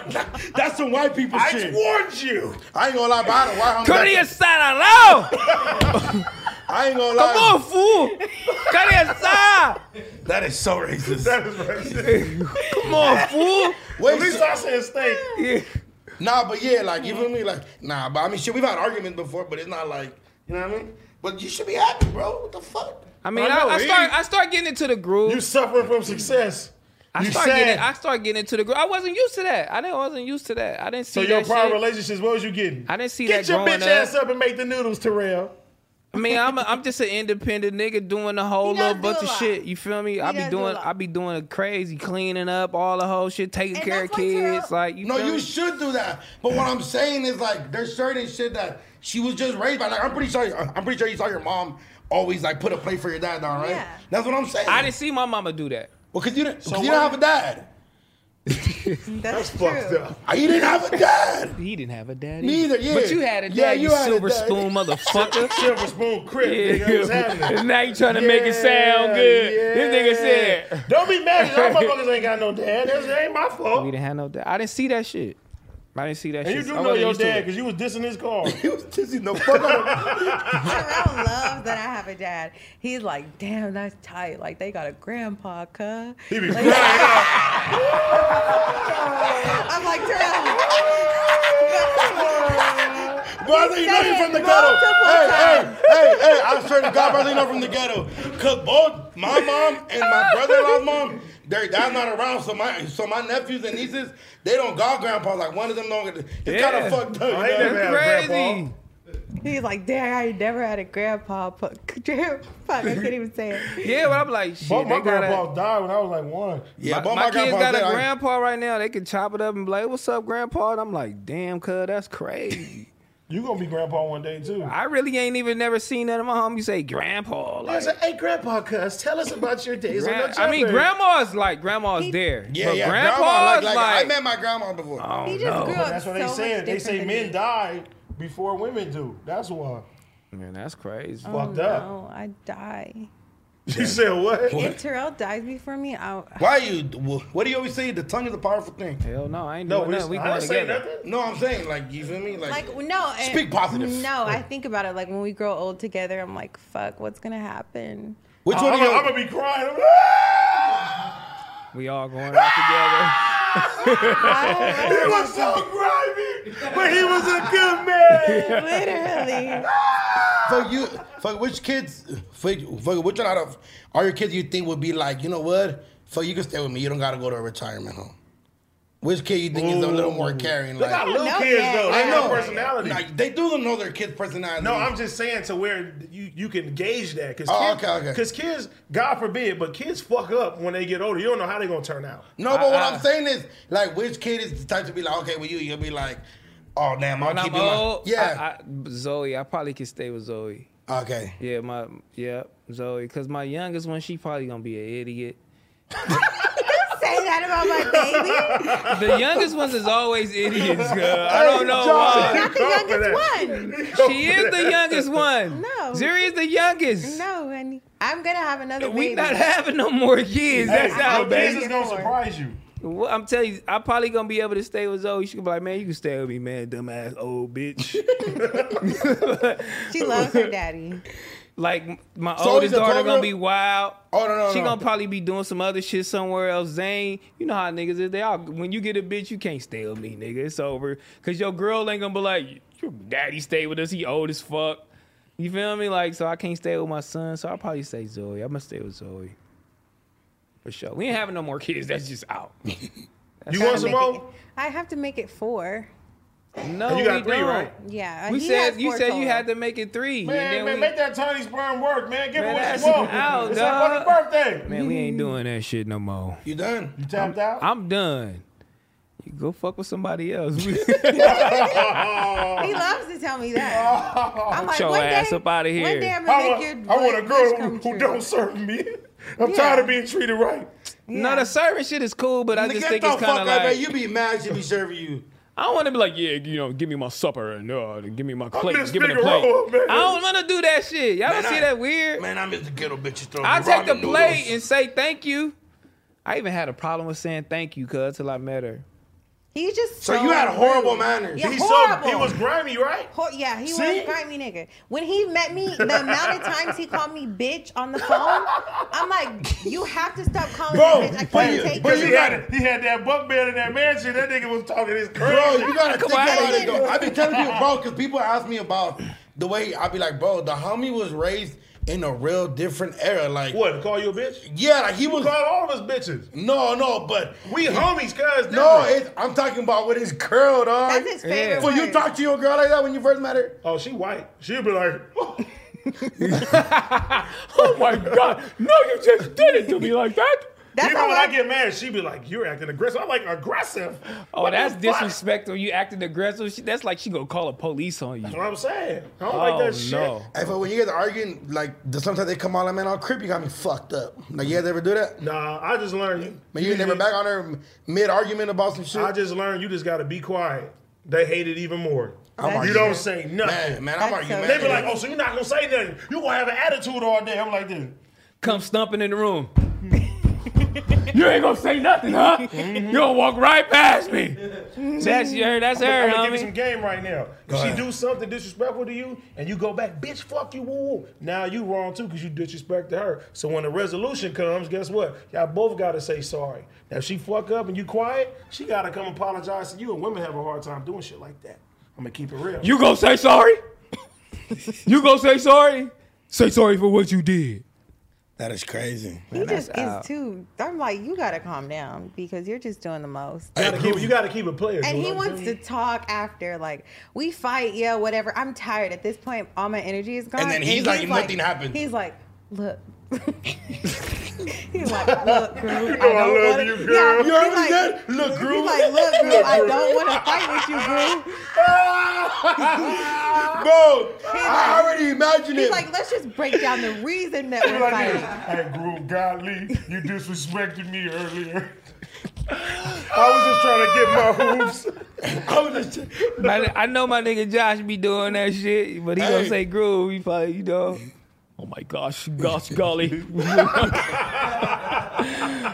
A: that's some white people
B: (laughs) I
A: shit.
B: warned you. (laughs)
A: I ain't gonna lie about it. Why I'm
D: Curry asada, no!
A: I ain't gonna lie.
D: Come on, fool! Curry asada!
A: That is so racist.
B: That is racist.
D: Come on, fool!
B: At
A: Wait,
B: least I said steak.
D: Yeah.
A: Nah, but yeah, like you feel me? Like nah, but I mean, shit, we've had arguments before, but it's not like you know what I mean. But you should be happy, bro. What the fuck?
D: I mean,
B: I
D: I,
B: know,
D: I,
B: he-
D: start I start getting into the groove.
B: You suffering from success.
D: I
B: you
D: start
B: sad.
D: getting I start getting into the groove. I wasn't used to that. I didn't wasn't used to that. I didn't see
B: so your
D: that
B: prior
D: shit.
B: relationships, what was you getting?
D: I didn't see
B: Get
D: that
B: your
D: growing
B: bitch
D: up.
B: ass up and make the noodles, Terrell.
D: I mean, I'm a, I'm just an independent nigga doing a whole
C: He does
D: little bunch
C: do
D: of
C: a lot.
D: shit. You feel me? I be
C: does do a
D: doing
C: lot.
D: I be doing a crazy cleaning up all the whole shit, taking
C: And
D: care of
C: that's why Terrell-
D: kids. Like you,
A: No,
D: feel
A: you
D: me?
A: should do that. But
D: (clears throat)
A: what I'm saying is like there's certain shit that she was just raised by. Like I'm pretty sure uh, I'm pretty sure you saw your mom always like put a plate for your dad down, right?
C: Yeah.
A: That's what I'm saying.
D: I didn't see my mama do that.
A: well, cause you didn't,
B: So
A: 'cause you
B: what-
A: don't have a dad.
C: That's,
B: Fucked
C: true.
B: up.
A: Uh, You didn't have a dad.
D: (laughs) He didn't have a daddy.
A: Neither, yeah.
D: But you had a daddy,
A: Yeah, you
D: you
A: had a
D: silver
A: daddy.
B: (laughs)
D: spoon motherfucker.
B: Silver spoon crib. Nigga, what's
D: Yeah.
B: happening?
D: now you trying to (laughs) make it sound
B: Yeah,
D: good. This nigga
B: yeah.
D: said
B: Don't be mad. 'cause
D: (laughs)
B: Y'all motherfuckers ain't got no dad. That's, that ain't my fault.
D: we didn't have no dad. I didn't see that shit. I didn't see that
B: And
D: shit.
B: you do
D: I
B: know
D: wasn't
B: your
D: used to
B: dad
D: it.
B: because you was dissing his
D: (laughs)
B: car.
A: (laughs) He was tizzy the fuck out of
C: (laughs) Terrell loves that I have a dad. He's like, damn, that's tight. Like they got a grandpa, cuz.
B: He be
C: Like-
B: crying.
C: (laughs) I'm like, Terrell.
A: Brother, you know
C: said
A: you're from the
C: it
A: ghetto.
C: multiple
A: Hey, hey,
C: times.
A: hey, hey, I swear to God, brother, you know from the ghetto. Cause both my mom and my brother-in-law's mom, they're I'm not around. So my so my nephews and nieces, they don't got grandpas. Like one of them don't get it's
D: Yeah.
A: kinda fucked up. you
B: I ain't
A: know?
B: never had a grandpa.
D: Crazy.
C: (laughs) He's like, damn, I ain't never had a grandpa. Fuck, (laughs) fuck I couldn't even say it.
D: Yeah, but I'm like, shit.
B: Both my
D: they gotta-
B: grandpa died when I was like one.
A: Yeah,
D: my,
A: but
D: my
A: my,
D: kids
A: grandpa
D: got a
A: said, I-
D: grandpa right now. They can chop it up and be like, "What's up, grandpa?" And I'm like, "Damn, cuz that's crazy."
B: You gonna be grandpa one day too.
D: I really ain't even never seen that in my home. You say grandpa, like,
B: hey, grandpa, cuz tell us about your days.
D: gran- I mean, grandma's like grandma's there,
A: Yeah,
D: but
A: yeah.
D: grandpa's
A: grandma, like, like,
D: like,
A: I met my grandma before.
D: I don't
C: He just
D: know.
C: grew up
B: That's what
C: so
B: they said.
C: much
B: They say
C: different than
B: men
C: me.
B: die before women do. That's why.
C: Oh,
D: Man, that's crazy.
B: Fucked up.
C: No, I die.
B: (laughs) She said what?
C: If Terrell dies before me, I'll.
A: Why are you? What do you always say? The tongue is a powerful thing.
D: Hell no, I ain't
B: No,
D: doing
B: it's-
D: nothing.
B: I
D: We going
B: didn't say
D: together.
B: nothing.
A: No, I'm saying like you feel me? Like,
C: Like no, and-
A: Speak positive.
C: No, I think about it. Like when we grow old together, I'm like, fuck, what's gonna happen?
A: which one?
B: I'm,
A: of you?
B: gonna be crying. (laughs) I'm like,
D: We all going out
B: he
C: I
B: was so grimy, but he was a good man.
C: literally.
A: fuck you. Fuck which kids? Fuck, fuck which one out of all your kids you think would be like? You know what? Fuck you can stay with me. You don't gotta go to a retirement home. Which kid you think is a little more caring?
B: Look how
A: like-
B: little
C: know
B: kids
C: yet.
B: though.
C: I
B: They know
C: know.
B: personality.
A: Like, they do know their kids' personality.
B: No, I'm just saying to where you, you can gauge that because
A: Oh,
B: kids,
A: okay, okay.
B: 'cause kids, God forbid, but kids fuck up when they get older. You don't know how they're gonna turn out.
A: No, but what
D: I-
A: I'm saying is, like, which kid is the type to be like, okay, with you, you'll be like, oh damn, I'll
D: together. When
A: keep
D: I'm
A: you. my-
D: old,
A: Yeah.
D: I, I, Zoe, I probably could stay with Zoe.
A: okay.
D: Yeah, my yeah, Zoe. Cause my youngest one, she probably gonna be an idiot.
C: Say that about my baby.
D: The youngest ones is always idiots, girl. I don't know why.
C: Not the
B: Go for that.
C: youngest one.
D: She is the youngest one.
C: No.
D: Zuri is the youngest.
C: No, honey. I'm gonna have another
D: We
C: baby.
D: not having no more kids. That's
B: Hey,
D: how,
B: your kids
D: baby.
B: is gonna
C: Four.
B: surprise you.
D: Well, I'm telling you, I'm probably gonna be able to stay with Zoe. She gonna be like, man, you can stay with me, man, dumbass old bitch.
C: she loves her daddy.
D: like my
A: Zoe's
D: oldest
A: a
D: daughter
A: grown
D: gonna
A: girl?
D: be wild.
A: Oh no, no,
D: she
A: no.
D: gonna probably be doing some other shit somewhere else. Zane, you know how niggas is. They all when you get a bitch, you can't stay with me, nigga. It's over. Cause your girl ain't gonna be like, your daddy stayed with us. He old as fuck. You feel me? Like, so I can't stay with my son. So I'll probably stay Zoe. I'm gonna stay with Zoe. For sure. We ain't having no more kids. That's just out.
B: (laughs) You want some
C: Make it-
B: more?
C: I have to make it four.
D: No,
B: You got
D: we
B: three,
D: don't.
B: right?
C: Yeah.
D: We
C: he has
D: said you
C: four
D: said
C: total.
D: you had to make it three.
B: Man,
D: and then
B: man,
D: we,
B: make that Tony's sperm work, man. Give
D: Man,
B: her what
D: that's
B: you want.
D: out,
B: it's
D: dog.
B: her fucking birthday.
D: man, we
B: (laughs)
D: ain't doing that shit no more.
A: You done?
B: You tapped out.
D: I'm done. You go fuck with somebody else. (laughs)
B: (laughs)
C: He loves to tell me that. I'm like,
D: your
C: one
D: ass
C: day,
D: up outta here.
C: One day I'm
B: I
C: gonna
B: want,
C: make your
B: I want a
C: wish
B: girl who,
C: come
B: who
C: true.
B: don't serve me. I'm
C: Yeah.
B: tired of being treated right.
D: No, the serving shit is cool, but I
A: Nigga,
D: just
A: get
D: think
A: the
D: it's kind
A: fuck
D: of
A: out, man.
D: like
A: You be mad she be serving you.
D: I don't want to be like, yeah, you know, give me my supper and uh, give me my plate,
B: Miss
D: give me the plate.
B: Figueroa, man.
D: I don't want to do that shit. Y'all
A: Man,
D: don't see
A: I-
D: that weird.
A: Man, I miss the ghetto bitches throwing
D: I
A: me
D: take the
A: ramen noodles.
D: plate and say thank you. I even had a problem with saying thank you, cuz, till I met her.
C: He's just
A: So you had
C: rude.
A: horrible manners.
C: Yeah,
B: He's
C: horrible.
B: so he was grimy, right?
C: Ho- yeah, he
B: See?
C: was grimy nigga. When he met me, the amount of times he called me bitch on the phone, I'm like, you have to stop calling
A: Bro,
C: me bitch. I
A: but
C: can't
A: you-
C: take
A: but
C: it.
A: you
B: He
A: got-
B: had, he had that bunk bed in that mansion. That nigga was talking his
A: Bro,
B: crazy.
A: you gotta think
D: on.
A: about it though. I've been telling people, bro, because people ask me about the way I be like, bro, the homie was raised in a real different era. Like,
B: What? Call you a bitch?
A: yeah, like he was.
B: Call all of us bitches.
A: No, no, but
B: We homies, cuz.
A: no,
B: different.
A: it's, I'm talking about with his curl, dog.
C: That's his favorite.
D: Yeah.
A: Well, you
C: word.
A: talk to your girl like that when you first met her?
B: Oh, she white. She'd be like, (laughs)
D: (laughs) Oh my God. No, you just did it to me like that.
C: That's
B: you know
C: how
B: when
C: I,
B: I get mad, she'd be like, "You're acting aggressive." I'm like, "Aggressive?
D: (laughs) Oh,
B: What the
D: that's
B: fuck?"
D: disrespectful. You acting aggressive. She- That's like she gonna call the police on you.
B: That's what I'm saying. I don't
D: Oh,
B: like that shit.
D: no.
A: Hey, but when you guys are arguing, like the- sometimes they come out like, man, all creepy, got me fucked up. Like you guys ever do that?
B: Nah, I just learned you.
A: Man, you never back on her mid argument about some shit.
B: I just learned you just gotta be quiet. They hate it even more.
C: That's
B: you
C: true.
B: don't say nothing.
A: Oh man, man, I'm
C: That's
A: arguing.
C: so
B: They be like, "Oh, so you're not gonna say nothing? You gonna have an attitude all day?" I'm like, "This."
D: Come stumping in the room. (laughs) you ain't gonna say nothing, huh? You gonna walk right past me. Mm-hmm. (laughs) That's her. That's her,
B: I'm gonna give you some
D: homie.
B: game right now. If she
A: ahead.
B: do something disrespectful to you, and you go back, bitch, fuck you, woo woo. Now you wrong too because you disrespected her. So when the resolution comes, guess what? Y'all both gotta say sorry. Now if she fuck up and you quiet, she gotta come apologize to you. And women have a hard time doing shit like that. I'm gonna keep it real.
D: You gonna say sorry? (laughs) you gonna say sorry? Say sorry for what you did.
A: that is crazy.
C: he just
D: that's out.
C: gets too. I'm like, you gotta calm down because you're just doing the most.
B: You gotta keep, you gotta keep it player.
C: And
B: dude.
C: he
B: I'm
C: wants to
B: telling
C: talk after, like we fight, yeah, whatever. I'm tired at this point. All my energy is gone.
A: And then he's like, nothing happened.
C: He's like,
A: (laughs)
C: look. he's like, look, girl, you
B: know I love you, girl.
A: You heard what he said? Look,
C: He's
A: Groove.
C: like, look, girl, I don't want to fight with
A: (laughs)
C: you, girl.
A: Bro, I already imagined
C: He's
A: it.
C: like, let's just break down the reason that
B: you.
C: we're
B: Like this.
C: fighting.
B: Hey, Groove Godly, you disrespected me earlier. I was just trying to get my hoops.
A: I was just-
D: My- I know my nigga Josh be doing that shit, but he
A: Hey.
D: gonna say groove. He probably, you know. Oh my gosh, gosh, golly. (laughs)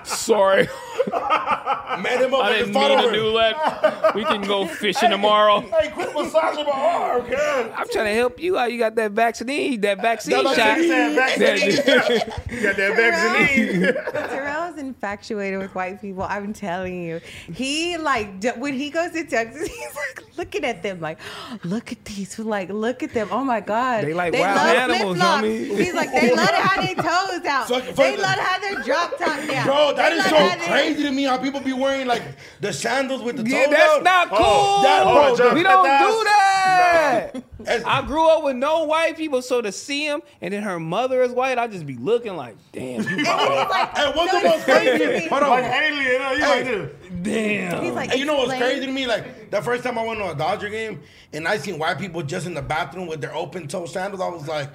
D: Sorry,
A: Man him up
D: I
A: like
D: didn't
A: a
D: mean to
A: follower.
D: do (laughs) that. We can go fishing tomorrow.
B: Hey, quit massaging my arm, God.
D: I'm trying to help you out. You got that vaccine, that vaccine shot.
A: That vaccine.
D: (laughs) That-
B: You got that vaccine.
C: (laughs) Terrell's infatuated with white people. I'm telling you, he like d- when he goes to Texas, (laughs) he's like looking at them, like, look at these, like, look at them. Oh my god,
D: They like wild animals,
C: flip-flops.
D: homie.
C: He's like, they love how their toes out.
A: Fuck- fuck
C: they
A: the-
C: love how their drop top down.
A: Bro, that
C: They
A: is
C: love how
A: so
C: they-
A: crazy to me how people be wearing like the sandals with the toe
D: Yeah, that's
A: down.
D: not cool.
A: Oh, that- oh, John,
D: we
B: that-
D: don't
B: that's-
D: do that.
A: (laughs) That's-
D: I grew up with no white people, so to see him and then her mother is white, I just be looking like, damn,
A: (laughs)
D: you
C: And then he's like,
A: And what's
C: no,
A: the most
C: it's crazy to
A: crazy?
C: me.
A: Hold on.
B: Like alien, huh? you like this.
D: damn.
C: He's like,
A: And you know what's
C: explain-
A: crazy to me? Like the first time I went to a Dodger game and I seen white people just in the bathroom with their open toe sandals, I was like,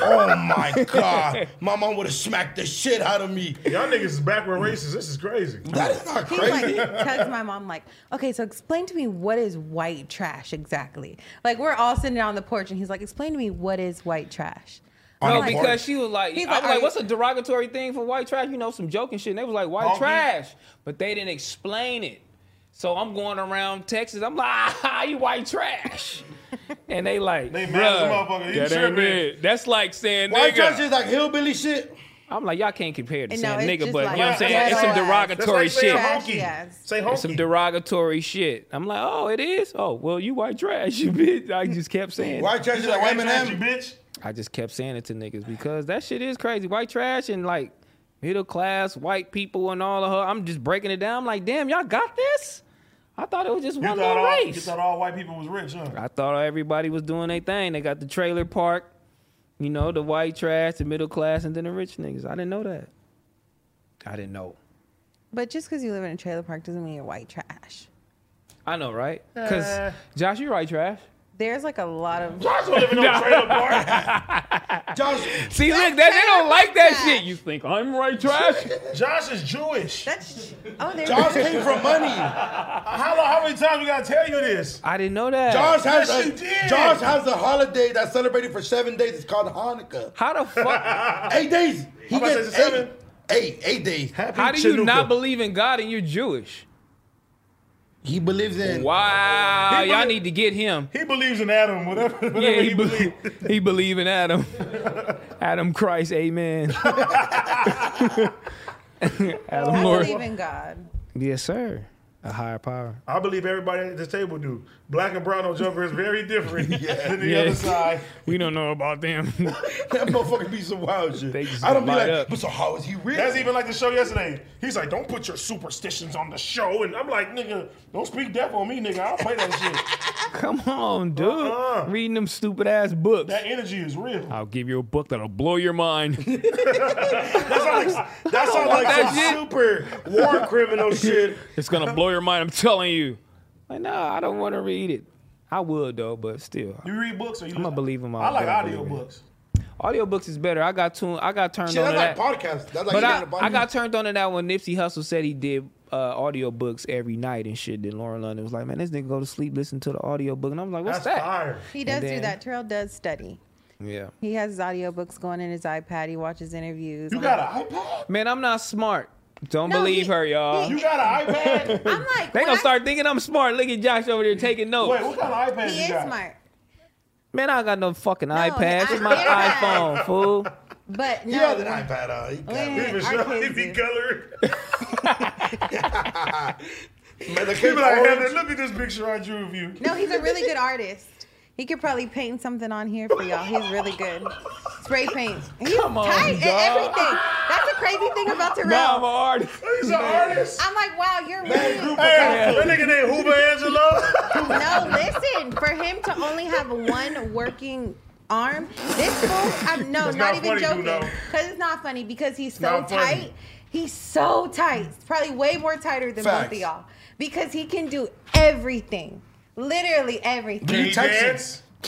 A: oh
D: (laughs)
A: my God. My mom would have smacked the shit out of me.
B: Y'all niggas is backward racist. This is crazy.
A: That is not
C: He
A: crazy.
C: like (laughs) tugs my mom like, okay, so explain to me what is white trash exactly. Like we're all sitting down on the porch and he's like, explain to me what is white trash.
A: On
D: No,
A: a
C: like-
A: board.
D: because she was like,
C: He's
D: I
C: like,
D: was
C: are
D: like, what's
C: you-
D: a derogatory thing for white trash? You know, some joking shit. And they was like, white
B: Honky.
D: trash. But they didn't explain it. So I'm going around Texas. I'm like, (laughs) ah, you white trash. And they like,
B: They mad as a motherfucker.
D: Bruh,
B: You
D: that ain't
B: tripping."
D: it. That's like saying
A: White trash
D: nigga.
A: is like hillbilly shit.
D: I'm like, y'all can't compare to
C: And
D: saying
C: no, it's
D: nigga,
C: just
D: but
C: like-
D: you know what I'm
B: Yeah,
D: saying? It's some
B: yeah,
C: yeah.
B: That's
D: derogatory
B: like saying
D: shit.
C: Trash,
B: honky.
C: yes.
B: Say
D: It's some
B: honky.
D: derogatory shit. I'm like, oh, it is. Oh, well, you white trash, (laughs) you bitch. I just kept saying. it.
A: White trash is like
B: White trash, you
A: Eminem.
B: bitch.
D: I just kept saying it to niggas because that shit is crazy. White trash and like middle class white people and all of her. I'm just breaking it down. I'm like, damn, y'all got this? I thought it was just
B: You
D: one
B: thought,
D: little
B: all, you
D: race.
B: thought all white people was rich, huh?
D: (laughs) I thought everybody was doing their thing. They got the trailer park, you know, the white trash, the middle class, and then the rich niggas. I didn't know that. I didn't know.
C: But just because you live in a trailer park doesn't mean you're white trash.
D: I know, right? Because
B: Uh.
D: Josh, you're right, trash.
C: There's like a
D: (laughs)
C: lot of
B: Josh don't live in no trailer park.
A: Josh,
D: See, look, that, they don't like that
C: Trash.
D: shit. You think I'm right, trash?
B: Josh is Jewish.
C: that's oh there's
A: Josh came from money.
B: How, long, how many times we gotta tell you this?
D: I didn't know that.
A: Josh has
B: Yes, you
A: a,
B: did.
A: Josh has a holiday that's celebrated for seven days. It's called Hanukkah.
D: (laughs) How the fuck?
A: Eight days. He
B: I'm about to
A: gets
B: say
A: eight,
B: seven.
A: eight, eight days.
B: Happy
D: How do you
B: Chanukah.
D: not believe in God and you're Jewish?
A: He believes in.
D: Wow,
B: He
D: y'all
B: believe-
D: need to get him.
B: He believes in Adam, whatever, whatever
D: Yeah,
B: he,
D: he,
B: believes.
D: be- (laughs) he believe in Adam. Adam Christ, amen. (laughs) Adam
C: I
D: Lord.
C: believe in God.
D: Yes, sir. A higher power.
B: I believe everybody at this table do. Black and brown on jumper is very
D: (laughs)
B: different than the
D: Yeah.
B: other side.
D: We don't know about them.
A: (laughs) That motherfucker be some wild shit.
D: They just
A: I don't be
D: light
A: like,
D: up.
A: but so how is he real?
B: That's even like the show yesterday. He's like, don't put your superstitions on the show. And I'm like, nigga, don't speak death on me, nigga. I'll play that shit.
D: (laughs) Come on, dude.
B: Uh-uh.
D: Reading them stupid ass books.
B: That energy is real.
D: I'll give you a book that'll blow your mind. (laughs)
B: That sounds like, that sounds like
D: that
B: some
D: shit.
B: super war criminal
D: (laughs)
B: shit.
D: it's gonna blow your mind. I'm telling you. Like, no, I don't want to read it. I would though, but still,
B: You read books or you
D: I'ma believe in my
B: I like
D: own
B: audio
D: belief.
B: books.
D: audiobooks is better. I got tuned. I got turned
A: shit,
D: on to
A: that's
D: that.
A: like podcast. That's like
D: But
A: he
D: I,
A: did a podcast.
D: I got turned on to that when Nipsey Hussle said he did uh, audiobooks every night and shit. Then Lauren London was like, man, this nigga go to sleep, listen to the audiobook. And I'm like, what's
B: That's
D: that?
B: fire.
C: He does do
D: then-
C: that. Terrell does study.
D: Yeah.
C: He has his audiobooks going in his iPad. He watches interviews.
B: You
C: I'm
B: got
C: like-
B: an iPad?
D: Man, I'm not smart. Don't
C: No,
D: believe
C: he-
D: her, y'all.
B: You got an
D: (laughs)
B: iPad?
C: I'm like
D: they
C: when
D: gonna
C: I-
D: start thinking I'm smart. Look at Josh over there taking notes.
B: Wait, what kind of iPad
C: He
B: you
C: is
B: got?
C: smart,
D: Man, I don't got no fucking iPad. It's
C: I-
D: my
C: yeah.
D: iPhone, fool.
C: but
A: (laughs) He
C: no.
A: has an iPad. Uh, he can't.
C: Wait,
B: Even
C: Our
B: show-
C: kids
B: if (laughs) he
C: do.
B: colored.
A: Man, the
B: He be
A: kid's
B: like,
A: orange.
B: "Heather, look at this picture I drew of you.
C: No, he's a really good artist. He could probably paint something on here for y'all. He's really good. Spray paint. He's
D: Come on,
C: tight at
D: dog.
C: everything. That's the crazy thing about Terrell.
D: Nah, I'm a artist.
B: Oh, He's an artist.
C: I'm like, wow, you're really
B: Hey, that nigga named Hoover
D: (laughs)
B: Angelo.
C: no. Listen, for him to only have one working arm, this fool. I'm no,
B: It's
C: not,
B: not
C: even
B: funny,
C: joking.
B: Duno.
C: Because it's not funny. Because he's so
B: not funny.
C: tight. He's so tight. It's probably way more tighter than both
A: Facts.
C: of y'all. Because he can do everything. Literally everything.
A: He
B: He
A: Texan.
B: dance.
A: (laughs)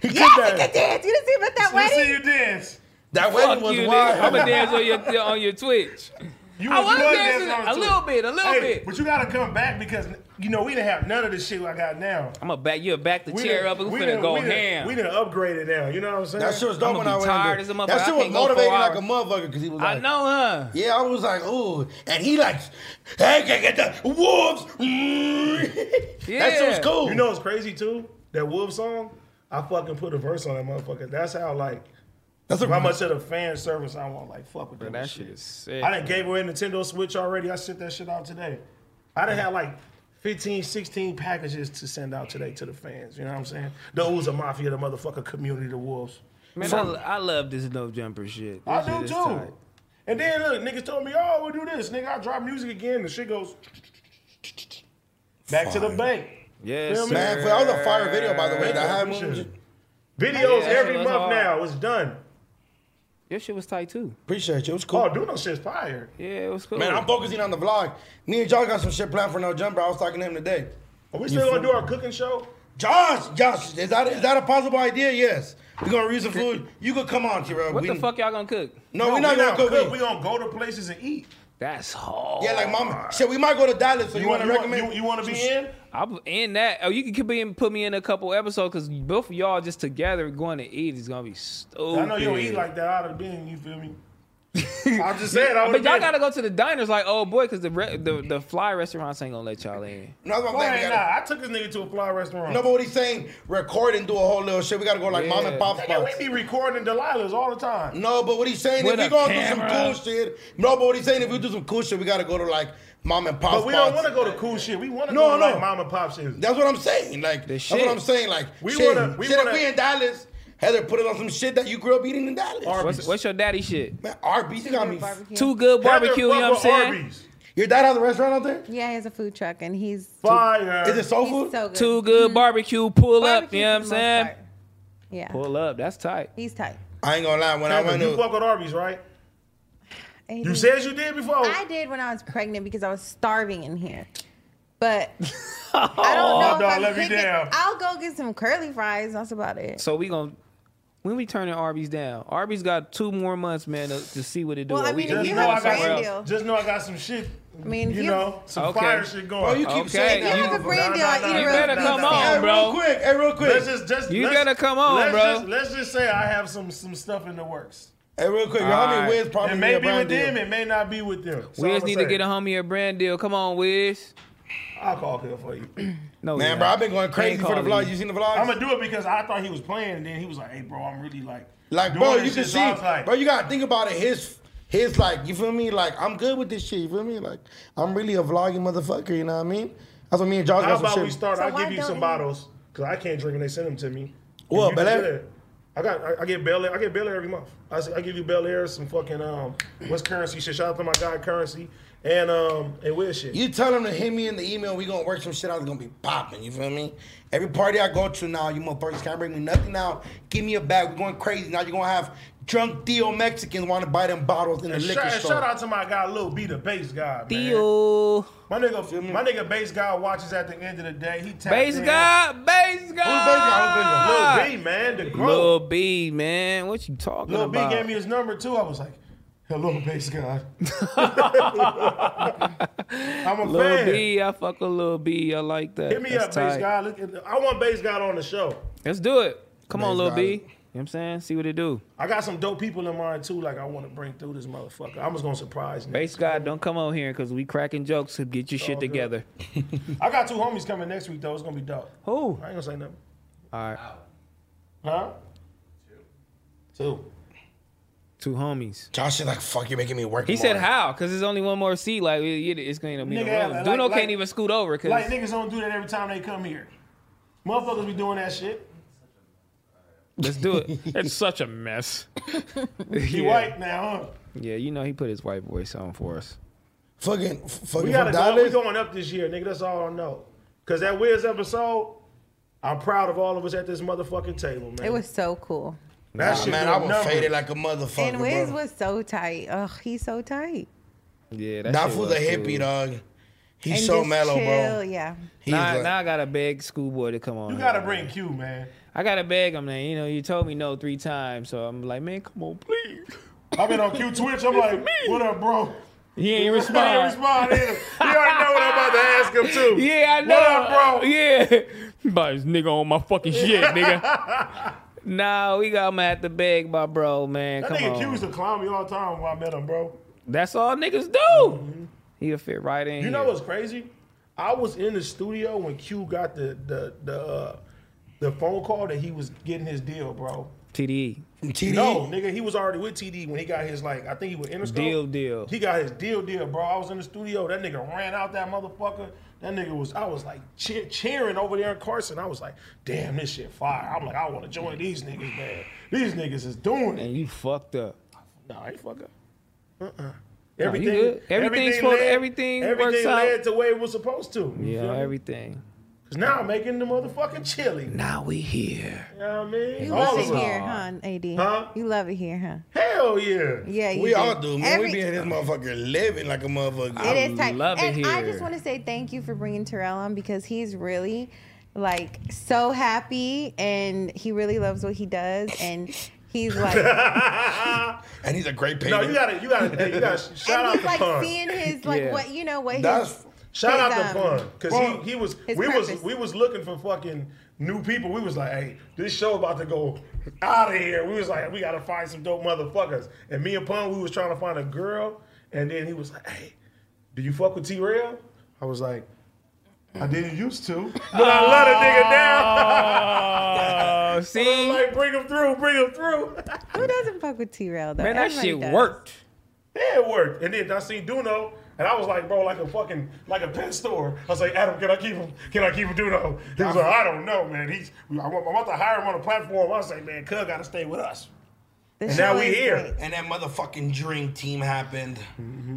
A: He could
C: Yes,
A: dance.
C: he could dance. You didn't see him at that
B: Let's see
C: wedding.
B: you dance.
A: That
D: Fuck
A: wedding was (laughs)
D: you, nigga.
A: wild.
D: I'ma dance on your on your Twitch.
B: You
D: I was
B: dancing
D: dancing
B: on
D: a
B: it,
D: little
B: too.
D: bit, a little
B: Hey,
D: bit.
B: But you gotta come back because you know we didn't have none of this shit I got now.
D: I'm gonna back you back the
B: We
D: chair
B: done-
D: up and we
B: we
D: finna
B: done-
D: go
B: we done-
D: ham.
B: We done upgraded now. You know what I'm saying?
A: That shit was dope
D: I'ma
A: when
D: be
A: I went
D: tired
A: in
D: as a
A: there.
D: motherfucker.
A: That
D: I
A: shit was
D: can't go four
A: motivating like a
D: hours.
A: motherfucker because he was
D: I
A: like,
D: know, huh?
A: Yeah, I was like, ooh. And he like, hey, can get the wolves. yeah. (laughs) That shit was
D: Yeah.
A: cool.
B: You know what's crazy too? That Wolf song, I fucking put a verse on that motherfucker. That's how like
A: that's a
B: how much of the fan service I want. Like fuck with that,
D: That
B: shit.
D: shit is sick.
B: I done gave away a Nintendo Switch already. I sent that shit out today. I done had like 15, 16 packages to send out today to the fans. You know what I'm saying? The Uza Mafia, the motherfucker community, the Wolves.
D: Man, I, I love this no jumper shit. This
B: I
D: shit
B: do
D: is
B: too.
D: tight.
B: And then look, niggas told me, oh, we'll do this. Nigga, I drop music again. The shit goes back to the
A: Fire.
B: bank.
D: Yes,
B: Feel me?
A: Man, that was a fire video, by the way. That had
B: Appreciate
A: me.
B: it. Videos
D: that
B: every
D: shit was
B: month
D: hard.
B: now. It's done.
D: Your shit was tight too.
A: Appreciate you. It was cool.
B: Oh, doing no shit's fire.
D: Yeah, it was
B: Oh,
D: cool.
A: Man, I'm focusing on the vlog. Me and John got some shit planned for no jumper. I was talking to him today.
B: Are we still gonna do our cooking show?
A: Josh, Josh, is that is that a possible idea? Yes. We're gonna reuse the food. You could come on, T-Rob.
D: what
A: We-
D: the fuck y'all gonna cook?
A: No, we're
B: we
A: not
B: don't
A: gonna cook.
B: cook. We
A: We-
B: gonna go to places and eat.
D: That's hard.
A: Yeah, like mama. Shit, we might go to Dallas. So you, wanna
B: want-
A: recommend?
B: You, you wanna be in?
D: I'm in that. Oh, you can keep in, put me in a couple episodes because both of y'all just together going to eat is gonna be stupid.
B: I know you don't eat like that out of the bin. You feel me?
D: (laughs)
B: I'm just saying. (laughs) I
D: But
B: would've
D: y'all
B: been-
D: gotta go to the diners like oh boy, because the, re- the the fly restaurants ain't gonna let y'all in.
A: no, that's what I'm
B: Why
A: saying. We
B: ain't
A: gotta-
B: I? I took this nigga to a fly restaurant.
A: No, but what he's saying, record and do a whole little shit. We gotta go like mom and
D: Yeah.
A: pop
B: Nigga,
A: spots.
B: we be recording Delilah's all the time.
A: No, but what he's saying,
D: With
A: if we
D: a
A: gonna do some
D: camera.
A: cool shit, no, but what he's saying, if we do some cool shit, we gotta go to like mom and pop
B: But we don't want
A: spots.
B: to go to cool shit. We want to
A: No,
B: go to
A: no.
B: like mom and pop shit.
A: That's what I'm saying. Like that's
D: shit.
A: what I'm saying. Like
B: We
A: shit,
B: wanna- we
A: shit, if
B: wanna-
A: we in Dallas, Heather put it on some shit that you grew up eating in Dallas.
B: Arby's.
D: What's, what's your daddy shit?
A: Man, Arby's, you got me.
C: Barbecue.
D: Too good barbecue. You know what I'm saying?
B: Arby's.
A: Your dad has a restaurant out there?
C: Yeah, he has a food truck, and he's
B: Fire.
A: Is it soul
C: he's
A: food?
C: so good.
D: Too good barbecue. Pull up.
C: Mm-hmm. Barbecue
D: You know what I'm
C: for the most
D: saying?
C: part. Yeah,
D: Pull up. That's tight.
C: he's tight.
A: I ain't gonna lie. When I
B: Heather,
A: went
B: You
A: to
B: fuck with Arby's, right?
C: And
B: You
A: Mm-hmm.
C: he-
B: said you did before.
A: Oh.
C: I did when I was pregnant because I was starving in here. But I
D: (laughs)
C: don't know.
B: Oh,
C: if
B: dog,
C: I'm
B: let me
C: picking-
B: down.
C: I'll go get some curly fries. That's about it.
D: So we gonna when we turning Arby's down. Arby's got two more months, man, to, to see what it do.
C: Well, I
D: Are we
C: mean,
D: just
B: just
C: if you
D: going
B: know I
C: have a
B: got
D: somewhere else?
C: brand deal.
B: some, just know I got some shit. I
C: mean,
B: mean,
C: if
B: you
C: you-
B: know, some
D: Okay.
B: fire shit going.
A: Oh, you keep
D: Okay.
A: saying
D: You
A: that.
C: have a
A: motherfucker.
C: brand deal, I eat
D: You
C: around
D: better
C: the
D: come
C: house.
D: on,
A: Hey,
D: bro.
A: real quick. Hey, real quick.
B: Let's just, just
D: You
B: let's-
D: gotta come on,
B: let's
D: bro.
B: Just, let's just say I have some some stuff in the works.
A: hey, real quick. Your homie
D: Alright.
A: Wiz probably
B: It
A: need
B: may
A: a
B: be with
A: brand
B: them,
A: deal.
B: it may not be with them. That's all
D: Wiz
B: I'ma
D: need
B: say.
D: to get a homie a brand deal. Come on, Wiz.
B: I'll call him for you.
D: No,
A: Man,
D: he's
A: bro,
D: not.
A: I've been going
D: He
A: crazy
D: ain't
A: for the
D: calling
A: vlog.
D: you.
A: You seen the vlog?
B: I'm gonna do it because I thought he was playing, and then he was like, "Hey, bro, I'm really like,
A: Like,
B: doing
A: bro,
B: this
A: you can
B: shit." So I was
A: see,
B: like,
A: bro, you gotta think about it. His, his, like, you feel me? Like, I'm good with this shit. You feel me? Like, I'm really a vlogging motherfucker. You know what I mean? That's what me and Josh
B: How
A: got some
B: about
A: shit.
B: we start?
C: So
B: I'll
C: why
B: give you
C: don't
B: some
C: you-
B: bottles because I can't drink and they send them to me.
A: Well,
B: And you
A: Bel
B: can
A: Air-
B: do that. I got. I, I get Bel Air. I get Bel Air every month. I, s- I give you Bel Air some fucking um. What's currency shit? Shout out to my guy Currency and um and Will shit.
A: You tell him to hit me in the email. We gonna work some shit out. It's gonna be popping. You feel me? Every party I go to now, you motherfuckers can't bring me nothing out. Give me a bag. We're going crazy now. You're gonna have drunk Theo Mexicans want to buy them bottles in the
B: And
A: liquor
B: shout, and
A: store.
B: shout out to my guy Lil B, the bass guy. Man.
D: Theo.
B: My nigga, my nigga bass guy watches at the end of the day. He tapped
D: Base
B: in.
D: guy, base guy.
B: Lil B, man, the growth.
D: Lil B, man, what you talking
B: Lil B
D: about?
B: gave me his number too. I was like, "Hello, bass guy." (laughs)
D: (laughs)
B: I'm a
D: Lil
B: fan.
D: B, I fuck with Lil B. I like that.
B: Hit me
D: That's
B: up, bass
D: tight.
B: guy. Look at- I want bass guy on the show.
D: Let's do it. Come on,
A: Bass
D: Lil
A: guy.
D: B. You know what I'm saying? See what it do.
B: I got some dope people in mind too. Like I want to bring through this motherfucker. I'm just gonna surprise me.
D: Base guy, don't come on here because we cracking jokes to get your shit
B: good.
D: together.
B: I got two homies coming next week though. It's gonna be dope.
D: Who? All
B: I ain't gonna say nothing.
D: right.
B: Huh? Two.
D: Two homies.
A: Josh is like, fuck, you're making me work.
D: He said
A: tomorrow.
D: how? Because there's only one more seat. Like it, it- it's going to be
B: Nigga,
D: no runners.
B: like-
D: Duno
B: like-
D: can't even scoot over because
B: Like niggas don't do that every time they come here. Motherfuckers be doing that shit.
D: (laughs) let's do
B: (laughs)
D: it. it's such a (laughs) mess.
B: He
D: yeah.
B: white now, huh?
D: Yeah, you know he put his white voice on for us.
A: Fucking, f- fucking
B: We
A: from
B: gotta go. We
A: Dallas.
B: going up this year, nigga. That's all I know. Cause that Wiz episode, I'm proud of all of us at this motherfucking table, man.
C: It was so cool.
B: that shit
A: man,
B: doing
A: I was
B: numbers.
A: faded like a motherfucker.
C: And Wiz
A: bro.
C: was so tight. Ugh, he's so tight.
D: Yeah, that
A: that
D: shit
A: fool's a
D: was
A: hippie,
D: cool.
A: dog. He's
C: And
A: so
C: just
A: mellow,
C: chill,
A: bro.
C: Yeah.
A: He's
D: Now,
A: like,
D: now I gotta beg schoolboy to come on.
B: You
D: here,
B: gotta
D: man.
B: bring Q, man.
D: I gotta beg him. Then you know you told me no three times, so I'm like, man, come on, please.
B: I've been on Q Twitch. I'm like, what up, bro?
D: He (laughs)
B: He
D: ain't
B: didn't
D: respond.
B: respond
D: (laughs)
B: either. You already know what I'm about to ask him too.
D: Yeah, I know,
B: What up, bro?
D: Yeah, (laughs) but this nigga on my fucking shit, nigga. (laughs) nah, we got to have to beg my bro, man.
B: That
D: Come
B: nigga
D: on.
B: Q used to clown me all the time when I met him, bro.
D: That's all niggas do. Mm-hmm. He'll fit right in.
B: You
D: here.
B: know what's crazy? I was in the studio when Q got the the the uh, the phone call that he was getting his deal, bro.
D: TDE.
A: TD.
B: No, nigga, he was already with TD when he got his like. I think he was Interscope.
D: Deal, deal.
B: He got his deal, deal, bro. I was in the studio. That nigga ran out that motherfucker. That nigga was. I was like cheer, cheering over there in Carson. I was like, damn, this shit fire. I'm like, I want to join these niggas, man. These niggas is doing it.
D: And you fucked up.
B: Nah, I ain't fuck up.
D: you
B: Everything,
D: good. Everything's supposed-
B: led-
D: everything
B: everything
D: works out.
B: led to where it was supposed to. You feel
D: Yeah,
B: me?
D: everything.
B: Cause now I'm making the motherfucking chili. You
E: Now we here.
B: know what I mean?
C: You
B: All
C: love
B: of
C: it
B: us.
C: here, huh, AD?
B: Huh?
C: You love it here, huh?
B: Hell yeah.
C: Yeah, you
A: We all do, man.
C: Every-
A: we be in this motherfucker living like a motherfucker.
C: It is
D: I
C: tight.
D: love it
C: and I
D: here.
C: just want to say thank you for bringing Terrell on because he's really like so happy and he really loves what he does and he's
B: (laughs)
C: like and
A: And he's a great painter.
B: No, you gotta, you gotta, hey, you gotta
C: (laughs)
B: sh- shout out
C: he's
B: the
C: like
B: pun.
C: seeing his like
D: Yeah.
C: what you know what
A: That's
C: his
B: Shout out
C: his,
B: to
C: um,
B: pun, cause he, he was,
C: his
B: we was,
C: purpose.
B: we was looking for fucking new people. We was like, hey, this show about to go out of here. We was like, we gotta find some dope motherfuckers. And me and pun, we was trying to find a girl, and then he was like, hey, do you fuck with T-Rail? I was like. I didn't used to, but I let a nigga down. (laughs)
D: Oh, see, man,
B: Uh, like, bring him through, bring him through.
C: who doesn't fuck with Terrell though?
D: that
C: Everybody
D: shit
C: does.
D: worked.
B: Yeah, it worked. And then I seen Duno, and I was like, bro, like a fucking, like a pet store. I was like, Adam, can I keep him? Can I keep him Duno? He was like, I don't know, man. He's, I want, I want to hire him on the platform. I was like, man, Cub got to stay with us.
C: The
B: And now
C: show
B: we
C: is
B: here.
C: great.
A: and that motherfucking dream team happened.
B: Mm-hmm.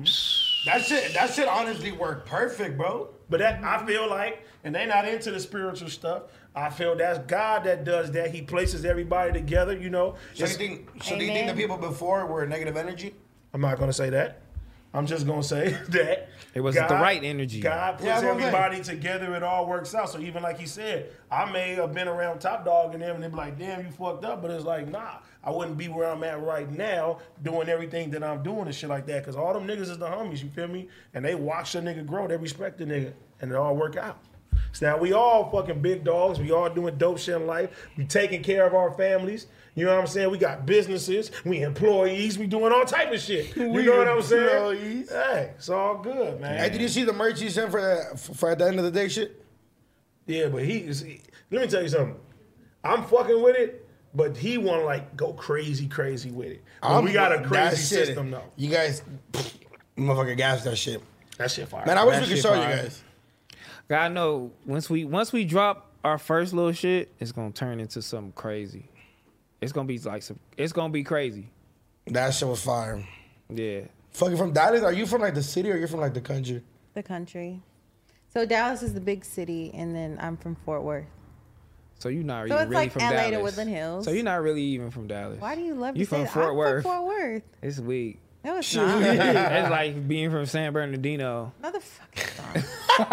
A: That shit, that shit honestly worked perfect, bro.
B: But that I feel like, and they not into the spiritual stuff. I feel that's God that does that. He places everybody together, you know.
A: So do you
B: It's-
A: think, so do you think the
C: Amen.
A: people before were negative energy?
B: I'm not gonna say that. I'm just gonna say (laughs) that
D: It wasn't the right energy.
B: God puts
A: Yeah, that's what I'm saying.
B: everybody together. It all works out. So even like he said, I may have been around Top Dog and them, and they be like, "Damn, you fucked up." But it's like, nah, I wouldn't be where I'm at right now, doing everything that I'm doing and shit like that. Because all them niggas is the homies. You feel me? And they watch the nigga grow. They respect the nigga, and it all work out. So now we all fucking big dogs. We all doing dope shit in life. We taking care of our families. You know what I'm saying? We got businesses. We employees. We doing all type of shit. You
A: (laughs) We
B: know what I'm saying?
A: employees.
B: Hey, it's all good, man.
A: Hey, did you see the merch he sent for that for at the end of the day shit?
B: Yeah, but he is. he- Let me tell you something. I'm fucking with it, but he want to like go crazy, crazy with it. But
A: I'm-
B: we got a
A: that
B: crazy
A: shit-
B: system though.
A: You guys, pfft, motherfucker, gas that shit.
B: That shit fire.
A: Man, I wish
D: That
A: we could
D: shit
A: show you
D: fire.
A: guys.
D: God know once we once we drop our first little shit, it's gonna turn into something crazy. It's gonna be like some. It's gonna be crazy.
A: That shit was fire.
D: Yeah.
A: Fucking from Dallas? Are you from like the city or you from like the country?
C: The country. So Dallas is the big city and then I'm from Fort Worth.
D: So you're not
C: So
D: even
C: it's
D: really
C: like
D: from
C: LA to
D: Dallas.
C: Woodland Hills.
D: So you're not really even from Dallas.
C: Why do you love
D: You
C: to say
D: from
C: that?
D: Fort
C: I'm
D: Worth?
C: From Fort Worth.
D: It's
C: (laughs)
D: weak. (laughs)
C: No, it's
A: Shoot.
C: not.
D: it's like being from San Bernardino.
C: Motherfucker.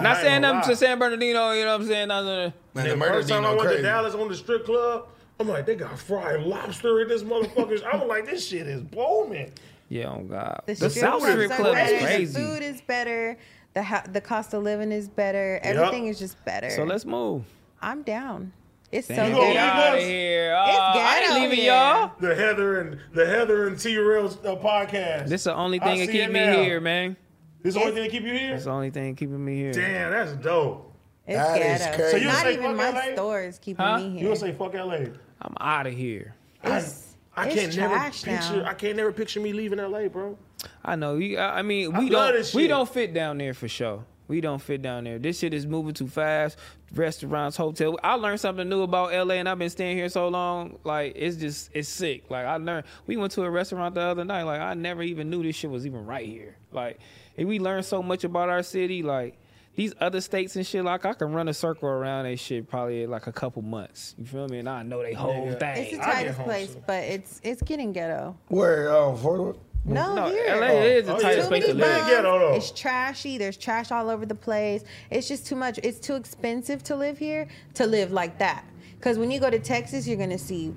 D: Not
B: ain't
D: saying
B: gonna
D: nothing
B: lie.
D: to San Bernardino. You know what I'm saying? Not gonna-
A: Man, the
B: the
A: murder
B: first
A: scene
B: time I
A: went
B: went to
A: crazy.
B: Dallas on the strip club, I'm like, they got fried lobster in this motherfuckers. I was like, this shit is booming.
D: Yeah, oh God. The,
C: strip
D: South
C: clubs
D: Strip
C: are
D: Club
C: better,
D: is
C: The
D: crazy.
C: food is better. The ho- the cost of living is better. Everything is just better.
D: So let's move.
C: I'm down. It's
D: Damn,
C: so
B: gonna
D: get
C: good.
B: leave
D: out of
B: us?
D: here.
C: It's
D: Uh, I
C: ghetto
D: ain't leaving
C: here.
D: y'all.
B: The Heather and the Heather and T Rails uh, podcast.
D: This is the only
B: I
D: thing that
B: see
D: keep
B: it
D: me
B: now.
D: here, man.
B: This the only thing that keep you here.
D: It's the only thing keeping me here.
B: Damn, that's dope.
C: It's
A: That is
C: ghetto.
A: crazy. So you
C: Not
B: say
C: even
B: fuck
C: my
B: LA?
C: stores keeping
D: Huh?
C: me
B: You
C: here.
B: gonna say fuck LA?
D: I'm out of here.
C: It's-
B: I, I
C: it's
B: can't never
C: trash now.
B: picture. I can't never picture me leaving LA, bro.
D: I know. You, I I mean, we
B: love
D: don't
B: this
D: we
B: shit.
D: don't fit down there for sure. We don't fit down there. This shit is moving too fast. Restaurants, hotel. I learned something new about LA, and I've been staying here so long. Like it's just it's sick. Like I learned. We went to a restaurant the other night. Like I never even knew this shit was even right here. Like and we learned so much about our city. Like these other states and shit. Like I can run a circle around that shit probably in like a couple months. You feel me? And I know they whole
B: Nigga.
D: thing.
C: It's the
B: I get
C: tightest
B: home
C: place,
B: soon.
C: but it's it's getting ghetto.
A: Where? Oh, Fort Worth?
C: No,
D: no,
C: here.
D: LA is the
B: Oh, yeah.
D: tightest
C: Too
D: place to
C: many
B: Let it
D: live.
C: bugs.
B: get all over.
C: It's trashy. There's trash all over the place. It's just too much. It's too expensive to live here to live like that. Because when you go to Texas, you're gonna see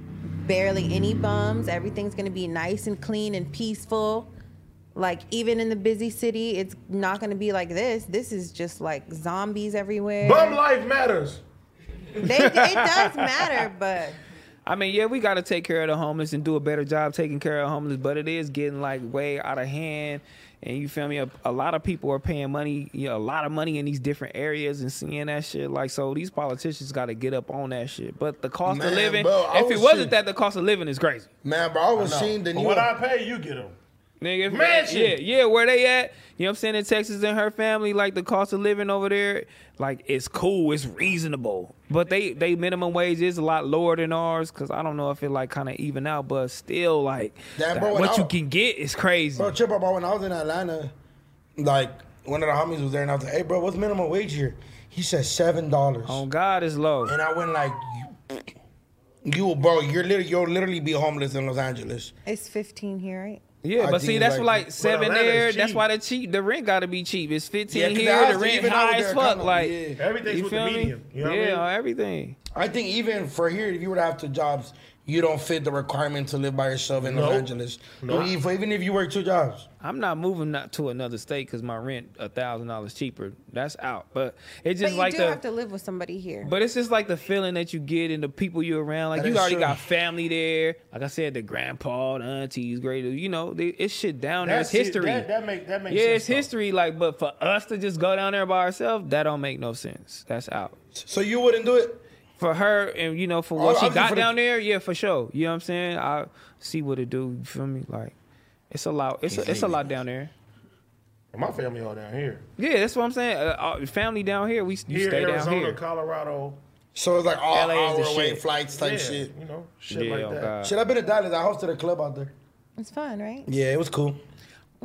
C: barely any bums. Everything's gonna be nice and clean and peaceful. Like even in the busy city, it's not gonna be like this. This is just like zombies everywhere.
B: Bum life matters.
C: They, it does matter, (laughs) but
D: I mean, yeah, we got to take care of the homeless and do a better job taking care of the homeless, but it is getting like way out of hand. And you feel me? A, a lot of people are paying money, you know, a lot of money in these different areas and seeing that shit. Like, so these politicians got to get up on that shit. But the cost
A: Man,
D: of living,
A: bro, I
D: if
A: was
D: it wasn't
A: sick.
D: that, the cost of living is crazy.
A: Man, bro, I was seeing the
B: But
A: new.
B: what I pay, you get them.
D: Nigga, if-
B: Mansion.
D: yeah, yeah, where they at? You know what I'm saying? In Texas and her family, like the cost of living over there, like it's cool, it's reasonable. But they they minimum wage is a lot lower than ours because I don't know if it like kind of even out, but still like
A: Damn,
D: that-
A: bro, when
D: what
A: I-
D: you can get is crazy.
A: Bro, chip up, bro. When I was in Atlanta, like one of the homies was there, and I was like, "Hey, bro, what's minimum wage here?" He said seven dollars,
D: On Oh, God is low.
A: and I went like, "You, you bro, you're literally, you'll literally be homeless in Los Angeles."
C: it's 15 here, right?
D: Yeah,
A: I
D: but see
A: think,
D: that's what,
A: like, but
D: like seven
B: Atlanta's
D: there. That's
B: cheap.
D: why the cheap the rent got to be cheap. It's
A: Yeah,
D: fifteen
A: 'cause
D: here.
A: the
D: The rent
A: even out
D: high
A: there
D: as fuck.
A: kinda-
D: Like
A: yeah.
B: Everything's
D: you
B: with the
D: feel me?
B: medium. You know what I
D: yeah,
B: mean?
D: everything.
A: I think even for here, if you were to have two jobs, you don't fit the requirement to live by yourself in Los
B: Nope.
A: Angeles.
B: Nope.
A: Even- Even if you work two jobs,
D: I'm not moving not to another state because my rent a thousand dollars cheaper. That's out. But it's
C: But
D: just
C: you
D: like
C: do
D: the.
C: have to live with somebody here.
D: but it's just like the feeling that you get and the people you're around. Like
A: That
D: you
A: is
D: already
A: true.
D: got family there. Like I said, the grandpa, the aunties, great. You know, they, it's shit down there. It's
B: That's it.
D: history.
B: That, that make that makes
D: yeah,
B: sense.
D: it's history. Like, but for us to just go down there by ourselves, that don't make no sense. That's out
A: so you wouldn't do it.
D: for her and you know for
A: Oh,
D: what she
A: I'm
D: got
A: just for the-
D: down there. Yeah, for sure. You know what I'm saying? I see what it do. You feel me? Like, it's a lot. It's a, it's a lot down there.
B: though. My family all down here.
D: Yeah, that's what I'm saying. Uh, uh, family down here, we you
B: Here,
D: stay
B: Arizona,
D: down here.
B: Colorado.
A: So it's like all
D: LA is the
A: hour away
D: shit.
A: flights type
B: yeah,
A: shit.
B: You know, shit
D: Yeah,
B: like
D: oh
B: that.
D: God.
A: Shit, I've been to Dallas. I hosted a club out there.
C: it's fun, right?
A: Yeah, it was cool.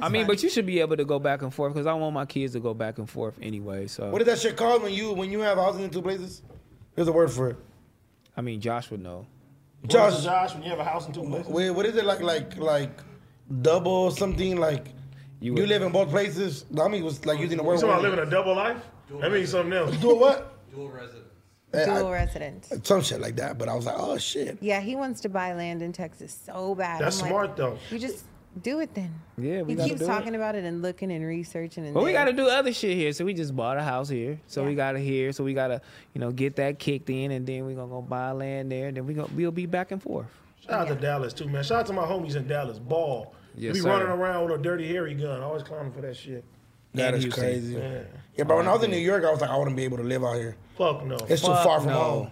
D: I mean, but you should be able to go back and forth because I want my kids to go back and forth anyway. So
A: What is that shit called when you when you have houses in two places? There's a word for it.
D: I mean, Josh would know.
B: Josh,
A: Josh,
B: Josh, when you have a house in two places.
A: wait, what is it like like like double something like you,
D: You would-
A: live in both places? Dami was like using the
B: You
A: word.
B: talking about living a double life? That means something
A: (laughs)
B: else.
A: Do a what?
F: Dual residence.
A: Eh, I-
C: Dual resident.
A: some shit like that. But I was like, oh shit.
C: Yeah, he wants to buy land in Texas so bad.
B: That's
C: I'm like,
B: smart, though.
C: You just do it then.
D: Yeah, we
C: he
D: gotta
C: keeps
D: do
C: talking about it and looking and researching and.
D: But we
C: then-
D: got to do other shit here. So we just bought a house here. So we
C: Yeah.
D: got to here. So we got to, you know, get that kicked in, and then we're gonna go buy land there. And then we gonna we'll be back and forth.
B: Shout out to Dallas too, man. Shout out to my homies in Dallas. Ball.
D: Yes,
B: we
D: sir.
B: running around with a dirty hairy gun. Always climbing for that shit.
A: That
D: And
A: is
D: Houston.
A: crazy. Yeah. but when I was in New York, I was like, I wouldn't be able to live out here.
B: Fuck no.
A: It's too
D: Fuck
A: far from
D: no.
A: home.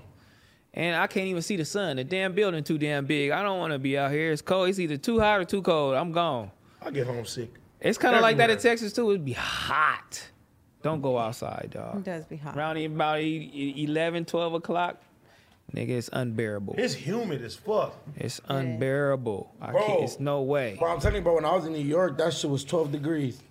D: And I can't even see the sun. The damn building too damn big. I don't want to be out here. It's cold. It's either too hot or too cold. I'm gone.
B: I get homesick.
D: It's kind of like that in
B: Everywhere.
D: Texas too. It'd be hot. Don't go outside, dog.
C: It does be hot.
D: Around about e- e- 11, 12 o'clock, nigga, it's unbearable.
B: It's humid as fuck.
D: It's unbearable. I
A: Bro.
D: can't, it's no way.
A: Bro, I'm telling you, bro, when I was in New York, that shit was 12 degrees.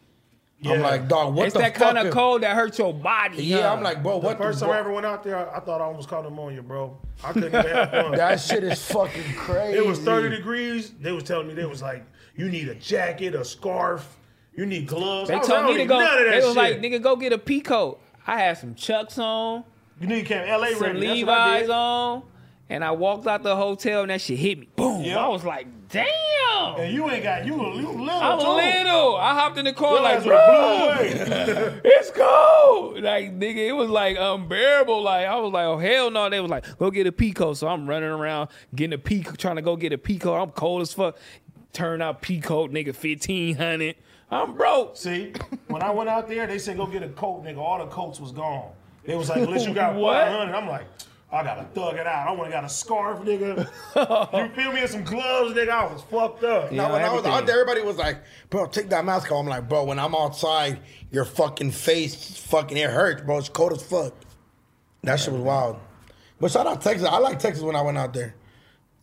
A: I'm
B: Yeah.
A: like, dog, what
D: it's
A: the
D: that
A: fuck?
D: kind of cold that hurts your body.
A: Yeah, I'm like, bro,
B: The
A: what
B: first
A: the
B: time I
A: fuck?
B: ever went out there, I, I thought I almost caught pneumonia, bro. I couldn't even
A: (laughs)
B: have fun.
A: That shit is fucking
B: (laughs)
A: crazy.
B: It was 30 degrees. They was telling me they was like, you need a jacket, a scarf, you need gloves. I
D: they
B: was
D: told
B: like, I
D: me
B: don't
D: to
B: need
D: go.
B: None of that
D: They was
B: shit.
D: like, nigga, go get a pea coat. I had some Chucks on,
B: you knew you came LA ready.
D: some
B: That's what I
D: Levi's
B: did.
D: on, and I walked out the hotel and that shit hit me. Boom.
B: Yeah.
D: I was like, damn.
B: And you ain't got you. You little.
D: I'm
B: too.
D: little. I hopped in the car
B: Your
D: like,
B: ass was
D: bro.
B: blown away.
D: it's cold. Like, nigga, it was like unbearable. Like, I was like, oh, hell no. They was like, go get a Pico. So I'm running around getting a Pico, trying to go get a Pico. I'm cold as fuck. Turn out Pico, nigga, 1500 I'm
B: (laughs)
D: broke.
B: See, when I went out there, they said go get a coat, nigga. All the coats was gone. They was like, unless you got
D: (laughs) What?
B: 100, I'm like, I gotta thug it out. I wanna got a scarf,
D: (laughs)
B: nigga. you feel me? And some gloves, nigga. I was fucked up.
A: Now,
D: Yeah,
A: when I was out
D: everything.
A: there, everybody was like, bro, take that mask off. I'm like, bro, when I'm outside, your fucking face fucking, it hurts, bro. It's cold as fuck. That shit was wild. But shout out Texas. I like Texas when I went out there.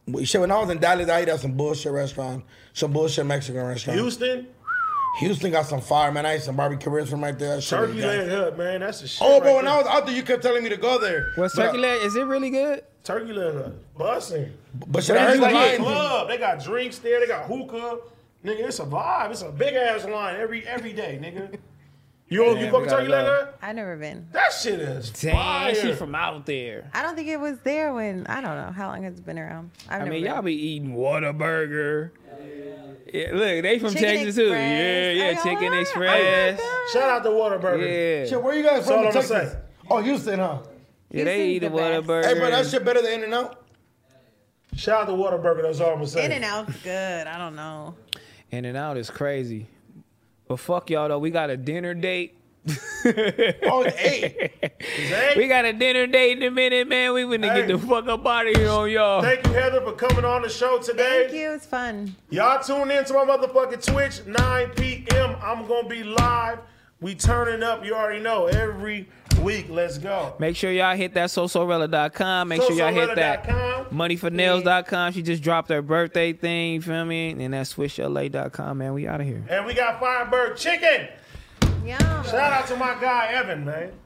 A: But Shit, when I was in Dallas, I ate at some bullshit restaurant, some bullshit Mexican restaurant. Houston,
B: Houston,
A: got some fire, man. I ate some barbecue ribs from right there. That shit was
B: turkey
A: good.
B: leg hut, man. That's the shit.
A: Oh, bro,
B: right
A: when
B: there.
A: I was out there, you kept telling me to go there.
D: What's
A: But-
D: turkey leg? Is it really good?
B: turkey leg hut, bussing.
A: But shit, I
D: What
A: heard
D: did
A: the
B: Like
D: you get?
A: line-
B: club, they got drinks there. They got hookah, nigga. It's a vibe. It's a big ass line every every day, nigga. You
D: Damn,
B: you
D: we
B: fucking
D: gotta
B: turkey leg
D: go.
B: up?
C: I never been.
B: That shit is fire.
D: Damn, she from out there.
C: I don't think it was there when I don't know how long it's been around. I've
D: I
C: never
D: mean,
C: been.
D: y'all be eating Whataburger. Yeah, look, they from
C: Chicken
D: Texas too. Yeah,
C: Express.
D: yeah,
C: Oh,
D: Chicken
C: yeah.
D: Express.
B: Shout out to Whataburger.
D: Yeah,
A: Shit, where you guys
B: all
A: from? in
B: I'm gonna
A: Texas?
B: say.
A: Oh, Houston, huh?
D: yeah, they
C: Houston's
D: eat
C: the
D: a
C: best.
D: Whataburger.
A: Hey, bro, that shit better than In and Out.
B: Shout out to Whataburger. That's all I'm gonna say.
C: In and out's good. I don't know.
D: In and out is crazy. But fuck y'all though, we got a dinner date.
A: Oh, it's eight.
B: Zay,
D: We got a dinner date in a minute, man. We finna
B: Hey.
D: get the fuck up out of here on y'all.
B: Thank you, Heather, for coming on the show today.
C: Thank you. It's fun.
B: Y'all tune in to my motherfucking Twitch, 9 p.m. I'm gonna be live. We turning up, you already know, every week. Let's go.
D: Make sure y'all hit that sosorella.com. Make sure y'all hit that
B: SoSorella.com.
D: moneyfornails.com. She just dropped her birthday thing, you feel me? And that swishla.com, man. We out of here.
B: And we got Firebird Chicken.
C: Yeah.
B: Shout out to my guy Evan, man.